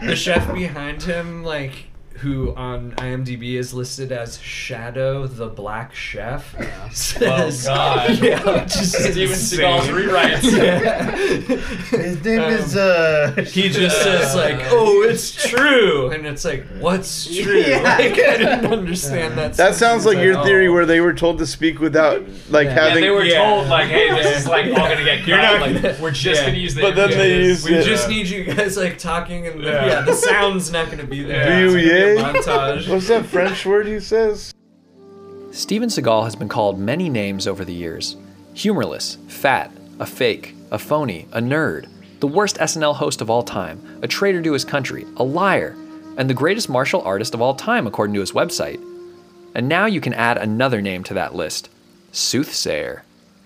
[SPEAKER 9] the chef behind him, like who on IMDb is listed as Shadow the Black Chef. Says,
[SPEAKER 7] Oh, God.
[SPEAKER 9] Yeah, which is
[SPEAKER 7] Steven
[SPEAKER 9] insane.
[SPEAKER 7] Seagal's rewrites.
[SPEAKER 13] His name is uh.
[SPEAKER 9] He just says like, "Oh, it's true," and it's like, "What's true?"
[SPEAKER 13] Yeah.
[SPEAKER 9] Like, I didn't understand that.
[SPEAKER 12] That sounds like your
[SPEAKER 9] at
[SPEAKER 12] theory where they were told to speak without like
[SPEAKER 9] oh. Yeah.
[SPEAKER 12] having.
[SPEAKER 7] And oh. they were told like, "Hey, this is like all gonna get cut. Like, we're just
[SPEAKER 9] Yeah.
[SPEAKER 7] gonna use the."
[SPEAKER 12] But then they
[SPEAKER 7] images.
[SPEAKER 12] used
[SPEAKER 9] We
[SPEAKER 12] it.
[SPEAKER 9] just need you guys like talking, and the,
[SPEAKER 12] Yeah.
[SPEAKER 9] yeah. the sound's not gonna be there.
[SPEAKER 12] Do
[SPEAKER 9] It's gonna be a
[SPEAKER 12] you
[SPEAKER 9] montage.
[SPEAKER 12] What's that French word he says?
[SPEAKER 1] Steven Seagal has been called many names over the years humorless, fat, a fake, a phony, a nerd, the worst SNL host of all time, a traitor to his country, a liar, and the greatest martial artist of all time, according to his website. And now you can add another name to that list soothsayer,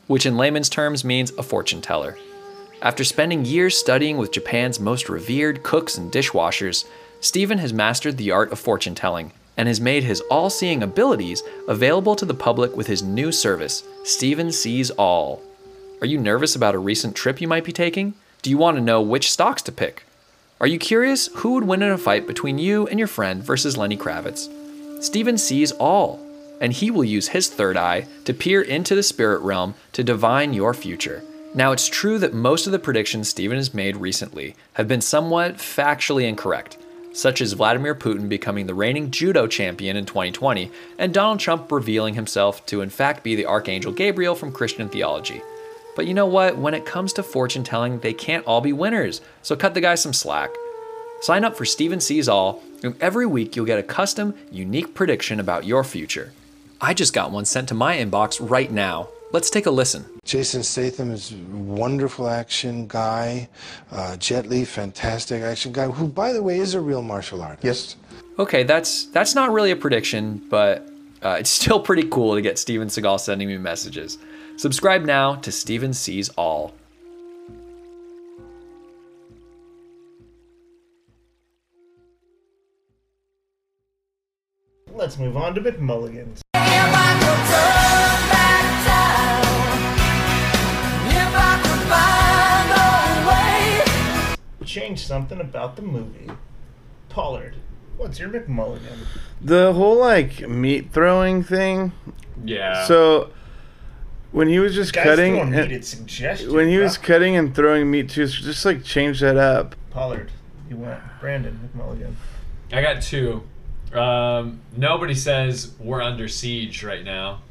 [SPEAKER 1] which in layman's terms means a fortune teller. After spending years studying with Japan's most revered cooks and dishwashers, Stephen has mastered the art of fortune telling and has made his all seeing abilities available to the public with his new service, Stephen Sees All. Are you nervous about a recent trip you might be taking? Do you want to know which stocks to pick? Are you curious who would win in a fight between you and your friend versus Lenny Kravitz? Steven sees all, and he will use his third eye to peer into the spirit realm to divine your future. Now, it's true that most of the predictions Steven has made recently have been somewhat factually incorrect, such as Vladimir Putin becoming the reigning judo champion in 2020 and Donald Trump revealing himself to, in fact, be the Archangel Gabriel from Christian theology. But you know what? When it comes to fortune telling, they can't all be winners, so cut the guy some slack. Sign up for Steven Sees All, and every week you'll get a custom, unique prediction about your future. I just got one sent to my inbox right now. Let's take a listen.
[SPEAKER 16] Jason Statham is a wonderful action guy. Uh, Jet Li, fantastic action guy, who, by the way, is a real martial artist. Yes.
[SPEAKER 1] Okay, that's that's not really a prediction, but uh, it's still pretty cool to get Steven Seagal sending me messages. Subscribe now to Steven Sees All.
[SPEAKER 13] Let's move on to Mick Mulligan's. Change something about the movie. Pollard, what's your Mick Mulligan?
[SPEAKER 12] The whole like meat throwing thing.
[SPEAKER 7] Yeah.
[SPEAKER 12] So when he was just
[SPEAKER 13] Guys
[SPEAKER 12] cutting,
[SPEAKER 13] throwing
[SPEAKER 12] and-
[SPEAKER 13] needed suggestions,
[SPEAKER 12] when he
[SPEAKER 13] bro.
[SPEAKER 12] was cutting and throwing meat too, so just like change that up.
[SPEAKER 13] Pollard, you went. Brandon Mick Mulligan.
[SPEAKER 7] I got two. Um, nobody says we're under siege right now.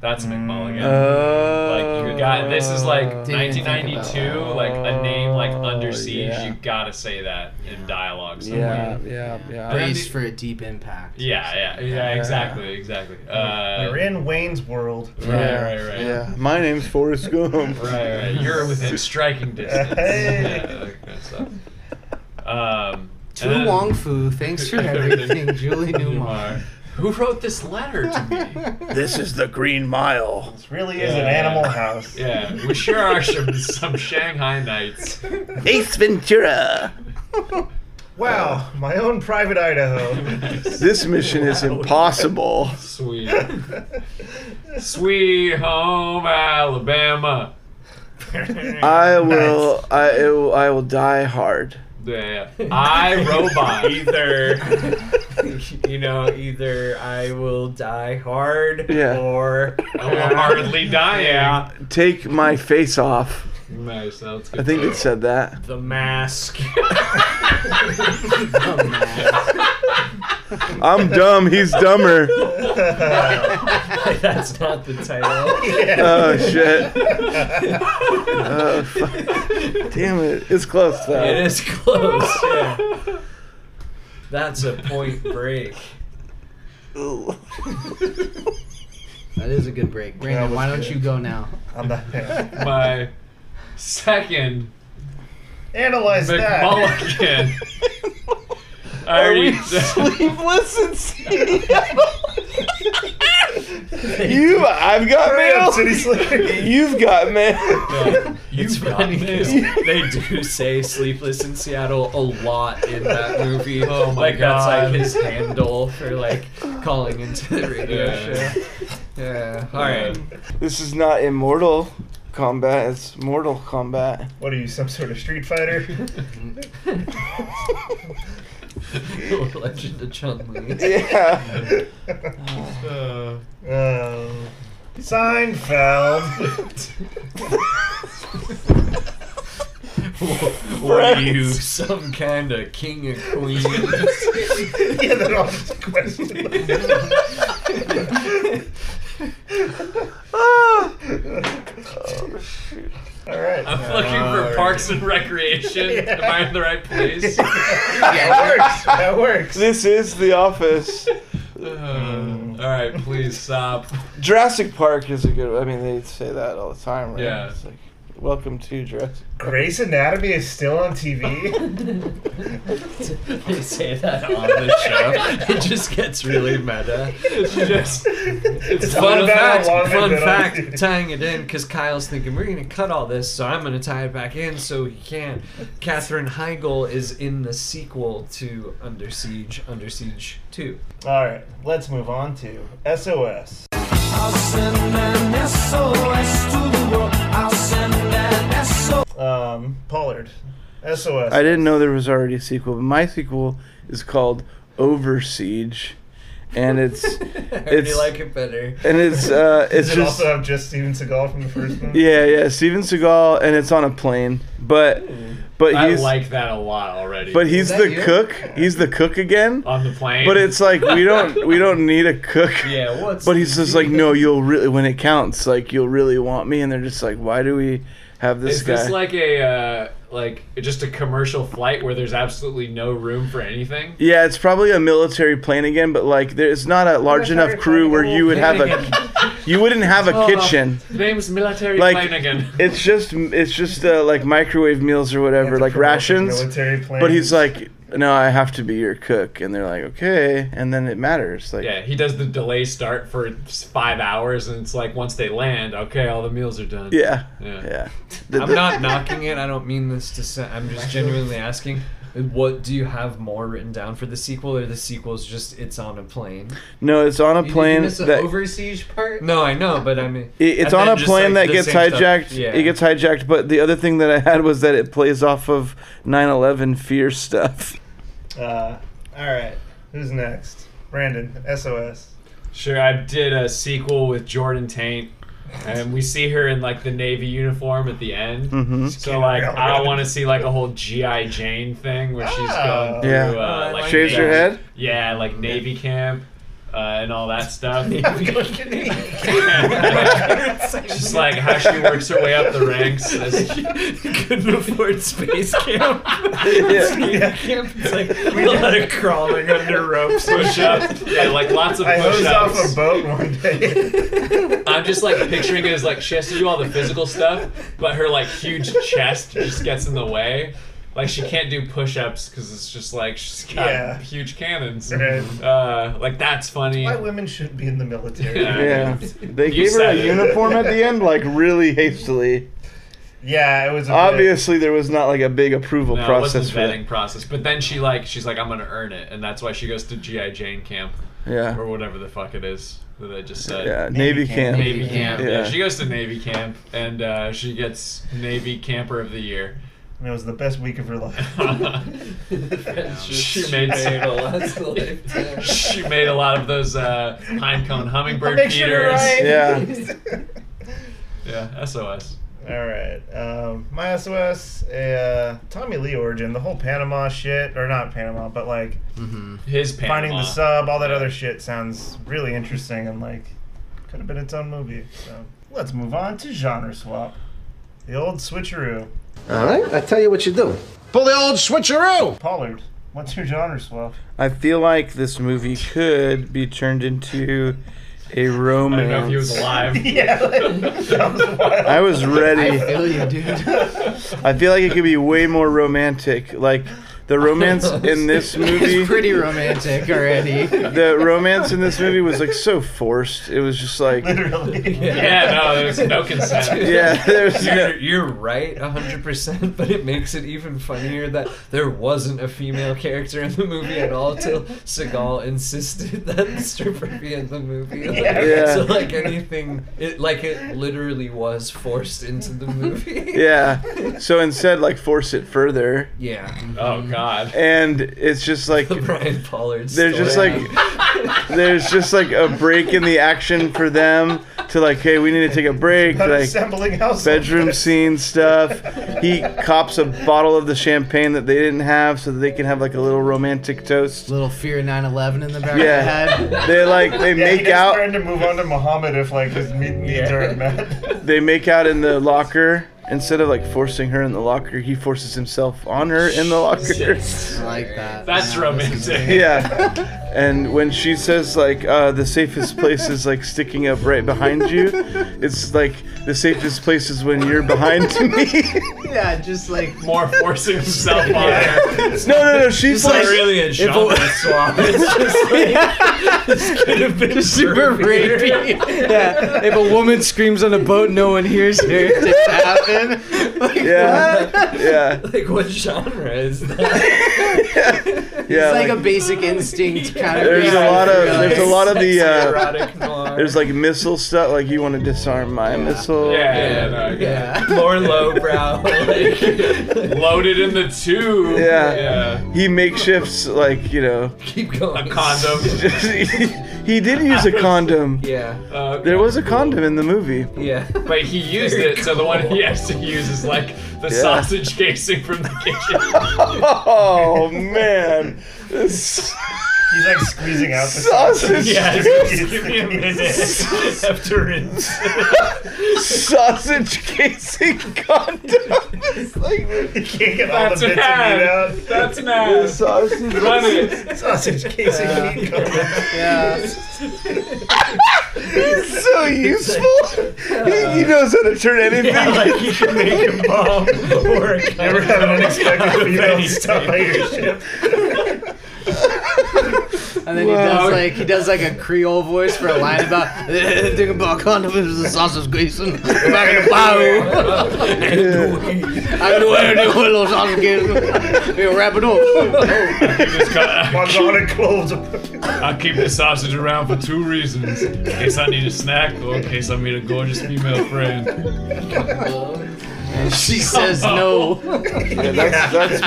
[SPEAKER 7] That's McMulligan.
[SPEAKER 11] Mm.
[SPEAKER 7] like you
[SPEAKER 11] Oh.
[SPEAKER 7] got this is like
[SPEAKER 13] Didn't even think
[SPEAKER 7] 1992. Like a name like under siege,
[SPEAKER 11] Oh, yeah.
[SPEAKER 7] you gotta say that in dialogue
[SPEAKER 11] Yeah,
[SPEAKER 7] somewhere.
[SPEAKER 11] yeah,
[SPEAKER 7] yeah.
[SPEAKER 11] Brace for a deep impact.
[SPEAKER 7] Yeah, yeah, yeah, exactly, exactly. Uh,
[SPEAKER 13] You're in Wayne's World.
[SPEAKER 7] Right, right, right.
[SPEAKER 12] Yeah. My name's Forrest Gump.
[SPEAKER 7] Right, right. You're within striking distance.
[SPEAKER 12] Hey.
[SPEAKER 7] Yeah, that kind of stuff. Um,
[SPEAKER 11] Tu
[SPEAKER 7] and then-
[SPEAKER 11] Wong Fu, thanks for everything, Julie Newmar.
[SPEAKER 7] Who wrote this letter to me?
[SPEAKER 12] This is the Green Mile.
[SPEAKER 13] This really is an animal house.
[SPEAKER 7] Yeah, we sure are some, some Shanghai Knights.
[SPEAKER 12] Ace Ventura.
[SPEAKER 13] Wow, my own private Idaho.
[SPEAKER 12] This mission is impossible.
[SPEAKER 7] Sweet. Sweet home Alabama.
[SPEAKER 12] I will. I it will, I will die hard.
[SPEAKER 7] Yeah. I robot.
[SPEAKER 9] Either you know, either I will die hard
[SPEAKER 12] Yeah.
[SPEAKER 9] or
[SPEAKER 7] I'm hardly dying.
[SPEAKER 9] Yeah.
[SPEAKER 12] Take my face off.
[SPEAKER 7] Nice. That's good.
[SPEAKER 12] I think it said that.
[SPEAKER 9] The mask.
[SPEAKER 12] I'm dumb. He's dumber.
[SPEAKER 9] That's not the title.
[SPEAKER 12] Oh shit. Oh, fuck. Damn it. It's close though.
[SPEAKER 9] It is
[SPEAKER 7] Oh,
[SPEAKER 9] close. Yeah. That's a point break.
[SPEAKER 11] That is a good break. Brandon,
[SPEAKER 9] was
[SPEAKER 11] why don't
[SPEAKER 9] good.
[SPEAKER 11] you go now?
[SPEAKER 13] I'm not
[SPEAKER 7] My second
[SPEAKER 13] Analyze that.
[SPEAKER 7] McMulligan. I
[SPEAKER 13] Are
[SPEAKER 7] already
[SPEAKER 13] we
[SPEAKER 7] said-
[SPEAKER 12] Sleepless in Seattle. you, I've got mail. You've got mail.
[SPEAKER 9] It's funny because they do say "Sleepless in Seattle" a lot in that movie.
[SPEAKER 7] Oh my
[SPEAKER 9] like that's
[SPEAKER 7] God.
[SPEAKER 9] like his handle for like calling into the radio
[SPEAKER 7] Yeah.
[SPEAKER 9] show. Yeah. All right.
[SPEAKER 12] This is not immortal combat. It's mortal combat.
[SPEAKER 13] What are you, some sort of Street Fighter?
[SPEAKER 9] Legend of Chun Li.
[SPEAKER 12] Yeah.
[SPEAKER 13] uh, Seinfeld.
[SPEAKER 9] Were you some kind of king of queens?
[SPEAKER 13] yeah, that all just question. all right.
[SPEAKER 7] I'm looking for Parks and Recreation. Am I in the right place?
[SPEAKER 13] that works. That works.
[SPEAKER 12] This is the office.
[SPEAKER 7] all right, please stop.
[SPEAKER 12] Jurassic Park is a good. I mean, they say that all the time, right?
[SPEAKER 7] Yeah.
[SPEAKER 12] It's like, welcome to Jurassic.
[SPEAKER 13] Grey's Anatomy is still on TV.
[SPEAKER 9] they say that on the show. It just gets really meta.
[SPEAKER 7] It's just
[SPEAKER 13] it's
[SPEAKER 9] fun fact, fun
[SPEAKER 13] been on
[SPEAKER 9] fact,
[SPEAKER 13] TV.
[SPEAKER 9] tying it in because Kyle's thinking we're gonna cut all this, so I'm gonna tie it back in so he can. Katherine Heigl is in the sequel to Under Siege, Under Siege Two.
[SPEAKER 13] All right, let's move on to SOS.
[SPEAKER 19] I'll send an SOS to the world. I'll send an SOS.
[SPEAKER 13] Um, Pollard. SOS.
[SPEAKER 12] I didn't know there was already a sequel, but my sequel is called Over Siege, and it's it's
[SPEAKER 9] it better.
[SPEAKER 12] and it's uh,
[SPEAKER 13] Does
[SPEAKER 12] it's
[SPEAKER 13] it
[SPEAKER 12] just
[SPEAKER 13] also have just Steven Seagal from the first one?
[SPEAKER 12] yeah yeah Steven Seagal and it's on a plane, but but
[SPEAKER 7] I
[SPEAKER 12] he's
[SPEAKER 7] like that a lot already.
[SPEAKER 12] but he's the cook. He's the cook again
[SPEAKER 7] on the plane.
[SPEAKER 12] But it's like we don't we don't need a cook.
[SPEAKER 7] Yeah, what's
[SPEAKER 12] But he's just like no, you'll really when it counts, like you'll really want me, and they're just like, why do we have this
[SPEAKER 7] Is
[SPEAKER 12] guy?
[SPEAKER 7] this like a uh, like just a commercial flight where there's absolutely no room for anything?
[SPEAKER 12] yeah, it's probably a military plane again, but like there, it's not a large enough crew where you would have a you wouldn't have
[SPEAKER 9] Oh,
[SPEAKER 12] a
[SPEAKER 7] Oh,
[SPEAKER 12] kitchen.
[SPEAKER 7] Name's military
[SPEAKER 12] Like
[SPEAKER 7] plane again.
[SPEAKER 12] it's just it's just uh, like microwave meals or whatever, like rations.
[SPEAKER 13] military plane.
[SPEAKER 12] But he's like, no, I have to be your cook, and they're like, okay, and then it matters. Like
[SPEAKER 7] Yeah, he does the delay start for s- five hours, and it's like once they land, okay, all the meals are done.
[SPEAKER 12] Yeah.
[SPEAKER 7] yeah.
[SPEAKER 9] I'm not knocking it. I don't mean this to. Sa- I'm just genuinely asking. What do you have more written down for the sequel, or the sequel's just it's on a plane?
[SPEAKER 12] no, it's on a plane
[SPEAKER 9] miss the
[SPEAKER 12] that
[SPEAKER 11] overseas part.
[SPEAKER 9] No, I know, but I mean,
[SPEAKER 12] It, it's
[SPEAKER 9] and
[SPEAKER 12] on
[SPEAKER 9] then
[SPEAKER 12] a
[SPEAKER 9] just,
[SPEAKER 12] plane
[SPEAKER 9] like,
[SPEAKER 12] that
[SPEAKER 9] the
[SPEAKER 12] gets
[SPEAKER 9] same stuff-
[SPEAKER 12] hijacked.
[SPEAKER 9] Yeah.
[SPEAKER 12] It gets hijacked. But the other thing that I had was that it plays off of 9/11 fear stuff.
[SPEAKER 13] Uh, all right. Who's next? Brandon, SOS.
[SPEAKER 7] Sure, I did a sequel with Jordan Taint, and we see her in like the navy uniform at the end.
[SPEAKER 12] Mhm.
[SPEAKER 7] So like, I want to see like a whole GI Jane thing where she's going through.
[SPEAKER 12] Yeah.
[SPEAKER 7] Uh, like
[SPEAKER 12] Shaves her
[SPEAKER 7] Navy-
[SPEAKER 12] head?
[SPEAKER 7] Yeah, like navy camp. Uh, and all that stuff. Just like how she works her way up the ranks. As
[SPEAKER 9] couldn't afford space camp. Space camp is like a lot of crawling under ropes,
[SPEAKER 7] push ups. Yeah, like lots of
[SPEAKER 13] I
[SPEAKER 7] push
[SPEAKER 13] hosed off
[SPEAKER 7] ups.
[SPEAKER 13] a boat one day.
[SPEAKER 7] I'm just like picturing it as like she has to do all the physical stuff, but her like huge chest just gets in the way. Like she can't do push-ups because it's just like she's got
[SPEAKER 13] Yeah.
[SPEAKER 7] huge cannons.
[SPEAKER 13] Right.
[SPEAKER 7] Uh, like that's funny.
[SPEAKER 13] Why women should be in the military?
[SPEAKER 12] Yeah, they
[SPEAKER 7] You
[SPEAKER 12] gave her a
[SPEAKER 7] said it.
[SPEAKER 12] uniform at the end, like really hastily.
[SPEAKER 13] Yeah, it was a
[SPEAKER 12] Obviously, there was not like a big approval
[SPEAKER 7] No, it wasn't
[SPEAKER 12] process
[SPEAKER 7] a
[SPEAKER 12] for that.
[SPEAKER 7] vetting process. But then she like she's like I'm gonna earn it, and that's why she goes to GI Jane camp.
[SPEAKER 12] Yeah.
[SPEAKER 7] Or whatever the fuck it is that I just said.
[SPEAKER 12] Yeah, Navy Navy camp. camp.
[SPEAKER 7] Navy camp. Yeah.
[SPEAKER 12] Yeah.
[SPEAKER 7] She goes to Navy camp, and uh, she gets Navy camper of the year.
[SPEAKER 13] And it was the best week of her life.
[SPEAKER 7] she made
[SPEAKER 13] made a
[SPEAKER 7] a
[SPEAKER 13] lot
[SPEAKER 7] lot. she made a lot of those uh, pine cone hummingbird
[SPEAKER 13] Make sure you're
[SPEAKER 7] feeders.
[SPEAKER 13] right.
[SPEAKER 7] yeah. SOS.
[SPEAKER 13] All right. Um, my SOS, uh, Tommy Lee origin, the whole Panama shit, or not Panama, but like
[SPEAKER 7] Mm-hmm. His Panama.
[SPEAKER 13] finding the sub, all that other shit sounds really interesting and like could have been its own movie. So let's move on to genre swap, the old switcheroo.
[SPEAKER 3] All right, I tell you what you do.
[SPEAKER 13] Pull the old switcheroo. Pollard, what's your genre swap?
[SPEAKER 12] I feel like this movie could be turned into a romance.
[SPEAKER 7] know if he was alive.
[SPEAKER 13] yeah, like, that was wild.
[SPEAKER 12] I was ready.
[SPEAKER 11] I feel you, dude.
[SPEAKER 12] I feel like it could be way more romantic. Like the romance in this movie,
[SPEAKER 11] It's pretty romantic already.
[SPEAKER 12] the romance in this movie was like so forced. It was just like
[SPEAKER 13] Literally.
[SPEAKER 7] Yeah, no, there's no consent.
[SPEAKER 12] Yeah, there's
[SPEAKER 9] you're,
[SPEAKER 12] no-
[SPEAKER 9] you're right, 100%, but it makes it even funnier that there wasn't a female character in the movie at all till Seagal insisted that the stripper be in the movie. Like,
[SPEAKER 12] Yeah. Yeah.
[SPEAKER 9] So, like, anything, it like it literally was forced into the movie.
[SPEAKER 12] yeah. So instead, like force it further,
[SPEAKER 9] Yeah. Mm-hmm.
[SPEAKER 7] Oh God.
[SPEAKER 12] and it's just like
[SPEAKER 9] Brian Pollard.
[SPEAKER 12] there's just
[SPEAKER 11] Oh,
[SPEAKER 9] story.
[SPEAKER 12] like there's just like a break in the action for them to like, hey, we need to take a break.
[SPEAKER 13] About
[SPEAKER 12] Like
[SPEAKER 13] assembling house
[SPEAKER 12] bedroom scene stuff. He cops a bottle of the champagne that they didn't have, so that they can have like a little romantic toast.
[SPEAKER 11] Little fear 9/11 in the back
[SPEAKER 12] Yeah,
[SPEAKER 11] of the head.
[SPEAKER 12] they like they
[SPEAKER 13] yeah, he
[SPEAKER 12] make
[SPEAKER 13] gets
[SPEAKER 12] out.
[SPEAKER 13] Trying to move on to Muhammad if like his meat needs are met.
[SPEAKER 12] They make out in the locker instead of like forcing her in the locker. He forces himself on her in the locker.
[SPEAKER 11] I like that.
[SPEAKER 7] That's romantic.
[SPEAKER 12] yeah, and when she says like uh, the safest place is like sticking up right behind you, it's like the safest place is when you're behind me.
[SPEAKER 11] Yeah, just like
[SPEAKER 7] more forcing himself on her.
[SPEAKER 12] no, no, no. She's
[SPEAKER 7] It's not
[SPEAKER 12] like
[SPEAKER 7] really a
[SPEAKER 12] if
[SPEAKER 7] genre swap. It's just like this could have been
[SPEAKER 11] super rapey. yeah, if a woman screams on a boat, no one hears her. It happen.
[SPEAKER 12] yeah, yeah.
[SPEAKER 9] Like, what genre is that?
[SPEAKER 11] it's like, a basic instinct kind of.
[SPEAKER 12] There's a
[SPEAKER 11] thing.
[SPEAKER 12] lot of
[SPEAKER 11] Yeah.
[SPEAKER 12] there's a lot of the
[SPEAKER 11] Erotic
[SPEAKER 12] uh,
[SPEAKER 11] noir.
[SPEAKER 12] there's like missile stuff. Like you want to disarm my missile.
[SPEAKER 7] yeah, yeah. More lowbrow, like, loaded in the tube.
[SPEAKER 12] Yeah. He makeshifts like you know.
[SPEAKER 7] Keep going. A condom.
[SPEAKER 12] he did use a condom.
[SPEAKER 9] Yeah.
[SPEAKER 7] Uh,
[SPEAKER 12] There was a condom in the movie.
[SPEAKER 9] Yeah.
[SPEAKER 7] But he used it, so the one he has to use is like the
[SPEAKER 12] Yeah.
[SPEAKER 7] sausage casing from the kitchen.
[SPEAKER 12] Oh man. This
[SPEAKER 13] He's like squeezing out the
[SPEAKER 12] Sausage
[SPEAKER 13] Yeah,
[SPEAKER 12] juice.
[SPEAKER 13] give me a minute.
[SPEAKER 7] After rinse.
[SPEAKER 12] sausage casing condom. It's like
[SPEAKER 13] you can't get all
[SPEAKER 19] That's
[SPEAKER 13] the bits of meat
[SPEAKER 19] mad.
[SPEAKER 13] out.
[SPEAKER 7] That's mad.
[SPEAKER 12] Sausage.
[SPEAKER 19] Run it.
[SPEAKER 13] Sausage casing meat condom.
[SPEAKER 12] He's so useful. he, he knows how to turn anything.
[SPEAKER 13] Yeah, like he can make a bomb or a Never have an unexpected female stop by your ship.
[SPEAKER 11] And then he does like he does like a Creole voice for a line about "Eh, think about condoms and sausage greasing back in the power. I can wear the little sausage greasing. We'll wrap it up. Oh.
[SPEAKER 7] I keep this sausage around for two reasons: in case I need a snack, or in case I meet a gorgeous female friend.
[SPEAKER 11] She says no.
[SPEAKER 12] Yeah, that's- that's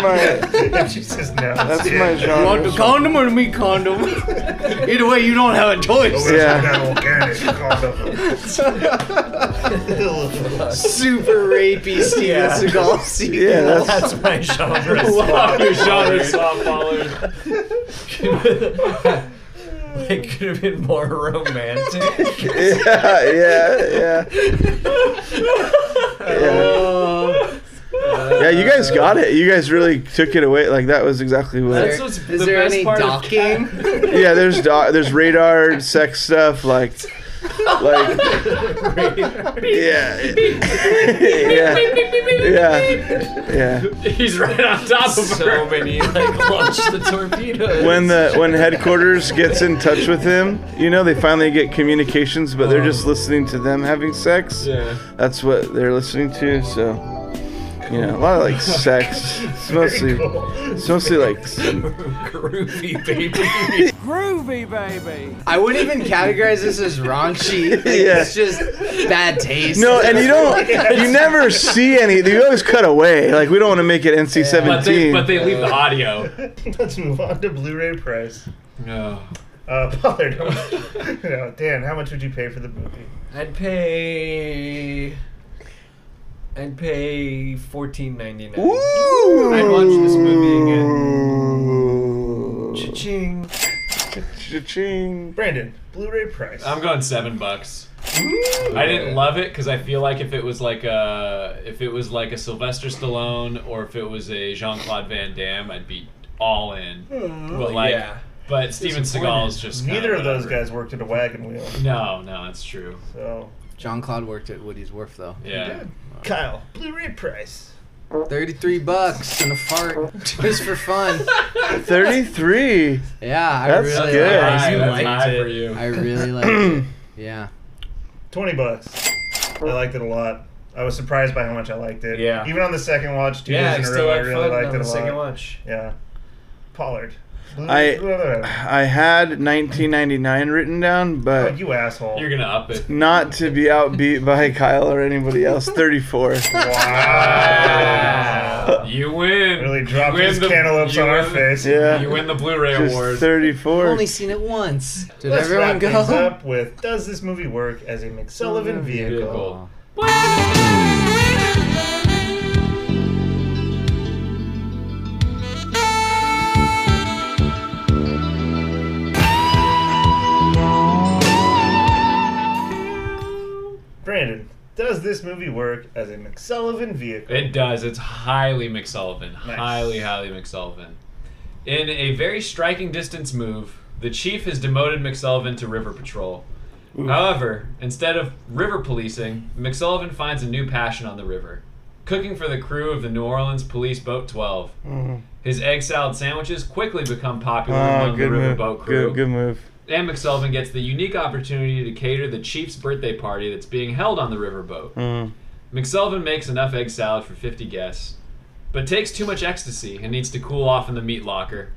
[SPEAKER 12] my-
[SPEAKER 13] She says no.
[SPEAKER 12] That's my
[SPEAKER 11] You want the
[SPEAKER 12] genre.
[SPEAKER 11] condom or the meat condom? Either way, you don't have a choice. Super rapey Steven
[SPEAKER 19] Yeah.
[SPEAKER 11] Seagal sequel.
[SPEAKER 19] Yeah, that's- That's my genre.
[SPEAKER 11] Wow.
[SPEAKER 19] Your genre
[SPEAKER 9] It could have been more romantic.
[SPEAKER 12] yeah, yeah,
[SPEAKER 19] Uh,
[SPEAKER 12] yeah. Yeah. Yeah, you guys got it. You guys really took it away. Like that was exactly what.
[SPEAKER 11] Is there- is there any docking?
[SPEAKER 12] yeah, there's do- there's radar, sex stuff, like, like, yeah, yeah, yeah, yeah.
[SPEAKER 7] He's right on top of
[SPEAKER 9] so
[SPEAKER 7] her.
[SPEAKER 9] many like launch the torpedoes.
[SPEAKER 12] When the when headquarters gets in touch with him, you know they finally get communications, but they're just listening to them having sex.
[SPEAKER 7] Yeah.
[SPEAKER 12] that's what they're listening to. So, you know, a lot of like sex. It's mostly, it's mostly like.
[SPEAKER 9] groovy baby.
[SPEAKER 19] Groovy baby.
[SPEAKER 11] I wouldn't even categorize this as raunchy. Like,
[SPEAKER 12] Yeah.
[SPEAKER 11] It's just bad taste.
[SPEAKER 12] No, and you don't, you never see any. You always cut away. Like we don't want to make it NC-17.
[SPEAKER 7] But they, but they leave the audio.
[SPEAKER 13] Let's move on to Blu-ray price.
[SPEAKER 7] No.
[SPEAKER 13] Uh, Pollard, how much, no, Dan, how much would you pay for the movie?
[SPEAKER 9] I'd pay. I'd pay fourteen ninety nine. I'd watch this movie again. Cha-ching.
[SPEAKER 12] Cha-ching.
[SPEAKER 13] Brandon, Blu-ray price.
[SPEAKER 7] I'm going seven bucks. I didn't love it because I feel like if it was like a if it was like a Sylvester Stallone or if it was a Jean Claude Van Damme, I'd be all in.
[SPEAKER 9] Hmm.
[SPEAKER 13] Mm.
[SPEAKER 7] But like,
[SPEAKER 13] Yeah.
[SPEAKER 7] but Steven Seagal is just kinda
[SPEAKER 13] neither of those
[SPEAKER 7] whatever.
[SPEAKER 13] guys worked at a wagon wheel.
[SPEAKER 7] No, no, that's true.
[SPEAKER 13] So
[SPEAKER 11] John Claude worked at Woody's Wharf though.
[SPEAKER 7] Yeah.
[SPEAKER 13] Kyle, Blu-ray price.
[SPEAKER 11] Thirty-three bucks and a fart just for fun.
[SPEAKER 12] Thirty-three.
[SPEAKER 11] Yeah, I
[SPEAKER 12] That's
[SPEAKER 11] really
[SPEAKER 12] good.
[SPEAKER 11] liked it.
[SPEAKER 12] You
[SPEAKER 11] That's
[SPEAKER 12] liked
[SPEAKER 11] high
[SPEAKER 12] it.
[SPEAKER 11] for you. I really liked it. Yeah.
[SPEAKER 13] Twenty bucks. I liked it a lot. I was surprised by how much I liked it.
[SPEAKER 9] Yeah.
[SPEAKER 13] Even on the second watch, two
[SPEAKER 9] Yeah,
[SPEAKER 13] days in
[SPEAKER 9] I
[SPEAKER 13] a
[SPEAKER 9] still
[SPEAKER 13] row, I
[SPEAKER 9] had
[SPEAKER 13] really
[SPEAKER 9] fun
[SPEAKER 13] liked it
[SPEAKER 9] on
[SPEAKER 13] a
[SPEAKER 9] the
[SPEAKER 13] lot.
[SPEAKER 9] second watch.
[SPEAKER 13] Yeah. Pollard.
[SPEAKER 12] I I had 1999 written down, but
[SPEAKER 13] Oh, you asshole.
[SPEAKER 7] You're gonna up it.
[SPEAKER 12] not to be outbeat by Kyle or anybody else. 34.
[SPEAKER 7] You win.
[SPEAKER 13] Really dropped
[SPEAKER 7] you win
[SPEAKER 13] his cantaloupes
[SPEAKER 7] you
[SPEAKER 13] on our
[SPEAKER 7] win-
[SPEAKER 13] face.
[SPEAKER 12] Yeah.
[SPEAKER 7] You win the Blu-ray
[SPEAKER 12] Just
[SPEAKER 7] award.
[SPEAKER 12] 34.
[SPEAKER 11] Only seen it once. Did
[SPEAKER 13] Let's
[SPEAKER 11] everyone
[SPEAKER 13] wrap
[SPEAKER 11] go?
[SPEAKER 13] things up with Does this movie work as a McSullivan vehicle? Brandon, does this movie work as a McSullivan vehicle?
[SPEAKER 7] It does. It's highly McSullivan. Highly, highly McSullivan. In a very striking distance move, the chief has demoted McSullivan to river patrol. However, instead of river policing, McSullivan finds a new passion on the river cooking for the crew of the New Orleans Police Boat 12.
[SPEAKER 12] Mm-hmm.
[SPEAKER 7] His egg salad sandwiches quickly become popular
[SPEAKER 12] Oh,
[SPEAKER 7] among the
[SPEAKER 12] good
[SPEAKER 7] river
[SPEAKER 12] move.
[SPEAKER 7] boat crew.
[SPEAKER 12] Good, good move.
[SPEAKER 7] And McSullivan gets the unique opportunity to cater the chief's birthday party that's being held on the riverboat.
[SPEAKER 12] Mm.
[SPEAKER 7] McSullivan makes enough egg salad for 50 guests, but takes too much ecstasy and needs to cool off in the meat locker.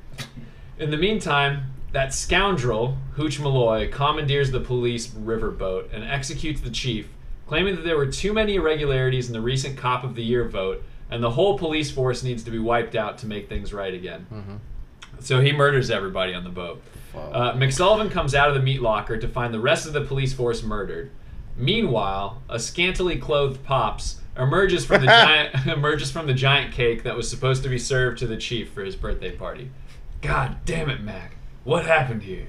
[SPEAKER 7] In the meantime, that scoundrel, Hooch Malloy, commandeers the police riverboat and executes the chief, claiming that there were too many irregularities in the recent Cop of the Year vote, and the whole police force needs to be wiped out to make things right again. So he murders everybody on the boat. Uh, McSullivan comes out of the meat locker to find the rest of the police force murdered. Meanwhile, a scantily clothed pops emerges from the giant emerges from the giant cake that was supposed to be served to the chief for his birthday party. God damn it, Mac! What happened here?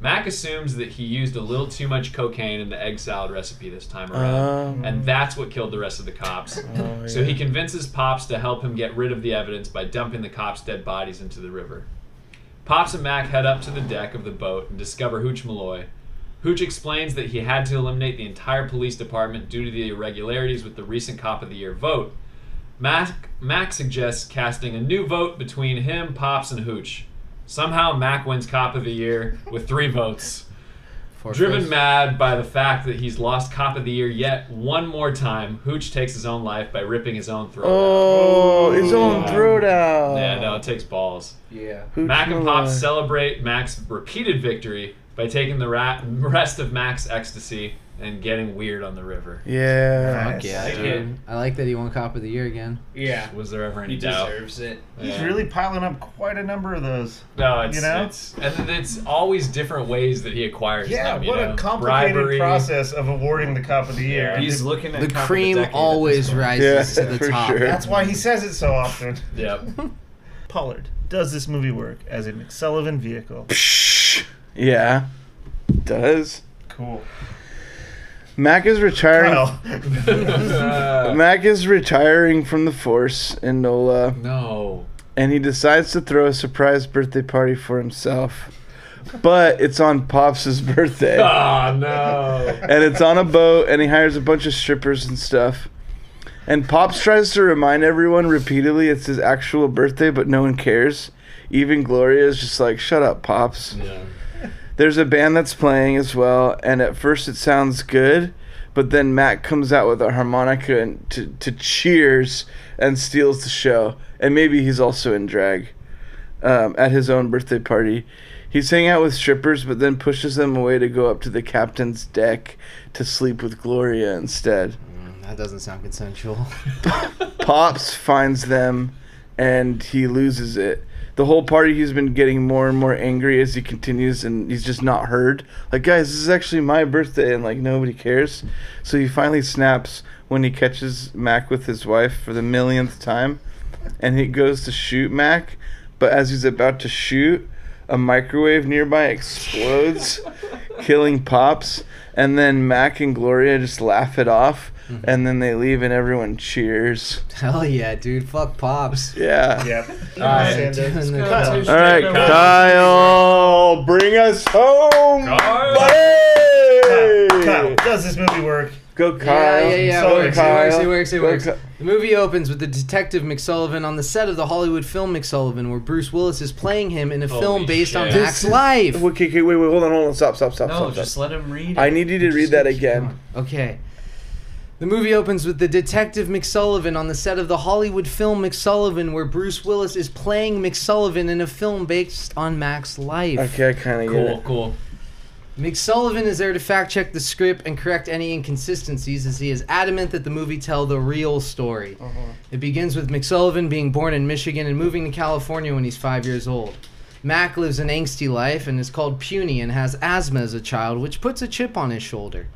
[SPEAKER 7] Mac assumes that he used a little too much cocaine in the egg salad recipe this time around,
[SPEAKER 12] Um.
[SPEAKER 7] and that's what killed the rest of the cops. So he convinces Pops to help him get rid of the evidence by dumping the cops' dead bodies into the river. Pops and Mac head up to the deck of the boat and discover Hooch Malloy. Hooch explains that he had to eliminate the entire police department due to the irregularities with the recent Cop of the Year vote. Mac, Mac suggests casting a new vote between him, Pops, and Hooch. Somehow, Mac wins Cop of the Year with three votes. Driven
[SPEAKER 11] fifths.
[SPEAKER 7] mad by the fact that he's lost Cop of the Year yet one more time, Hooch takes his own life by ripping his own throat.
[SPEAKER 12] Oh, his own
[SPEAKER 7] Yeah.
[SPEAKER 12] throat out.
[SPEAKER 7] Yeah, no, it takes balls. Yeah.
[SPEAKER 12] Oh. Hooch
[SPEAKER 7] Mac and
[SPEAKER 12] Malloy.
[SPEAKER 7] Pop celebrate Mac's repeated victory by taking the ra- rest of Mac's ecstasy and getting weird on the river.
[SPEAKER 12] Yeah.
[SPEAKER 11] Fuck yeah, dude. I like that he won Cop of the Year again.
[SPEAKER 13] Yeah.
[SPEAKER 7] Was there ever any
[SPEAKER 13] He
[SPEAKER 7] doubt?
[SPEAKER 13] deserves
[SPEAKER 7] it.
[SPEAKER 13] He's really piling up quite a number of those.
[SPEAKER 7] No, it's,
[SPEAKER 13] you know?
[SPEAKER 7] it's and then it's always different ways that he acquires
[SPEAKER 13] yeah,
[SPEAKER 7] them. you
[SPEAKER 13] what
[SPEAKER 7] know?
[SPEAKER 13] a complicated
[SPEAKER 7] Bribery.
[SPEAKER 13] process of awarding the Cop of the Year.
[SPEAKER 7] Yeah. He's looking at
[SPEAKER 11] The Cop of the cream Decade at this always point. rises to the top.
[SPEAKER 13] That's why he says it so often.
[SPEAKER 7] Yep.
[SPEAKER 13] Pollard, does this movie work as a McSullivan vehicle?
[SPEAKER 12] Yeah. Does.
[SPEAKER 13] cool.
[SPEAKER 12] Mac is retiring.
[SPEAKER 13] Kyle.
[SPEAKER 12] Mac is retiring from the force in NOLA.
[SPEAKER 7] No.
[SPEAKER 12] And he decides to throw a surprise birthday party for himself. But it's on Pops' birthday.
[SPEAKER 7] Oh no.
[SPEAKER 12] and it's on a boat, and he hires a bunch of strippers and stuff. And Pops tries to remind everyone repeatedly it's his actual birthday, but no one cares. Even Gloria is just like, shut up, Pops. There's a band that's playing as well, and at first it sounds good, but then Matt comes out with a harmonica and to, to cheers and steals the show. And maybe he's also in drag um, at his own birthday party. He's hanging out with strippers, but then pushes them away to go up to the captain's deck to sleep with Gloria instead.
[SPEAKER 11] That doesn't sound consensual.
[SPEAKER 12] Pops finds them and he loses it. The whole party, he's been getting more and more angry as he continues, and he's just not heard. Like, guys, this is actually my birthday, and like nobody cares. So he finally snaps when he catches Mac with his wife for the millionth time, and he goes to shoot Mac. But as he's about to shoot, a microwave nearby explodes, killing Pops. And then Mac and Gloria just laugh it off,
[SPEAKER 11] Mm-hmm.
[SPEAKER 12] and then they leave, and everyone cheers.
[SPEAKER 11] Hell yeah, dude. Fuck Pops.
[SPEAKER 12] Yeah.
[SPEAKER 13] Yep.
[SPEAKER 11] Alright.
[SPEAKER 12] All right, Kyle, bring us home, buddy.
[SPEAKER 13] Kyle, does this movie work?
[SPEAKER 12] Go
[SPEAKER 11] Yeah,
[SPEAKER 12] Kyle.
[SPEAKER 11] yeah, yeah.
[SPEAKER 12] Go
[SPEAKER 11] It works,
[SPEAKER 12] Kyle.
[SPEAKER 11] it works, it
[SPEAKER 12] Go
[SPEAKER 11] works, it
[SPEAKER 12] Ky-
[SPEAKER 11] works. The movie opens with the detective McSullivan on the set of the Hollywood film McSullivan, where Bruce Willis is playing him in a
[SPEAKER 12] Holy
[SPEAKER 11] film based on
[SPEAKER 12] shit.
[SPEAKER 11] Mac's
[SPEAKER 12] This-
[SPEAKER 11] life.
[SPEAKER 12] Okay, okay, wait, wait, hold on, hold on, stop, stop, stop, stop. stop.
[SPEAKER 11] let him read
[SPEAKER 12] I need you to read that again.
[SPEAKER 11] Okay. The movie opens with the detective McSullivan on the set of the Hollywood film McSullivan, where Bruce Willis is playing McSullivan in a film based on Mac's life.
[SPEAKER 12] Okay, I kind of get
[SPEAKER 7] Cool,
[SPEAKER 12] it.
[SPEAKER 7] cool.
[SPEAKER 11] McSullivan is there to fact check the script and correct any inconsistencies as he is adamant that the movie tell the real story. It begins with McSullivan being born in Michigan and moving to California when he's five years old. Mac lives an angsty life and is called puny and has asthma as a child, which puts a chip on his shoulder.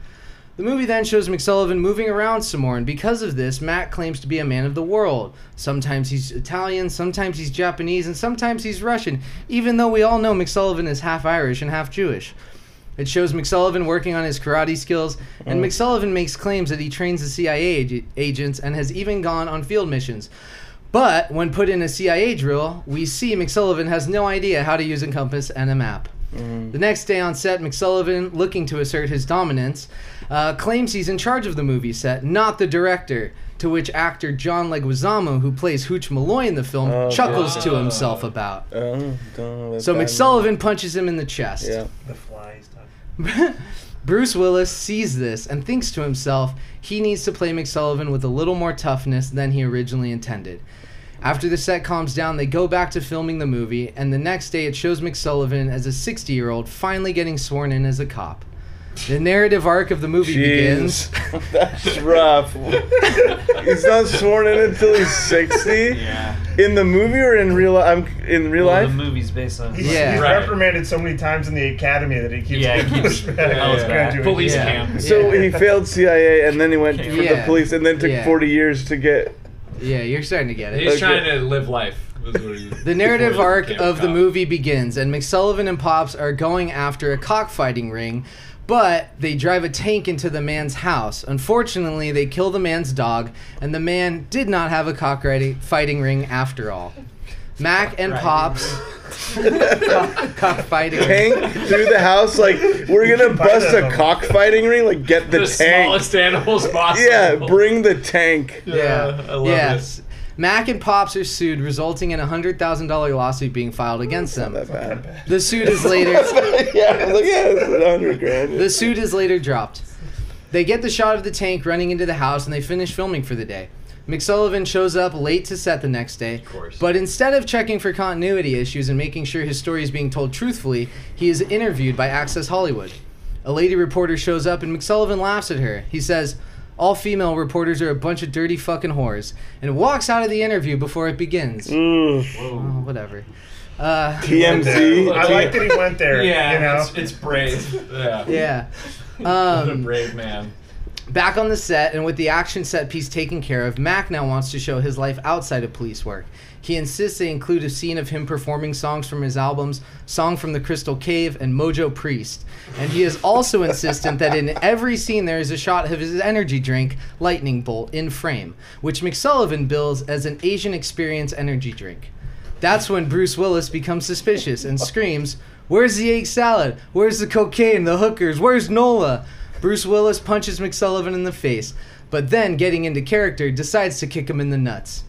[SPEAKER 11] The movie then shows McSullivan moving around some more, and because of this, Mac claims to be a man of the world. Sometimes he's Italian, sometimes he's Japanese, and sometimes he's Russian, even though we all know McSullivan is half Irish and half Jewish. It shows McSullivan working on his karate skills, and
[SPEAKER 12] Mm.
[SPEAKER 11] McSullivan makes claims that he trains the CIA ag- agents and has even gone on field missions. But when put in a CIA drill, we see McSullivan has no idea how to use a compass and a map.
[SPEAKER 12] Mm.
[SPEAKER 11] The next day on set, McSullivan, looking to assert his dominance, uh, claims he's in charge of the movie set, not the director. To which actor John Leguizamo, who plays Hooch Malloy in the film,
[SPEAKER 12] Oh,
[SPEAKER 11] chuckles
[SPEAKER 12] God.
[SPEAKER 11] to himself about.
[SPEAKER 12] Oh, don't let
[SPEAKER 11] So
[SPEAKER 12] that-
[SPEAKER 11] McSullivan punches him in the chest.
[SPEAKER 12] Yeah.
[SPEAKER 13] The flies.
[SPEAKER 11] Bruce Willis sees this and thinks to himself, he needs to play McSullivan with a little more toughness than he originally intended. After the set calms down, they go back to filming the movie, and the next day it shows McSullivan as a 60 year old finally getting sworn in as a cop. The narrative arc of the movie begins.
[SPEAKER 12] That's rough. he's not sworn in until he's sixty.
[SPEAKER 13] Yeah.
[SPEAKER 12] In the movie or in real? li- I'm in real
[SPEAKER 13] Well, the
[SPEAKER 12] life.
[SPEAKER 9] movie's based on.
[SPEAKER 13] He's, he's reprimanded so many times in the academy that he keeps
[SPEAKER 12] Yeah, he
[SPEAKER 13] getting
[SPEAKER 12] keeps-
[SPEAKER 13] pushed back.
[SPEAKER 12] yeah,
[SPEAKER 13] on his
[SPEAKER 12] yeah.
[SPEAKER 13] graduation.
[SPEAKER 12] Police Yeah. camp. So he failed CIA and then he went for the
[SPEAKER 11] Yeah.
[SPEAKER 12] police and then took
[SPEAKER 11] Yeah.
[SPEAKER 12] forty years to get.
[SPEAKER 11] Yeah, you're starting to get it.
[SPEAKER 7] He's trying to live life. is what he-
[SPEAKER 11] The narrative
[SPEAKER 7] before he
[SPEAKER 11] arc
[SPEAKER 7] became a
[SPEAKER 11] of the
[SPEAKER 7] cop.
[SPEAKER 11] movie begins, and McSullivan and Pops are going after a cockfighting ring, but they drive a tank into the man's house. Unfortunately, they kill the man's dog, and the man did not have a cockfighting ring after all. Mac and Pops. cock- cockfighting
[SPEAKER 12] Tank through the house like we're gonna bust a cockfighting ring like get the,
[SPEAKER 7] The
[SPEAKER 12] tank
[SPEAKER 7] smallest animals possible.
[SPEAKER 12] yeah bring the tank
[SPEAKER 11] Yeah. yes. Mac and Pops are sued, resulting in a hundred thousand dollar lawsuit being filed against them. The suit is later.
[SPEAKER 12] yeah, look at it, hundred grand.
[SPEAKER 11] The suit is later dropped. They get the shot of the tank running into the house, and they finish filming for the day. McSullivan shows up late to set the next day, but instead of checking for continuity issues and making sure his story is being told truthfully, he is interviewed by Access Hollywood. A lady reporter shows up and McSullivan laughs at her. He says, All female reporters are a bunch of dirty fucking whores, and walks out of the interview before it begins. Oh, whatever. Uh,
[SPEAKER 13] I like that he went there.
[SPEAKER 7] Yeah,
[SPEAKER 13] you know?
[SPEAKER 7] it's, it's brave. Yeah.
[SPEAKER 11] Yeah.
[SPEAKER 7] What a
[SPEAKER 11] Um,
[SPEAKER 7] brave man.
[SPEAKER 11] Back on the set, and with the action set piece taken care of, Mac now wants to show his life outside of police work. He insists they include a scene of him performing songs from his albums Song from the Crystal Cave and Mojo Priest. And he is also insistent that in every scene there is a shot of his energy drink, Lightning Bolt, in frame, which McSullivan bills as an Asian Experience energy drink. That's when Bruce Willis becomes suspicious and screams, Where's the egg salad? Where's the cocaine, the hookers? Where's Nola? Bruce Willis punches McSullivan in the face, but then, getting into character, decides to kick him in the nuts.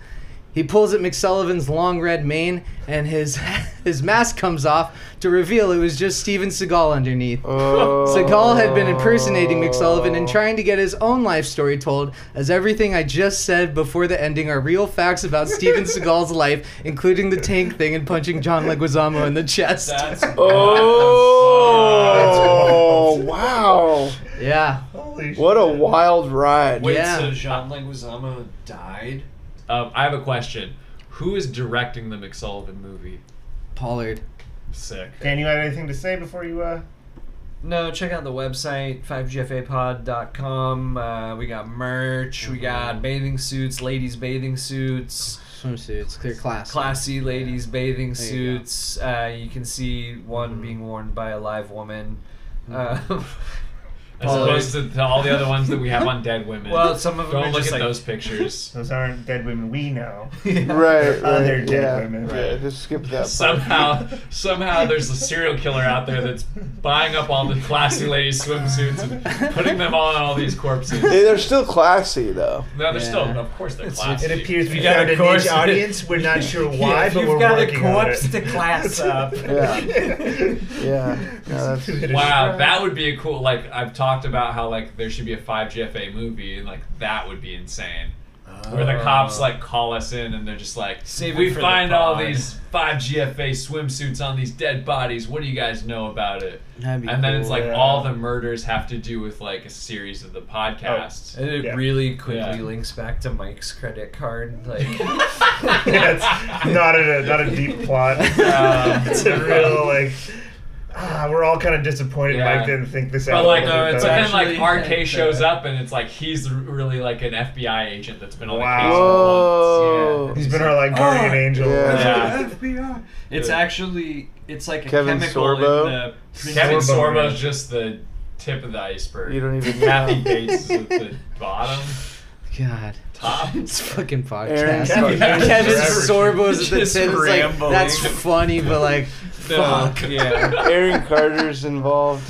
[SPEAKER 11] He pulls at McSullivan's long red mane, and his his mask comes off to reveal it was just Steven Seagal underneath. Seagal had been impersonating McSullivan and trying to get his own life story told, as everything I just said before the ending are real facts about Steven Seagal's life, including the tank thing and punching John Leguizamo in the chest.
[SPEAKER 12] oh wow
[SPEAKER 11] yeah
[SPEAKER 12] what a wild ride
[SPEAKER 7] Wait, so John Leguizamo died? Um, I have a question. Who is directing the McSullivan movie?
[SPEAKER 11] Pollard.
[SPEAKER 7] Sick.
[SPEAKER 13] Dan, you had anything to say before you? uh
[SPEAKER 9] No, check out the website 5gfapod.com. Uh, we got merch. We got bathing suits, ladies bathing suits,
[SPEAKER 11] swimsuits. They're classy.
[SPEAKER 9] Classy ladies bathing
[SPEAKER 11] There you go.
[SPEAKER 9] suits. uh, you can see one being worn by a live woman. Uh,
[SPEAKER 7] As opposed to, to all the other ones that we have on dead women.
[SPEAKER 9] Well, some of them
[SPEAKER 7] Don't
[SPEAKER 9] are
[SPEAKER 7] look
[SPEAKER 9] just
[SPEAKER 7] at
[SPEAKER 9] like-
[SPEAKER 7] those pictures.
[SPEAKER 13] Those aren't dead women we know.
[SPEAKER 12] right,
[SPEAKER 13] Other
[SPEAKER 12] right,
[SPEAKER 13] dead
[SPEAKER 12] yeah,
[SPEAKER 13] women.
[SPEAKER 12] yeah, just skip that part.
[SPEAKER 7] Somehow, somehow, there's a serial killer out there that's buying up all the classy ladies' swimsuits and putting them on all these corpses.
[SPEAKER 12] They- they're still classy though
[SPEAKER 7] No, they're still, of course, they're classy.
[SPEAKER 13] It appears we
[SPEAKER 7] You got
[SPEAKER 13] found
[SPEAKER 7] a
[SPEAKER 13] a
[SPEAKER 7] corpse-
[SPEAKER 13] niche audience. We're not sure
[SPEAKER 7] Yeah,
[SPEAKER 13] why,
[SPEAKER 7] if
[SPEAKER 13] but
[SPEAKER 7] you've
[SPEAKER 13] we're
[SPEAKER 7] got a
[SPEAKER 13] working on
[SPEAKER 7] corpse
[SPEAKER 13] it.
[SPEAKER 7] to class up.
[SPEAKER 12] yeah yeah no, that's-
[SPEAKER 7] Wow, that would be a cool. Like I've talked about how like there should be a five GFA movie, and like that would be insane. Where the cops like call us in and they're just like,
[SPEAKER 9] Oh. Save it
[SPEAKER 7] we
[SPEAKER 9] for the
[SPEAKER 7] find all
[SPEAKER 9] pod."
[SPEAKER 7] these five GFA swimsuits on these dead bodies. What do you guys know about it?
[SPEAKER 9] That'd be
[SPEAKER 7] and then it's
[SPEAKER 9] cool.
[SPEAKER 7] like
[SPEAKER 9] Yeah.
[SPEAKER 7] all the murders have to do with like a series of the podcast.
[SPEAKER 9] Oh, And it really quickly
[SPEAKER 7] Yeah.
[SPEAKER 9] links back to Mike's credit card. Like,
[SPEAKER 13] That's not a not a deep plot. Um, it's a real like. Ah, we're all kind of disappointed
[SPEAKER 7] Yeah.
[SPEAKER 13] Mike didn't think this out.
[SPEAKER 7] But like,
[SPEAKER 13] But
[SPEAKER 7] but then like
[SPEAKER 13] yeah.
[SPEAKER 7] RK shows up and it's like he's r- really like an FBI agent that's been on the case.
[SPEAKER 12] Whoa.
[SPEAKER 13] He's been our
[SPEAKER 7] Oh,
[SPEAKER 13] like guardian
[SPEAKER 11] "Oh,
[SPEAKER 13] angel.
[SPEAKER 12] Yeah.
[SPEAKER 9] FBI. It's
[SPEAKER 7] Yeah.
[SPEAKER 9] actually it's like a
[SPEAKER 12] Kevin
[SPEAKER 9] chemical
[SPEAKER 12] Sorbo?
[SPEAKER 9] in the
[SPEAKER 7] Kevin
[SPEAKER 13] Sorbo.
[SPEAKER 7] Sorbo's just the tip of the iceberg.
[SPEAKER 12] You don't even
[SPEAKER 7] Kathy
[SPEAKER 12] know.
[SPEAKER 7] Bates is at the bottom.
[SPEAKER 11] God.
[SPEAKER 7] Top.
[SPEAKER 11] It's fucking
[SPEAKER 7] Aaron
[SPEAKER 11] podcast.
[SPEAKER 7] Kevin-
[SPEAKER 11] Kevin,
[SPEAKER 7] Kevin
[SPEAKER 11] Sorbo's at the
[SPEAKER 7] Just
[SPEAKER 11] tip. It's like,
[SPEAKER 7] rambling.
[SPEAKER 11] that's funny, but like,
[SPEAKER 7] No,
[SPEAKER 11] fuck.
[SPEAKER 7] yeah.
[SPEAKER 12] Aaron Carter's involved.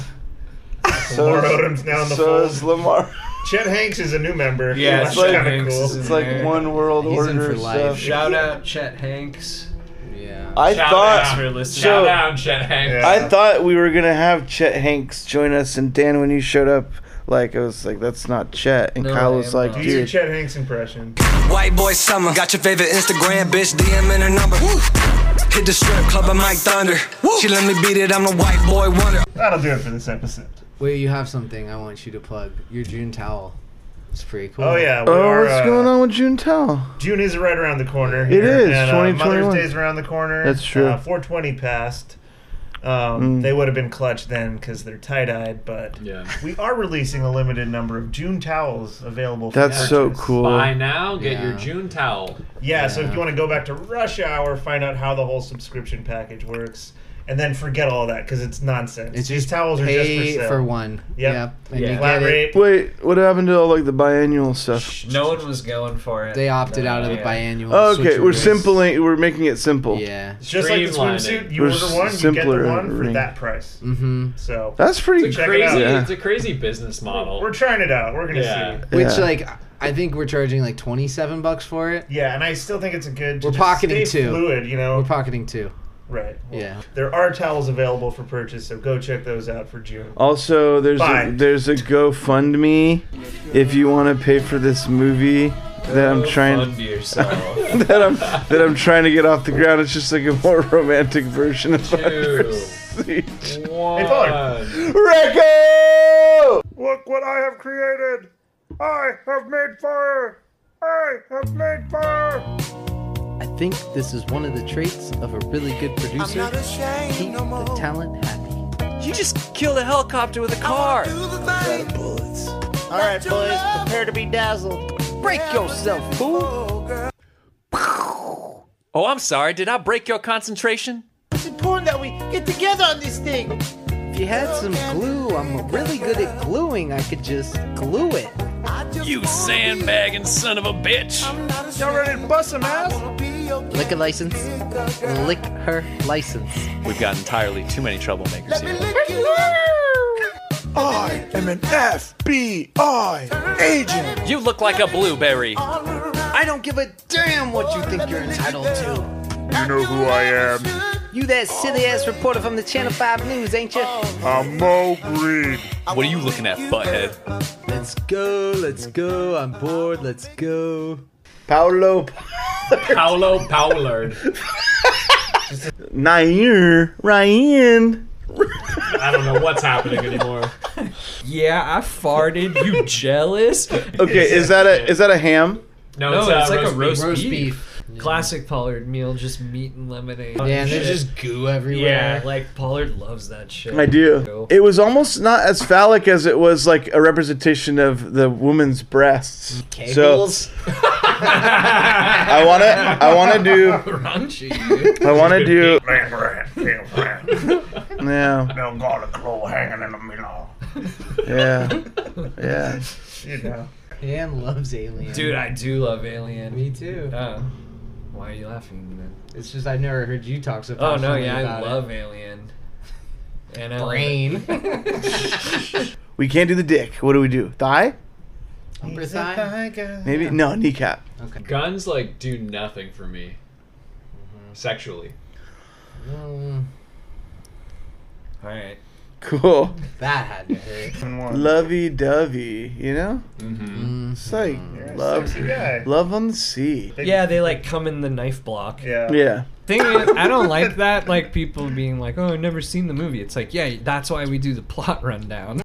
[SPEAKER 13] Lamar Odom's now in the
[SPEAKER 12] so
[SPEAKER 13] fold.
[SPEAKER 12] is Lamar.
[SPEAKER 13] Chet Hanks is a new member.
[SPEAKER 12] Yeah,
[SPEAKER 13] That's
[SPEAKER 12] it's like-
[SPEAKER 13] kinda
[SPEAKER 12] Hanks
[SPEAKER 13] cool.
[SPEAKER 12] is in It's like there. one world He's in order for life. stuff.
[SPEAKER 9] Shout out Chet Hanks.
[SPEAKER 11] Yeah.
[SPEAKER 12] I
[SPEAKER 7] Shout
[SPEAKER 12] thought
[SPEAKER 7] out. Shout
[SPEAKER 12] so-
[SPEAKER 7] out Chet Hanks.
[SPEAKER 12] I thought we were gonna have Chet Hanks join us, and Dan, when you showed up, Like it was like that's not Chet, and Kyle was like,
[SPEAKER 13] Easy
[SPEAKER 12] dude,
[SPEAKER 13] Chet Hanks impression.
[SPEAKER 4] White boy summer. Got your favorite Instagram bitch DMing her number. Hit the strip club, I might thunder. She let me beat it. I'm the white boy wonder.
[SPEAKER 13] That'll do it for this episode.
[SPEAKER 11] Wait, you have something I want you to plug. Your June towel. It's pretty cool.
[SPEAKER 13] Oh yeah.
[SPEAKER 12] oh,
[SPEAKER 13] our,
[SPEAKER 12] what's
[SPEAKER 13] uh,
[SPEAKER 12] going on with June Tell?
[SPEAKER 13] June is right around the corner.
[SPEAKER 12] It
[SPEAKER 13] Here.
[SPEAKER 12] is,
[SPEAKER 13] And, uh,
[SPEAKER 12] 2021.
[SPEAKER 13] Mother's Day's around the corner.
[SPEAKER 12] That's true.
[SPEAKER 13] Uh, 420 passed. Um,
[SPEAKER 12] Mm.
[SPEAKER 13] They would have been clutch then because they're tie dyed, but we are releasing a limited number of June towels available. For
[SPEAKER 12] That's so
[SPEAKER 13] purchase.
[SPEAKER 12] cool.
[SPEAKER 7] Buy now, get your
[SPEAKER 13] Yeah.
[SPEAKER 7] June towel.
[SPEAKER 13] Yeah, so if you want to go back to Rush Hour, find out how the whole subscription package works, and then forget all that because it's nonsense.
[SPEAKER 11] It's
[SPEAKER 13] These
[SPEAKER 11] just
[SPEAKER 13] towels are just for
[SPEAKER 11] pay
[SPEAKER 13] sale.
[SPEAKER 11] for one.
[SPEAKER 13] Yep.
[SPEAKER 11] Yep, and
[SPEAKER 13] Yeah.
[SPEAKER 11] you
[SPEAKER 13] Flat
[SPEAKER 11] get it.
[SPEAKER 13] rate.
[SPEAKER 12] Wait, what happened to all like the biannual stuff?
[SPEAKER 9] No one was going for it.
[SPEAKER 11] They opted out of the biannual.
[SPEAKER 12] Oh, okay, we're
[SPEAKER 11] switcheroo.
[SPEAKER 12] simpling. We're making it simple.
[SPEAKER 11] Yeah,
[SPEAKER 13] It's Just like the swimsuit, you
[SPEAKER 12] We're
[SPEAKER 13] order one, you get
[SPEAKER 12] simpler
[SPEAKER 13] the one for
[SPEAKER 12] ring.
[SPEAKER 13] that price.
[SPEAKER 11] Mm-hmm.
[SPEAKER 13] So
[SPEAKER 12] That's pretty
[SPEAKER 13] check
[SPEAKER 7] crazy.
[SPEAKER 13] It out.
[SPEAKER 7] It's a crazy business model.
[SPEAKER 13] We're trying it out. We're gonna
[SPEAKER 7] Yeah.
[SPEAKER 13] see.
[SPEAKER 11] Which like I think we're charging like twenty seven bucks for it.
[SPEAKER 13] Yeah, and I still think it's a good. to
[SPEAKER 11] We're
[SPEAKER 13] just
[SPEAKER 11] pocketing
[SPEAKER 13] stay
[SPEAKER 11] two.
[SPEAKER 13] Fluid, you know.
[SPEAKER 11] We're pocketing two.
[SPEAKER 13] Right. Well,
[SPEAKER 11] Yeah.
[SPEAKER 13] There are towels available for purchase, so go check those out for June.
[SPEAKER 12] Also, there's
[SPEAKER 13] Bye.
[SPEAKER 12] a, there's a GoFundMe if you want to pay for this movie that I'm trying
[SPEAKER 9] GoFund yourself.
[SPEAKER 12] that I'm that I'm trying to get off the ground. It's just like a more romantic version of Under Siege.
[SPEAKER 13] Hey, Pollard.
[SPEAKER 12] Recco!
[SPEAKER 13] Look what I have created. I have made fire. I have made fire.
[SPEAKER 11] I think this is one of the traits of a really good producer.
[SPEAKER 19] not ashamed
[SPEAKER 11] Keep
[SPEAKER 19] no more.
[SPEAKER 11] the talent happy.
[SPEAKER 19] You just killed a helicopter with a car. bullets. All right, boys, prepare to be dazzled. Break yourself, fool.
[SPEAKER 7] Oh, I'm sorry. Did I break your concentration?
[SPEAKER 19] It's important that we get together on this thing.
[SPEAKER 11] If you had some glue, I'm really good at gluing. I could just glue it.
[SPEAKER 7] You sandbagging son of a bitch.
[SPEAKER 13] Y'all ready to bust some ass?
[SPEAKER 11] Lick a license. Lick her license.
[SPEAKER 7] We've got entirely too many troublemakers here.
[SPEAKER 19] I am an FBI agent.
[SPEAKER 7] You look like a blueberry.
[SPEAKER 11] I don't give a damn what you think you're entitled to.
[SPEAKER 19] You know who I am.
[SPEAKER 11] You that silly ass reporter from the Channel 5 News, ain't you?
[SPEAKER 19] I'm Mo Green.
[SPEAKER 7] What are you looking at, butthead?
[SPEAKER 11] Let's go, let's go. I'm bored, let's go.
[SPEAKER 12] Paolo.
[SPEAKER 7] Paolo Powlard.
[SPEAKER 12] Nair Ryan.
[SPEAKER 7] I don't know what's happening anymore.
[SPEAKER 9] Yeah, I farted. You jealous?
[SPEAKER 12] Okay, is that a is that a ham?
[SPEAKER 9] No,
[SPEAKER 7] No,
[SPEAKER 9] it's,
[SPEAKER 7] it's, uh,
[SPEAKER 9] like
[SPEAKER 7] roast
[SPEAKER 9] a roast,
[SPEAKER 7] beef. Roast
[SPEAKER 9] beef. Classic Pollard meal, just meat and lemonade.
[SPEAKER 11] Yeah, and
[SPEAKER 9] Shit.
[SPEAKER 11] there's just goo everywhere.
[SPEAKER 9] Yeah, like Pollard loves that shit.
[SPEAKER 12] I do. It was almost not as phallic as it was like a representation of the woman's breasts.
[SPEAKER 9] Kegels?
[SPEAKER 12] So I want to. I want to do.
[SPEAKER 9] Raunchy.
[SPEAKER 12] I want to do.
[SPEAKER 13] Man, rat, man, rat.
[SPEAKER 12] Yeah.
[SPEAKER 13] Don't got a claw hanging in the middle.
[SPEAKER 12] Yeah. Yeah.
[SPEAKER 13] You know.
[SPEAKER 11] Dan loves Alien.
[SPEAKER 9] Dude, I do love Alien.
[SPEAKER 11] Me too.
[SPEAKER 9] Oh. Why are you laughing then?
[SPEAKER 11] It's just I've never heard you talk so
[SPEAKER 9] Oh no,
[SPEAKER 11] passionately
[SPEAKER 9] yeah, I
[SPEAKER 11] about it.
[SPEAKER 9] love Alien. And I love it.
[SPEAKER 11] Brain.
[SPEAKER 12] We can't do the dick. What do we do? Thigh?
[SPEAKER 11] Upper thigh?
[SPEAKER 12] Maybe no kneecap.
[SPEAKER 7] Guns like do nothing for me. Sexually.
[SPEAKER 11] Mm,
[SPEAKER 9] All right.
[SPEAKER 12] Cool.
[SPEAKER 11] that had to hurt.
[SPEAKER 12] Lovey dovey. You know.
[SPEAKER 9] Mm-hmm.
[SPEAKER 12] It's like
[SPEAKER 9] a
[SPEAKER 12] love.
[SPEAKER 9] sexy guy.
[SPEAKER 12] Love on the sea.
[SPEAKER 9] Yeah, they like come in the knife block.
[SPEAKER 13] Yeah.
[SPEAKER 12] Yeah.
[SPEAKER 9] Thing is, I don't like that. Like people being like, "Oh, I've never seen the movie." It's like, yeah, that's why we do the plot rundown.